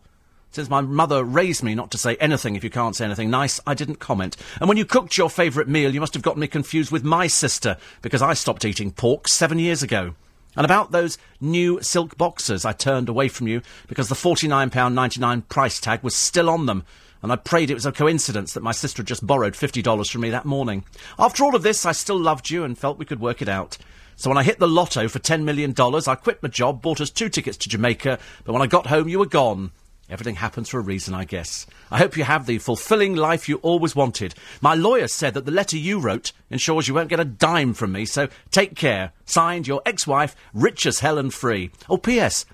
Speaker 1: Since my mother raised me not to say anything if you can't say anything nice, I didn't comment. And when you cooked your favourite meal, you must have gotten me confused with my sister, because I stopped eating pork seven years ago. And about those new silk boxers, I turned away from you because the £49.99 price tag was still on them. And I prayed it was a coincidence that my sister had just borrowed $50 from me that morning. After all of this, I still loved you and felt we could work it out. So when I hit the lotto for $10 million, I quit my job, bought us two tickets to Jamaica, but when I got home, you were gone. Everything happens for a reason, I guess. I hope you have the fulfilling life you always wanted. My lawyer said that the letter you wrote ensures you won't get a dime from me, so take care. Signed, your ex wife, rich as hell and free. Oh, P.S.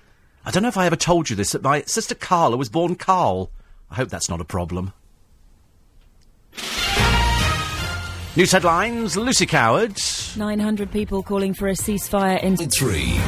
Speaker 1: I don't know if I ever told you this, but my sister Carla was born Carl. I hope that's not a problem. News headlines Lucy Coward.
Speaker 6: 900 people calling for a ceasefire in.
Speaker 4: Three.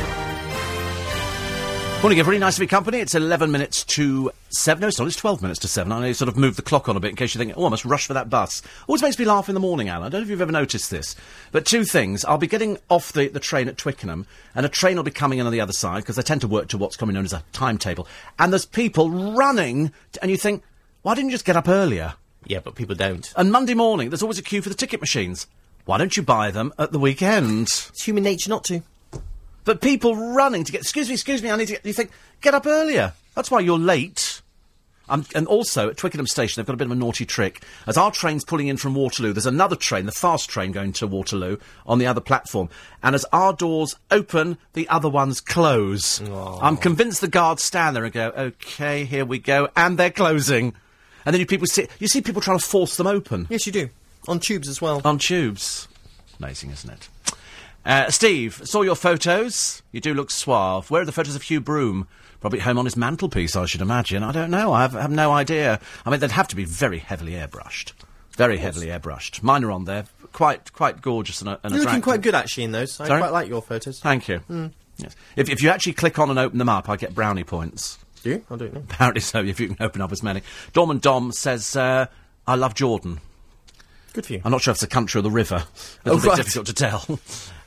Speaker 1: Morning, everybody. Nice to be company. It's 11 minutes to 7. No, it's not. It's 12 minutes to 7. I know you sort of moved the clock on a bit in case you think, oh, I must rush for that bus. Always makes me laugh in the morning, Alan. I don't know if you've ever noticed this. But two things. I'll be getting off the, the train at Twickenham, and a train will be coming in on the other side because they tend to work to what's commonly known as a timetable. And there's people running, t- and you think, why didn't you just get up earlier?
Speaker 2: Yeah, but people don't.
Speaker 1: And Monday morning, there's always a queue for the ticket machines. Why don't you buy them at the weekend? It's
Speaker 2: human nature not to.
Speaker 1: But people running to get, excuse me, excuse me, I need to get, you think, get up earlier. That's why you're late. Um, and also, at Twickenham Station, they've got a bit of a naughty trick. As our train's pulling in from Waterloo, there's another train, the fast train going to Waterloo, on the other platform. And as our doors open, the other ones close. I'm convinced the guards stand there and go, okay, here we go. And they're closing. And then you, people see, you see people trying to force them open.
Speaker 2: Yes, you do. On tubes as well.
Speaker 1: On tubes. Amazing, isn't it? Uh, Steve, saw your photos. You do look suave. Where are the photos of Hugh Broom? Probably at home on his mantelpiece, I should imagine. I don't know. I have, have no idea. I mean, they'd have to be very heavily airbrushed. Very heavily airbrushed. Mine are on there. Quite, quite gorgeous and, uh, and
Speaker 2: You're looking
Speaker 1: attractive.
Speaker 2: quite good actually in those. I
Speaker 1: Sorry?
Speaker 2: quite like your photos.
Speaker 1: Thank you.
Speaker 2: Mm.
Speaker 1: Yes. If, if you actually click on and open them up, I get brownie points.
Speaker 2: Do you? I'll do it now.
Speaker 1: Apparently so, if you can open up as many. Dom and Dom says, uh, I love Jordan.
Speaker 2: Good for you.
Speaker 1: I'm not sure if it's the country or the river. A little
Speaker 2: Oh,
Speaker 1: bit
Speaker 2: right.
Speaker 1: difficult to tell.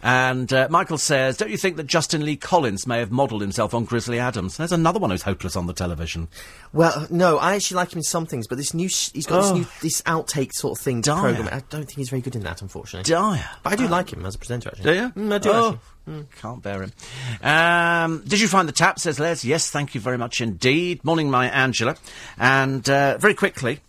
Speaker 1: And uh, Michael says, don't you think that Justin Lee Collins may have modelled himself on Grizzly Adams? There's another one who's hopeless on the television.
Speaker 2: Well, no, I actually like him in some things, but this new sh- he's got this
Speaker 1: Oh.
Speaker 2: new this outtake sort of thing
Speaker 1: Dire.
Speaker 2: program. I don't think he's very good in that, unfortunately.
Speaker 1: Dire.
Speaker 2: But I do like him as a presenter. Actually,
Speaker 1: Do you?
Speaker 2: Mm, I do.
Speaker 1: Oh,
Speaker 2: actually.
Speaker 1: Can't bear him. Um, did you find the tap? Says Les. Yes, thank you very much indeed. Morning, my Angela. And uh, very quickly,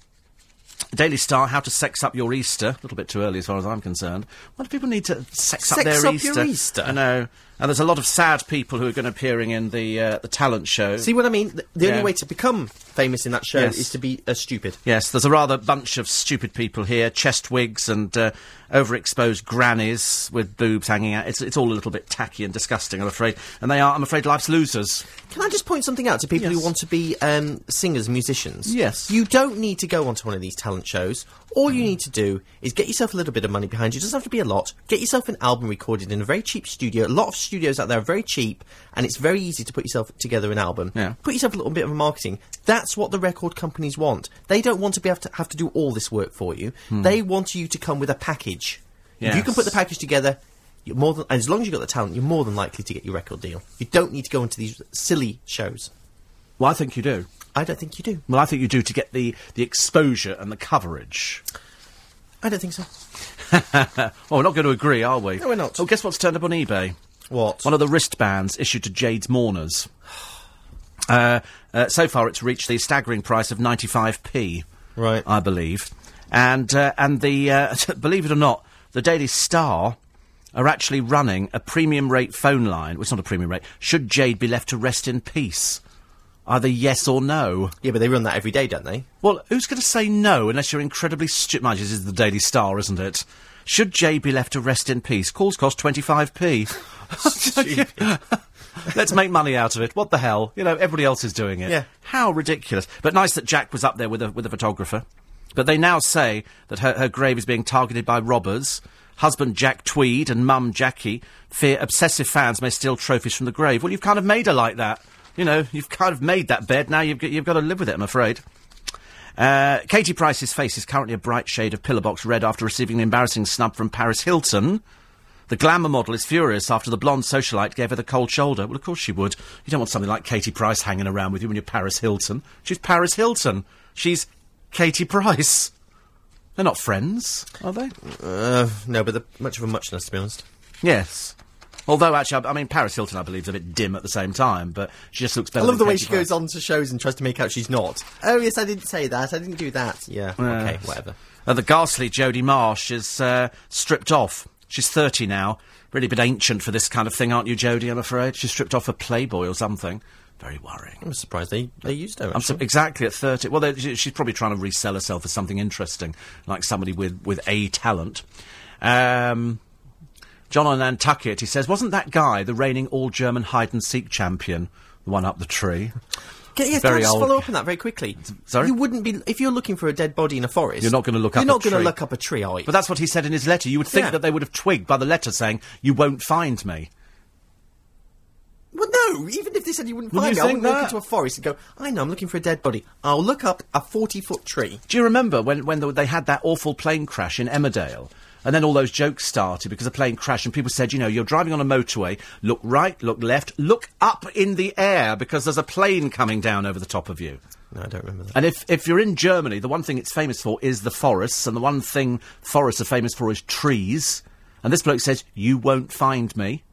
Speaker 1: Daily Star: How to sex up your Easter. A little bit too early, as far as I'm concerned. Why do people need to sex, up
Speaker 2: Sex
Speaker 1: their
Speaker 2: up your
Speaker 1: Easter?
Speaker 2: Easter?
Speaker 1: I know. And there's a lot of sad people who are going to appearing in the uh, the talent show.
Speaker 2: See what I mean? The, the
Speaker 1: Yeah.
Speaker 2: only way to become famous in that show
Speaker 1: Yes.
Speaker 2: is to be a stupid.
Speaker 1: Yes, there's a rather bunch of stupid people here, chest wigs and uh, overexposed grannies with boobs hanging out. It's, it's all a little bit tacky and disgusting, I'm afraid. And they are, I'm afraid, life's losers.
Speaker 2: Can I just point something out to people who want to be um, singers, musicians?
Speaker 1: Yes.
Speaker 2: You don't need to go onto one of these talent shows. All you need to do is get yourself a little bit of money behind you. It doesn't have to be a lot. Get yourself an album recorded in a very cheap studio. A lot of studios out there are very cheap, and it's very easy to put yourself together an album.
Speaker 1: Yeah.
Speaker 2: Put yourself a little bit of marketing. That's what the record companies want. They don't want to be have to have to do all this work for you.
Speaker 1: Hmm.
Speaker 2: They want you to come with a package. If you can put the
Speaker 1: Yes.
Speaker 2: package together, you're more than, and as long as you've got the talent, you're more than likely to get your record deal. You don't need to go into these silly shows.
Speaker 1: Well, I think you do.
Speaker 2: I don't think you do.
Speaker 1: Well, I think you do to get the, the exposure and the coverage.
Speaker 2: I don't think so.
Speaker 1: well, we're not going to agree, are we?
Speaker 2: No, we're not.
Speaker 1: Oh, guess what's turned up on eBay?
Speaker 2: What?
Speaker 1: One of the wristbands issued to Jade's mourners. Uh, uh, so far, it's reached the staggering price of 95p.
Speaker 2: Right.
Speaker 1: I believe. And uh, and the uh, believe it or not, the Daily Star are actually running a premium rate phone line. Well, it's not a premium rate. Should Jade be left to rest in peace? Either yes or no.
Speaker 2: Yeah, but they run that every day, don't they?
Speaker 1: Well, who's going to say no unless you're incredibly stupid? Mind you, this is the Daily Star, isn't it? Should Jade be left to rest in peace? Calls cost 25p. Let's make money out of it. What the hell? You know, everybody else is doing it.
Speaker 2: Yeah.
Speaker 1: How ridiculous. But nice that Jack was up there with a, with a photographer. But they now say that her, her grave is being targeted by robbers. Husband Jack Tweed and mum Jackie fear obsessive fans may steal trophies from the grave. Well, you've kind of made her like that. You know, you've kind of made that bed. Now you've, got- you've got to live with it, I'm afraid. Uh, Katie Price's face is currently a bright shade of pillowbox red after receiving an embarrassing snub from Paris Hilton. The glamour model is furious after the blonde socialite gave her the cold shoulder. Well, of course she would. You don't want something like Katie Price hanging around with you when you're Paris Hilton. She's Paris Hilton. She's Katie Price. They're not friends, are they?
Speaker 2: Uh, no, but they're much of a muchness, to be honest.
Speaker 1: Yes. Although, actually, I, I mean, Paris Hilton, I believe, is a bit dim at the same time, but she just looks
Speaker 2: I
Speaker 1: better.
Speaker 2: love the
Speaker 1: than
Speaker 2: way
Speaker 1: Katie
Speaker 2: she
Speaker 1: Price.
Speaker 2: goes on to shows and tries to make out she's not. Oh, yes, I didn't say that. I didn't do that. Yeah, okay,
Speaker 1: Yes.
Speaker 2: whatever.
Speaker 1: Uh, the ghastly Jodie Marsh is uh, stripped off. She's 30 now. Really a bit ancient for this kind of thing, aren't you, Jodie, I'm afraid? She's stripped off for Playboy or something. Very worrying.
Speaker 2: I'm surprised they, they used her.
Speaker 1: I'm so,
Speaker 2: actually.
Speaker 1: exactly at 30. Well, they- she- she's probably trying to resell herself as something interesting, like somebody with, with a talent. Um, John on Nantucket, he says, wasn't that guy the reigning all-German hide-and-seek champion? The one up the tree.
Speaker 2: Can, yes,
Speaker 1: very
Speaker 2: can I just
Speaker 1: old.
Speaker 2: follow up on that very quickly?
Speaker 1: sorry?
Speaker 2: You wouldn't be if you're looking for a dead body in a forest.
Speaker 1: You're not gonna look up
Speaker 2: You're
Speaker 1: a
Speaker 2: not going to
Speaker 1: tree.
Speaker 2: look up a tree, are you?
Speaker 1: But that's what he said in his letter. You would think
Speaker 2: Yeah.
Speaker 1: that they would have twigged by the letter saying, you won't find me.
Speaker 2: Well, no. Even if they said you wouldn't
Speaker 1: Would
Speaker 2: find
Speaker 1: you
Speaker 2: me, I
Speaker 1: think
Speaker 2: wouldn't walk
Speaker 1: that?
Speaker 2: into a forest and go, "I know I'm looking for a dead body." I'll look up a forty-foot tree.
Speaker 1: Do you remember when, when the, they had that awful plane crash in Emmerdale? And then all those jokes started because the plane crashed, and people said, you know, you're driving on a motorway, look right, look left, look up in the air because there's a plane coming down over the top of you.
Speaker 2: No, I don't remember that.
Speaker 1: And if, if you're in Germany, the one thing it's famous for is the forests, and the one thing forests are famous for is trees. And this bloke says, You won't find me.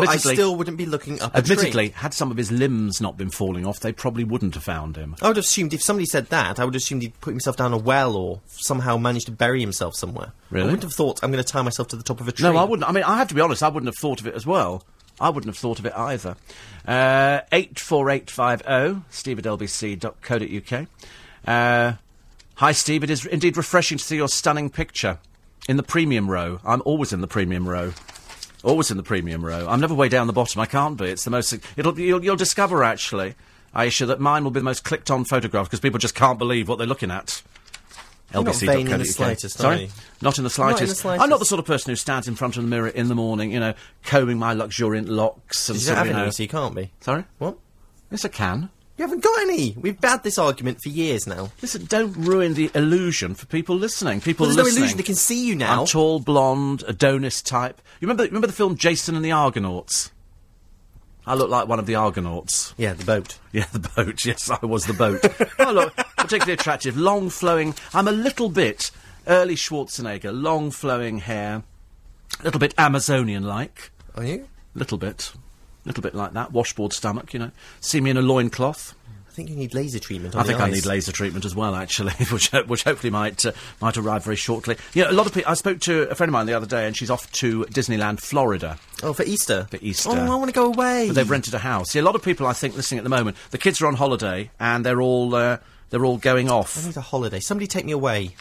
Speaker 1: Well,
Speaker 2: I
Speaker 1: admittedly-
Speaker 2: still wouldn't be looking up.
Speaker 1: Admittedly,
Speaker 2: a tree.
Speaker 1: had some of his limbs not been falling off, they probably wouldn't have found him.
Speaker 2: I would have assumed if somebody said that, I would have assumed he'd put himself down a well or somehow managed to bury himself somewhere.
Speaker 1: Really?
Speaker 2: I wouldn't have thought I'm going to tie myself to the top of a tree.
Speaker 1: No, I wouldn't. I mean, I have to be honest, I wouldn't have thought of it as well. I wouldn't have thought of it either. Uh, 84850, steve at lbc.co.uk. Uh, Hi, Steve. It is indeed refreshing to see your stunning picture in the premium row. I'm always in the premium row. Always in the premium row. I'm never way down the bottom. I can't be. It's the most. It'll. You'll, you'll discover actually, Aisha, that mine will be the most clicked-on photograph because people just can't believe what they're looking at.
Speaker 2: You're not vain in the
Speaker 1: LBC.co.uk.
Speaker 2: slightest, are
Speaker 1: Sorry,
Speaker 2: you?
Speaker 1: not in the
Speaker 2: Not in the
Speaker 1: slightest.
Speaker 2: slightest.
Speaker 1: I'm not the sort of person who stands in front of the mirror in the morning, you know, combing my luxuriant locks and
Speaker 2: You
Speaker 1: sort
Speaker 2: don't
Speaker 1: of,
Speaker 2: have
Speaker 1: you know-
Speaker 2: any, so you can't be.
Speaker 1: Sorry,
Speaker 2: What?
Speaker 1: yes, I can.
Speaker 2: You haven't got any. We've had this argument for years now.
Speaker 1: Listen, don't ruin the illusion for people listening. People
Speaker 2: Well, there's
Speaker 1: listening.
Speaker 2: no illusion. They can see you now.
Speaker 1: I'm tall, blonde, Adonis type. You remember? Remember the film Jason and the Argonauts? I look like one of the Argonauts.
Speaker 2: yeah, the boat.
Speaker 1: Yeah, the boat. Yes, I was the boat. I look particularly attractive, long flowing. I'm a little bit early Schwarzenegger, long flowing hair, a little bit Amazonian like,
Speaker 2: Are you?
Speaker 1: little bit, little bit like that. Washboard stomach, you know. See me in a loincloth.
Speaker 2: I think you need laser treatment. On
Speaker 1: I
Speaker 2: the
Speaker 1: think I
Speaker 2: eyes.
Speaker 1: need laser treatment as well, actually, which, ho- which hopefully might uh, might arrive very shortly. You know, a lot of people. I spoke to a friend of mine the other day, and she's off to Disneyland, Florida.
Speaker 2: Oh, for Easter.
Speaker 1: For Easter.
Speaker 2: Oh, I want to go away.
Speaker 1: But they've rented a house. See, a lot of people, I think, listening at the moment. The kids are on holiday, and they're all uh, they're all going
Speaker 2: I
Speaker 1: off.
Speaker 2: need a holiday. Somebody take me away.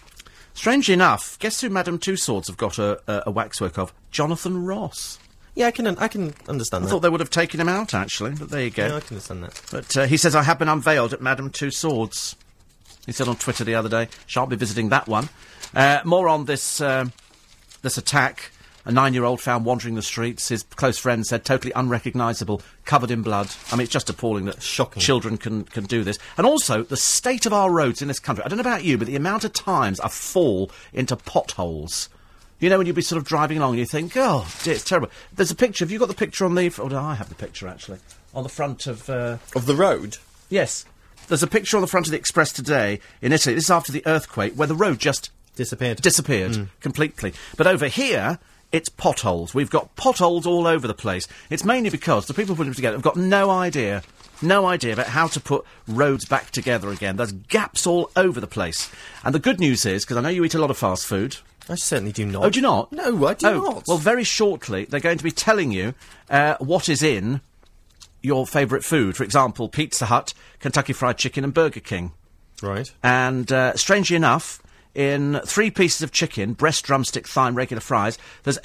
Speaker 1: Strangely enough, guess who Madame Two Swords have got a, a, a waxwork of? Jonathan Ross.
Speaker 2: Yeah, I can. I can understand
Speaker 1: I
Speaker 2: that.
Speaker 1: thought they would have taken him out, actually, but there you go.
Speaker 2: Yeah, I can understand that.
Speaker 1: But uh, he says, I have been unveiled at Madame Two Swords. He said on Twitter the other day, shan't be visiting that one. Uh, more on this, um this attack. A nine year old found wandering the streets. His close friend said, totally unrecognisable, covered in blood. I mean, it's just appalling that
Speaker 2: Shocking.
Speaker 1: children can, can do this. And also, the state of our roads in this country. I don't know about you, but the amount of times I fall into potholes. You know, when you'd be sort of driving along and you think, oh, dear, it's terrible. There's a picture. Have you got the picture on the. f- Oh, no, I have the picture, actually. On the front of. Uh,
Speaker 2: Of the road.
Speaker 1: Yes. There's a picture on the front of the Express today in Italy. This is after the earthquake, where the road just
Speaker 2: Disappeared.
Speaker 1: disappeared completely. But over here, it's potholes. We've got potholes all over the place. It's mainly because the people putting them together have got no idea, no idea about how to put roads back together again. There's gaps all over the place. And the good news is, because I know you eat a lot of fast food.
Speaker 2: I certainly do not.
Speaker 1: Oh, do you not?
Speaker 2: No, I do
Speaker 1: Oh,
Speaker 2: not.
Speaker 1: Well, very shortly, they're going to be telling you uh, what is in your favourite food. For example, Pizza Hut, Kentucky Fried Chicken, and Burger King.
Speaker 2: right.
Speaker 1: And uh, strangely enough, in three pieces of chicken, breast, drumstick, thigh, and regular fries, there's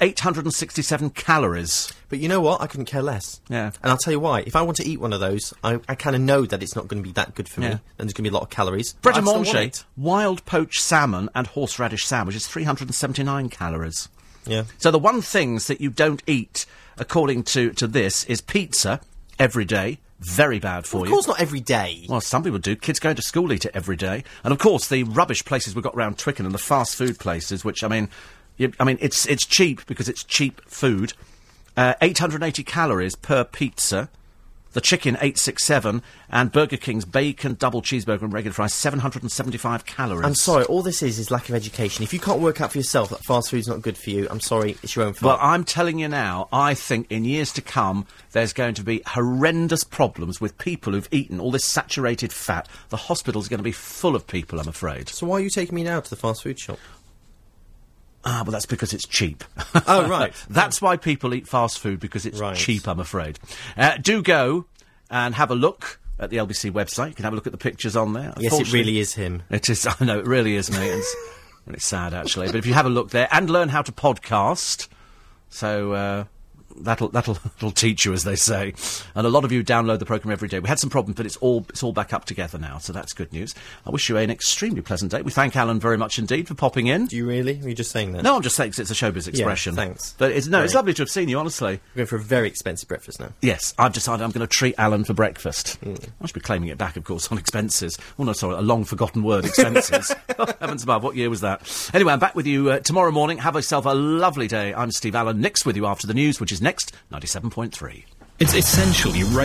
Speaker 1: 867 calories.
Speaker 2: But you know what? I couldn't care less.
Speaker 1: Yeah.
Speaker 2: And I'll tell you why. If I want to eat one of those, I, I kind of know that it's not going to be that good for me,
Speaker 1: Yeah.
Speaker 2: and there's going to be a lot of calories. but
Speaker 1: Bread
Speaker 2: I
Speaker 1: and
Speaker 2: still want
Speaker 1: manger,
Speaker 2: it.
Speaker 1: wild poached salmon, and horseradish sandwich is 379 calories.
Speaker 2: Yeah.
Speaker 1: So the one things that you don't eat, according to, to this, is pizza every day. Very bad for
Speaker 2: Of
Speaker 1: you.
Speaker 2: course, not every day.
Speaker 1: Well, some people do. Kids going to school eat it every day, and of course the rubbish places we got round Twickenham, and the fast food places, which I mean, you, I mean it's it's cheap because it's cheap food. Uh, 880 calories per pizza. The chicken 867 and Burger King's bacon double cheeseburger and regular fries 775 calories.
Speaker 2: I'm sorry. All this is is lack of education. If you can't work out for yourself that fast food's not good for you, I'm sorry. It's your own
Speaker 1: Well,
Speaker 2: fault.
Speaker 1: I'm telling you now, I think in years to come, there's going to be horrendous problems with people who've eaten all this saturated fat. The hospital's going to be full of people, I'm afraid.
Speaker 2: so why are you taking me now to the fast food shop?
Speaker 1: Ah, well, that's because it's cheap.
Speaker 2: Oh, right.
Speaker 1: that's why people eat fast food, because it's
Speaker 2: Right.
Speaker 1: cheap, I'm afraid. Uh, do go and have a look at the LBC website. You can have a look at the pictures on there.
Speaker 2: Yes, it
Speaker 1: Unfortunately-
Speaker 2: really is him.
Speaker 1: It is, I know, it really is, mate. It's, it's sad, actually. But if you have a look there and learn how to podcast, so. Uh, that'll that'll that'll teach you, as they say. And a lot of you download the program every day. We had some problems, but it's all it's all back up together now, so that's good news. I wish you an extremely pleasant day. We thank Alan very much indeed for popping in.
Speaker 2: Do you really? Are you just saying that?
Speaker 1: No, I'm just saying 'cause it's a showbiz expression.
Speaker 2: thanks.
Speaker 1: But it's no, it's
Speaker 2: Great.
Speaker 1: lovely to have seen you. Honestly,
Speaker 2: We're going for a very expensive breakfast now.
Speaker 1: yes, I've decided I'm going to treat Alan for breakfast.
Speaker 2: Hmm.
Speaker 1: I should be claiming it back, of course, on expenses. Oh no, sorry, a long forgotten word, expenses. Heavens above, what year was that? Anyway, I'm back with you uh, tomorrow morning. Have yourself a lovely day. I'm Steve Allen. Next with you after the news, which is next ninety-seven point three.
Speaker 11: It's essentially radio.